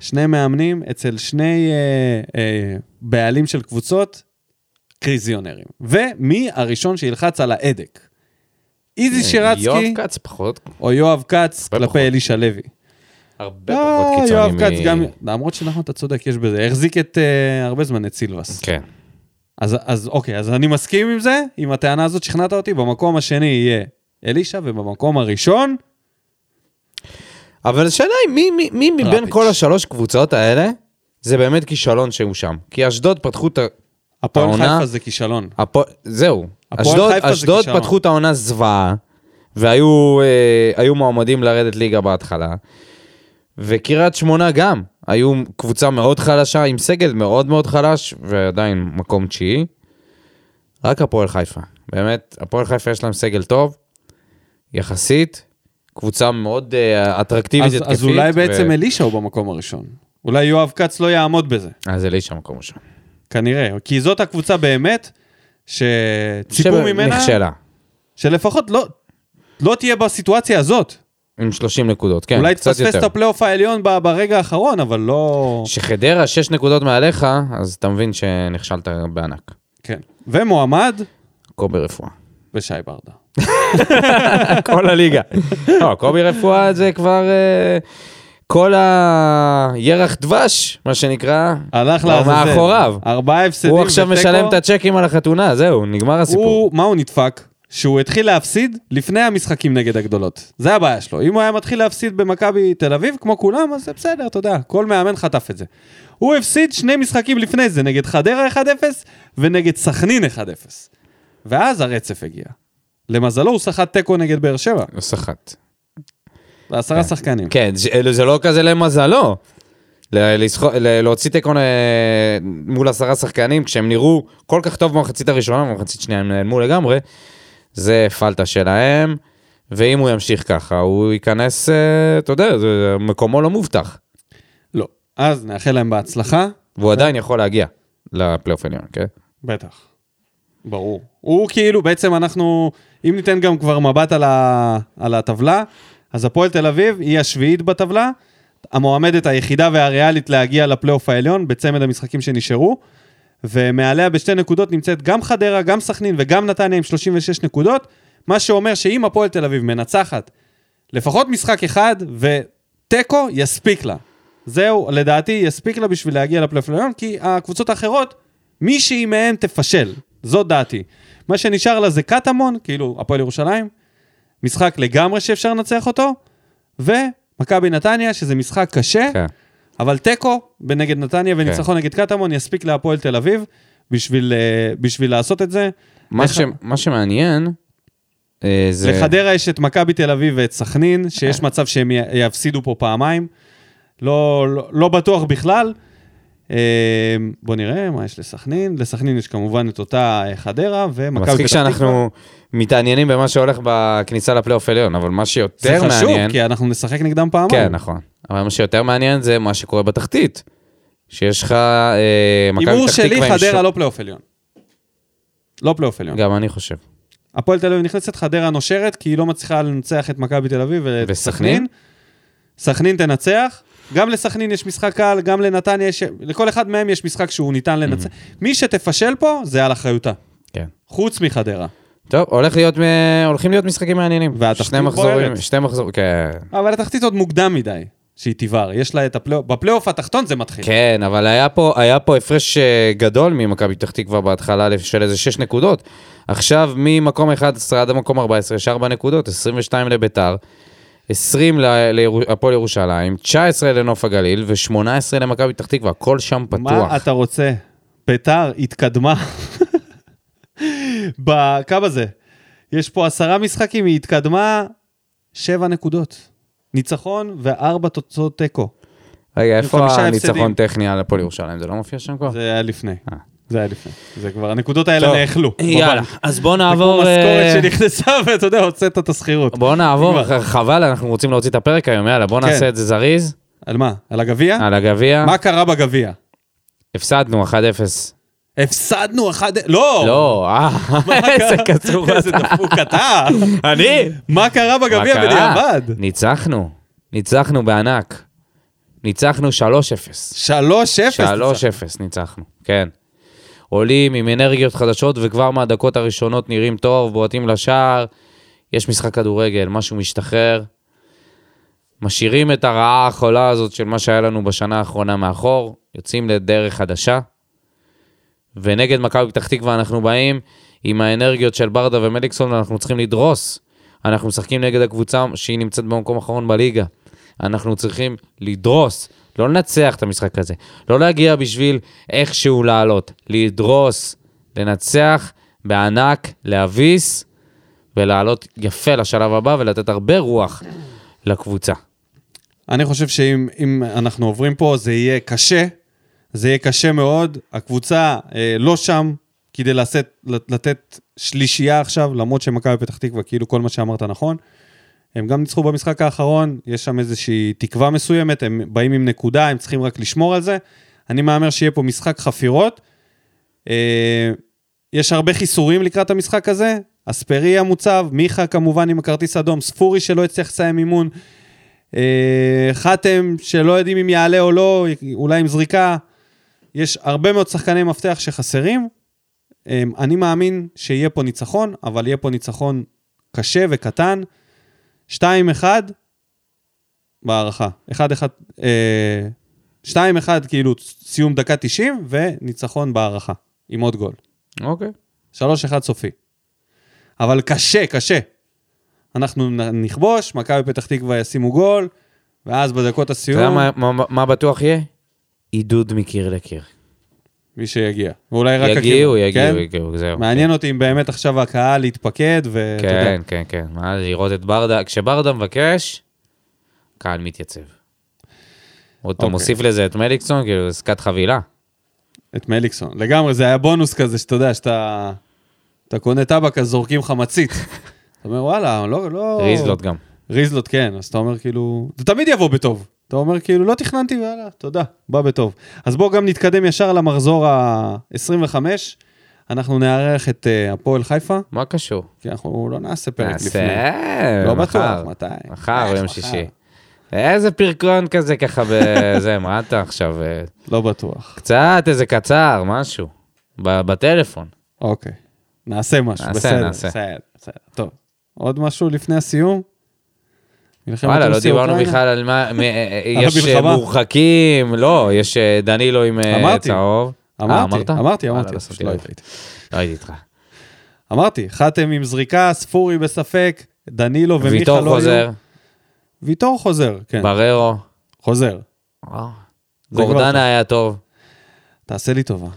A: שני מאמנים אצל שני אה, אה, בעלים של קבוצות, קריזיונרים. ומי הראשון שילחץ על ההדק? איזי
B: אה, יואב
A: שירצקי
B: כץ פחות,
A: או יואב כץ
B: הרבה פחות.
A: כלפי אלישע לוי. לא,
B: הרבה פחות קיצוני.
A: אה, יואב
B: מ-
A: כץ גם, למרות שנכון, אתה צודק, יש בזה. החזיק את אה, הרבה זמן את סילבס.
B: כן.
A: אז, אז אוקיי, אז אני מסכים עם זה, עם הטענה הזאת, שכנעת אותי, במקום השני יהיה אלישע, ובמקום הראשון,
B: אבל השאלה היא, מי, מי, מי מבין
A: רביץ'.
B: כל השלוש קבוצות האלה, זה באמת כישלון שהוא שם. כי אשדוד פתחו את ה...
A: הפועל
B: העונה-
A: חיפה זה כישלון.
B: הפו... זהו.
A: הפועל
B: אשדוד,
A: חיפה זה
B: אשדוד
A: כישלון.
B: פתחו את העונה זוועה, והיו אה, היו מועמדים לרדת ליגה בהתחלה. וקריית שמונה גם, היו קבוצה מאוד חלשה, עם סגל מאוד מאוד חלש, ועדיין מקום תשיעי. רק הפועל חיפה. באמת, הפועל חיפה יש להם סגל טוב, יחסית, קבוצה מאוד אה, אטרקטיבית,
A: אז,
B: התקפית.
A: אז אולי
B: ו-
A: בעצם אלישע הוא במקום הראשון. אולי יואב כץ לא יעמוד בזה,
B: אז אלישע מקום ראשון.
A: כנראה. כי זאת הקבוצה באמת, שציפו
B: שבע-
A: ממנה,
B: נכשלה,
A: שלפחות לא, לא תהיה בסיטואציה הזאת.
B: עם 30 נקודות, כן,
A: אולי
B: קצת יותר.
A: תפספס את הפלייאוף העליון ב- ברגע האחרון, אבל לא...
B: כשחדרה 6 נקודות מעליך, אז אתה מבין שנכשלת בענק.
A: כן. ומועמד,
B: קובי רפואה.
A: ושי ברדה.
B: כל הליגה. לא, קובי רפואה זה כבר... אה, כל הירח דבש, מה שנקרא,
A: הלך
B: כבר
A: לעזאזל.
B: מאחוריו.
A: ארבעה הפסדים
B: הוא עכשיו
A: ותיקו.
B: משלם את הצ'קים על החתונה, זהו, נגמר הסיפור.
A: הוא, מה הוא נדפק? שהוא התחיל להפסיד לפני המשחקים נגד הגדולות. זה הבעיה שלו. אם הוא היה מתחיל להפסיד במכבי תל אביב, כמו כולם, אז זה בסדר, אתה יודע, כל מאמן חטף את זה. הוא הפסיד שני משחקים לפני זה, נגד חדרה 1-0 ונגד סכנין 1-0. ואז הרצף הגיע. למזלו הוא סחט תיקו נגד באר שבע,
B: הוא לא סחט.
A: בעשרה שחקנים.
B: כן, זה- אלו- זה לא כזה למזלו. ל- לסחו- ל- להוציא תיקו אה, מול עשרה שחקנים, כשהם נראו כל כך טוב במחצית הראשונה, במחצית שנייה הם נעלמו לגמרי, זה פלטה שלהם, ואם הוא ימשיך ככה, הוא ייכנס, אה, אתה יודע, זה- מקומו לא מובטח,
A: לא. אז נאחל להם בהצלחה.
B: והוא עדיין יכול להגיע לפלייאוף עליון, כן?
A: בטח. ברור. הוא כאילו, בעצם אנחנו, אם ניתן גם כבר מבט על, ה, על הטבלה, אז הפועל תל אביב היא השביעית בטבלה, המועמדת היחידה והריאלית להגיע לפלייאוף העליון בצמד המשחקים שנשארו, ומעליה בשתי נקודות נמצאת גם חדרה, גם סכנין וגם נתניה עם 36 נקודות, מה שאומר שאם הפועל תל אביב מנצחת לפחות משחק אחד, ותיקו יספיק לה. זהו, לדעתי, יספיק לה בשביל להגיע לפלייאוף העליון, כי הקבוצות האחרות, מישהי מהן תפשל. זו דעתי. מה שנשאר לה זה קטמון, כאילו, הפועל ירושלים, משחק לגמרי שאפשר לנצח אותו, ומכבי נתניה, שזה משחק קשה,
B: כן.
A: אבל תיקו נגד נתניה וניצחון נגד קטמון יספיק להפועל תל אביב בשביל, אה, בשביל לעשות את זה.
B: מה
A: לח-
B: ש- מה שמעניין, אה, זה... אה.
A: לחדרה יש את מכבי תל אביב ואת סכנין, שיש מצב שהם י- יפסידו פה פעמיים. לא, לא, לא בטוח בכלל. אה, בוא נראה מה יש לסכנין. לסכנין יש כמובן את אותה אה, חדרה ומכבי
B: מצחיק שאנחנו מתעניינים במה שהולך בכניסה לפלייאוף עליון, אבל מה שיותר
A: זה
B: מעניין...
A: חשוב, כי אנחנו נשחק נגדם פעמיים.
B: כן, נכון. אבל מה שיותר מעניין זה מה שקורה בתחתית. שיש לך אה, מכבי
A: הימור
B: פתח
A: שלי,
B: תקווה עם
A: חדרה
B: ש-
A: לא פלייאוף עליון. לא פלייאוף עליון.
B: גם אני חושב.
A: הפועל תל אביב נכנסת, חדרה נושרת, כי היא לא מצליחה לנצח את מכבי תל אביב ואת
B: וסכנין?
A: סכנין. סכנין תנצח. גם לסכנין יש משחק קל, גם לנתניה יש... לכל אחד מהם יש משחק שהוא ניתן לנצח. מי שתפשל פה, זה על אחריותה.
B: כן.
A: חוץ מחדרה.
B: טוב, הולך להיות, מ- הולכים להיות משחקים מעניינים.
A: והתחתית
B: שני מחזורים,
A: בוערת.
B: שני מחזורים, כן.
A: אבל התחתית עוד מוקדם מדי, שהיא תיבר. יש לה את הפלייאוף... בפלייאוף התחתון זה מתחיל.
B: כן, אבל היה פה, היה פה הפרש אה, גדול ממכבי פתח תקווה בהתחלה של איזה 6 נקודות. עכשיו ממקום 11 עד המקום 14 יש 4 נקודות, 22 לביתר, 20 ל- לירו- הפועל ירושלים, 19 לנוף הגליל ו-18 למכבי פתח תקווה, הכל שם פתוח.
A: מה אתה רוצה? ביתר התקדמה. בכמה זה? יש פה עשרה משחקים, היא התקדמה שבע נקודות. ניצחון וארבע תוצאות תיקו.
B: רגע, איפה
A: חמישה
B: הניצחון
A: הפסדים.
B: טכני על הפועל ירושלים? זה לא מופיע שם כבר?
A: זה היה לפני.
B: אה.
A: זה היה לפני. זה כבר, הנקודות האלה
B: טוב.
A: נאכלו.
B: יאללה,
A: בבנק.
B: אז בואו
A: זה כמו
B: נעבור...
A: משכורת
B: אה,
A: שנכנסה ואתה יודע, הוצאת את השכירות.
B: בואו נעבור,
A: נגמר.
B: חבל, אנחנו רוצים להוציא את הפרק היום, יאללה, בואו
A: כן.
B: נעשה את זה זריז,
A: על מה? על הגביע?
B: על הגביע.
A: מה קרה בגביע?
B: הפסדנו 1-0.
A: הפסדנו אחד... לא!
B: לא, אה, איזה
A: קרה?
B: קצוב
A: איזה
B: אתה.
A: דפוק אתה.
B: אני?
A: מה קרה
B: מה
A: בגביע
B: קרה?
A: בדיעבד?
B: ניצחנו, ניצחנו בענק. ניצחנו 3-0.
A: 3-0.
B: 3-0 ניצחנו, כן. עולים עם אנרגיות חדשות, וכבר מהדקות הראשונות נראים טוב, בועטים לשער, יש משחק כדורגל, משהו משתחרר. משאירים את הרעה החולה הזאת של מה שהיה לנו בשנה האחרונה מאחור, יוצאים לדרך חדשה. ונגד מכבי פתח תקווה אנחנו באים עם האנרגיות של ברדה ומליקסון, אנחנו צריכים לדרוס. אנחנו משחקים נגד הקבוצה שהיא נמצאת במקום האחרון בליגה. אנחנו צריכים לדרוס, לא לנצח את המשחק הזה. לא להגיע בשביל איכשהו לעלות, לדרוס, לנצח בענק, להביס ולעלות יפה לשלב הבא ולתת הרבה רוח לקבוצה.
A: אני חושב שאם אם אנחנו עוברים פה, זה יהיה קשה. זה יהיה קשה מאוד. הקבוצה אה, לא שם כדי לשאת, לתת שלישייה עכשיו, למרות שמכבי פתח תקווה, כאילו כל מה שאמרת נכון. הם גם ניצחו במשחק האחרון, יש שם איזושהי תקווה מסוימת, הם באים עם נקודה, הם צריכים רק לשמור על זה. אני מהמר שיהיה פה משחק חפירות. אה, יש הרבה חיסורים לקראת המשחק הזה. אספריה מוצב, מיכה כמובן עם הכרטיס האדום, ספורי שלא הצליח לסיים אימון, אה, חתם שלא יודעים אם יעלה או לא, אולי עם זריקה. יש הרבה מאוד שחקני מפתח שחסרים. אה, אני מאמין שיהיה פה ניצחון, אבל יהיה פה ניצחון קשה וקטן. 2-1 בהערכה. 1-1, אה, 2-1 כאילו סיום דקה 90 וניצחון בהערכה, עם עוד גול.
B: אוקיי.
A: 3-1 סופי. אבל קשה, קשה. אנחנו נ- נכבוש, מכבי פתח תקווה ישימו גול, ואז בדקות
B: אתה יודע
A: הסיום,
B: מה, מה, מה בטוח יהיה? עידוד מקיר לקיר.
A: מי שיגיע. ואולי רק...
B: יגיעו,
A: הכיוון,
B: יגיעו,
A: כן?
B: יגיעו, זהו.
A: מעניין אותי אם באמת עכשיו הקהל יתפקד, ואתה יודע.
B: כן, כן, כן. מה, לראות את ברדה, כשברדה מבקש, קהל מתייצב. עוד אתה
A: אוקיי.
B: מוסיף לזה את מליקסון, כאילו, עסקת חבילה.
A: את מליקסון. לגמרי, זה היה בונוס כזה, שאתה יודע, שאתה אתה קונה טבק, אז זורקים לך מצית. אתה אומר, וואלה, לא... לא...
B: ריזלוט גם.
A: ריזלוט, כן. אז אתה אומר, כאילו... זה תמיד יבוא בטוב. אתה אומר, כאילו, לא תכננתי, ויאללה, תודה, בא בטוב. אז בואו גם נתקדם ישר למחזור ה-25. אנחנו נארח את אה, הפועל חיפה,
B: מה קשור?
A: כי אנחנו לא נעשה פרק
B: נעשה,
A: לפני.
B: אה,
A: לא
B: מחר.
A: בטוח, מתי?
B: מחר,
A: איך
B: ביום
A: מחר?
B: שישי. איזה פרקון כזה ככה בזה, מה אתה עכשיו? אה,
A: לא בטוח.
B: קצת איזה קצר, משהו. ב- בטלפון.
A: אוקיי. נעשה משהו,
B: נעשה,
A: בסדר.
B: נעשה.
A: בסדר, בסדר. טוב. עוד משהו לפני הסיום? מלחמת
B: וואלה, לא
A: רוסיה,
B: דיברנו
A: אוקראינה?
B: בכלל על מה... מ- אה, אה,
A: על
B: יש אה,
A: המלחמה.
B: מורחקים, לא, יש אה, דנילו עם אה,
A: אמרתי.
B: צהוב. אה,
A: אמרתי,
B: אמרת?
A: אמרתי,
B: וואלה,
A: אמרתי,
B: לא
A: פשוט
B: שמתי
A: לא
B: לב.
A: היית.
B: לא הייתי איתך.
A: אמרתי, חתם עם זריקה, ספורי בספק, דנילו ומיכה לא
B: ויטור חוזר,
A: ויטור חוזר, כן,
B: בררו,
A: חוזר. זה כבר
B: גורדנה
A: טוב.
B: היה טוב,
A: תעשה לי טובה.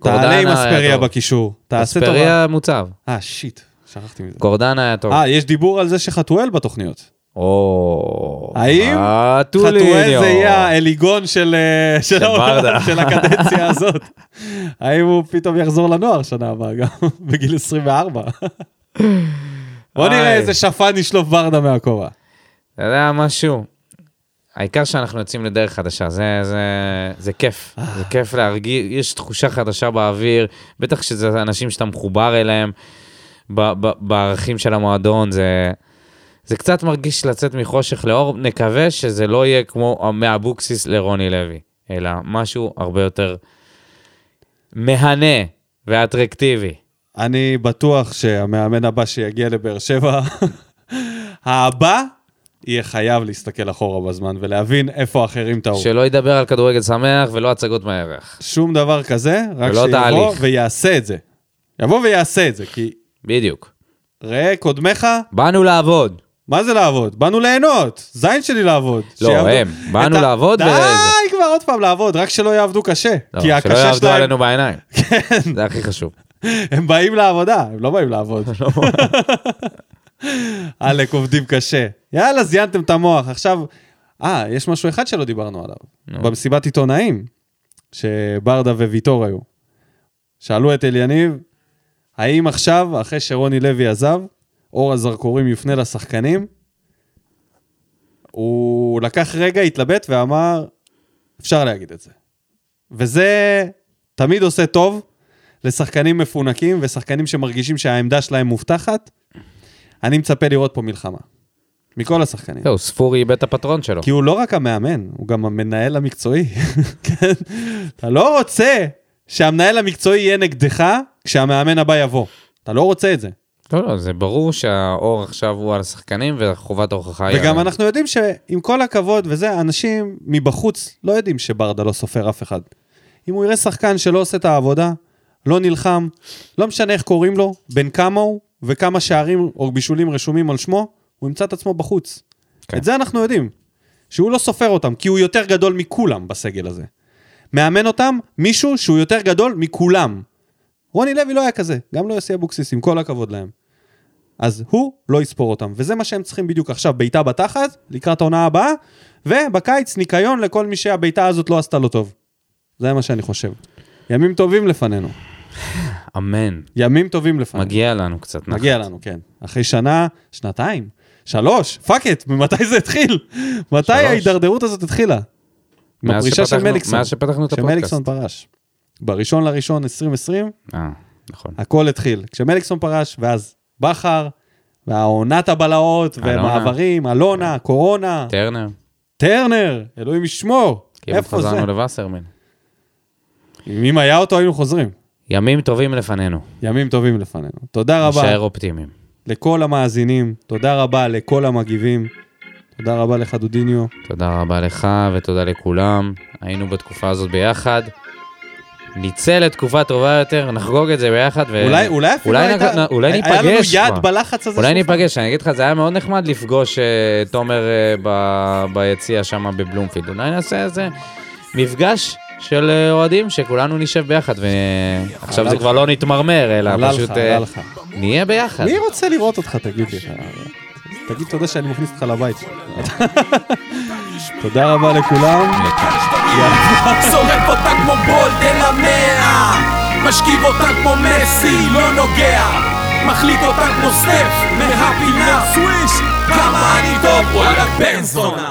B: גורדנה
A: תעלה עם
B: היה
A: אספריה
B: טוב.
A: בקישור, תעשה טובה.
B: אספריה מוצב,
A: אה, שיט, שכחתי מזה.
B: גורדנה היה טוב.
A: אה, יש דיבור על זה שחתואל בתוכניות.
B: או...
A: האם חתואל
B: חתואל
A: זה יהיה האליגון של אה, של
B: ברדה.
A: העולם, של הקדנציה הזאת. האם הוא פתאום יחזור לנוער שנה הבאה גם, בגיל 24? בוא נראה
B: איי.
A: איזה שפן ישלוף ברדה מהכובע.
B: אתה יודע משהו? העיקר שאנחנו יוצאים לדרך חדשה, זה, זה, זה כיף,
A: אה.
B: זה כיף להרגיש, יש תחושה חדשה באוויר, בטח שזה אנשים שאתה מחובר אליהם ב- ב- בערכים של המועדון, זה, זה קצת מרגיש לצאת מחושך לאור, נקווה שזה לא יהיה כמו מאבוקסיס לרוני לוי, אלא משהו הרבה יותר מהנה ואטרקטיבי.
A: אני בטוח שהמאמן הבא שיגיע לבאר שבע, הבא, יהיה חייב להסתכל אחורה בזמן ולהבין איפה האחרים טעו.
B: שלא ידבר על כדורגל שמח ולא הצגות מהערך.
A: שום דבר כזה, רק
B: ולא
A: שיבוא
B: תהליך.
A: ויעשה את זה. יבוא ויעשה את זה, כי
B: בדיוק.
A: ראה קודמך,
B: באנו לעבוד.
A: מה זה לעבוד? באנו ליהנות, זין שלי לעבוד.
B: לא,
A: שיעבדו-
B: הם. באנו
A: את ה-
B: לעבוד ו-
A: די כבר עוד פעם לעבוד, רק שלא יעבדו קשה.
B: לא,
A: כי
B: שלא
A: הקשה
B: יעבדו
A: שלהם, כן.
B: עלינו בעיניים. זה הכי חשוב.
A: הם באים לעבודה, הם לא באים לעבוד. עלק עובדים קשה. יאללה, זיינתם את המוח. עכשיו, אה, יש משהו אחד שלא דיברנו עליו. במסיבת עיתונאים, שברדה וויטור היו. שאלו את אליניב, האם עכשיו, אחרי שרוני לוי עזב, אור הזרקורים יופנה לשחקנים? הוא לקח רגע, התלבט ואמר, אפשר להגיד את זה. וזה תמיד עושה טוב לשחקנים מפונקים ושחקנים שמרגישים שהעמדה שלהם מובטחת. אני מצפה לראות פה מלחמה. מכל השחקנים.
B: זהו, ספורי איבד את הפטרון שלו.
A: כי הוא לא רק המאמן, הוא גם המנהל המקצועי. כן? אתה לא רוצה שהמנהל המקצועי יהיה נגדך כשהמאמן הבא יבוא. אתה לא רוצה את זה.
B: לא, לא, זה ברור שהאור עכשיו הוא על השחקנים וחובת ההוכחה היא...
A: וגם
B: עליהם.
A: אנחנו יודעים שעם כל הכבוד וזה, אנשים מבחוץ לא יודעים שברדה לא סופר אף אחד. אם הוא יראה שחקן שלא עושה את העבודה, לא נלחם, לא משנה איך קוראים לו, בין כמה הוא וכמה שערים או בישולים רשומים על שמו, הוא ימצא את עצמו בחוץ.
B: כן.
A: כן. את זה אנחנו יודעים, שהוא לא סופר אותם, כי הוא יותר גדול מכולם בסגל הזה. מאמן אותם מישהו שהוא יותר גדול מכולם. רוני לוי לא היה כזה, גם לא יוסי אבוקסיס, עם כל הכבוד להם. אז הוא לא יספור אותם, וזה מה שהם צריכים בדיוק עכשיו, בעיטה בתחת, לקראת העונה הבאה, ובקיץ ניקיון לכל מי שהבעיטה הזאת לא עשתה לו טוב. זה מה שאני חושב. ימים טובים לפנינו.
B: אמן.
A: ימים טובים לפנינו.
B: מגיע לנו קצת נכון? נחת.
A: אה. מגיע לנו, כן. אחרי שנה, שנתיים, שלוש, פאק את, ממתי זה התחיל? מתי ההידרדרות הזאת התחילה? עם
B: מאז
A: הפרישה של
B: שפתחנו-
A: מליקסון.
B: מאז שפתחנו את הפודקאסט.
A: כשמליקסון פרש. בראשון לראשון 2020,
B: אה, נכון.
A: הכל התחיל. כשמליקסון פרש, ואז בכר, והעונת הבלהות,
B: אלונה. כן.
A: ומעברים, אלונה, קורונה,
B: טרנר.
A: טרנר, אלוהים ישמור.
B: כאילו
A: איפה זה?
B: חזרנו לווסרמן.
A: אם היה אותו, היינו חוזרים.
B: ימים טובים לפנינו.
A: ימים טובים לפנינו. תודה רבה.
B: נשאר אופטימיים.
A: לכל המאזינים, תודה רבה לכל המגיבים, תודה רבה לך דודיניו,
B: תודה רבה לך ותודה לכולם. היינו בתקופה הזאת ביחד. ניצל לתקופה טובה יותר, נחגוג את זה ביחד. ו...
A: אולי- אולי אפילו
B: אולי,
A: הייתה-
B: נג... אולי
A: היה
B: ניפגש
A: לנו יד
B: כבר.
A: בלחץ הזה
B: אולי
A: שלך.
B: ניפגש, אני אגיד לך, זה היה מאוד נחמד לפגוש אה, תומר אה, ב... ביציע שם בבלומפילד. אולי נעשה איזה מפגש של אה, אוהדים שכולנו נשב ביחד, ועכשיו
A: עלה
B: זה
A: לך.
B: כבר לא נתמרמר,
A: עלה
B: אלא פשוט
A: לך,
B: אה,
A: עלה לך.
B: נהיה ביחד.
A: מי רוצה לראות אותך, תגיד לי? תגיד תודה שאני מכניס אותך לבית. תודה רבה
B: אה,
A: לכולם.
C: שורף אותה כמו בולד אל המאה משכיב אותה כמו מסי, לא נוגע מחליט אותה כמו סטף, מהפינה סוויש כמה אני טוב, וואלה בן זונה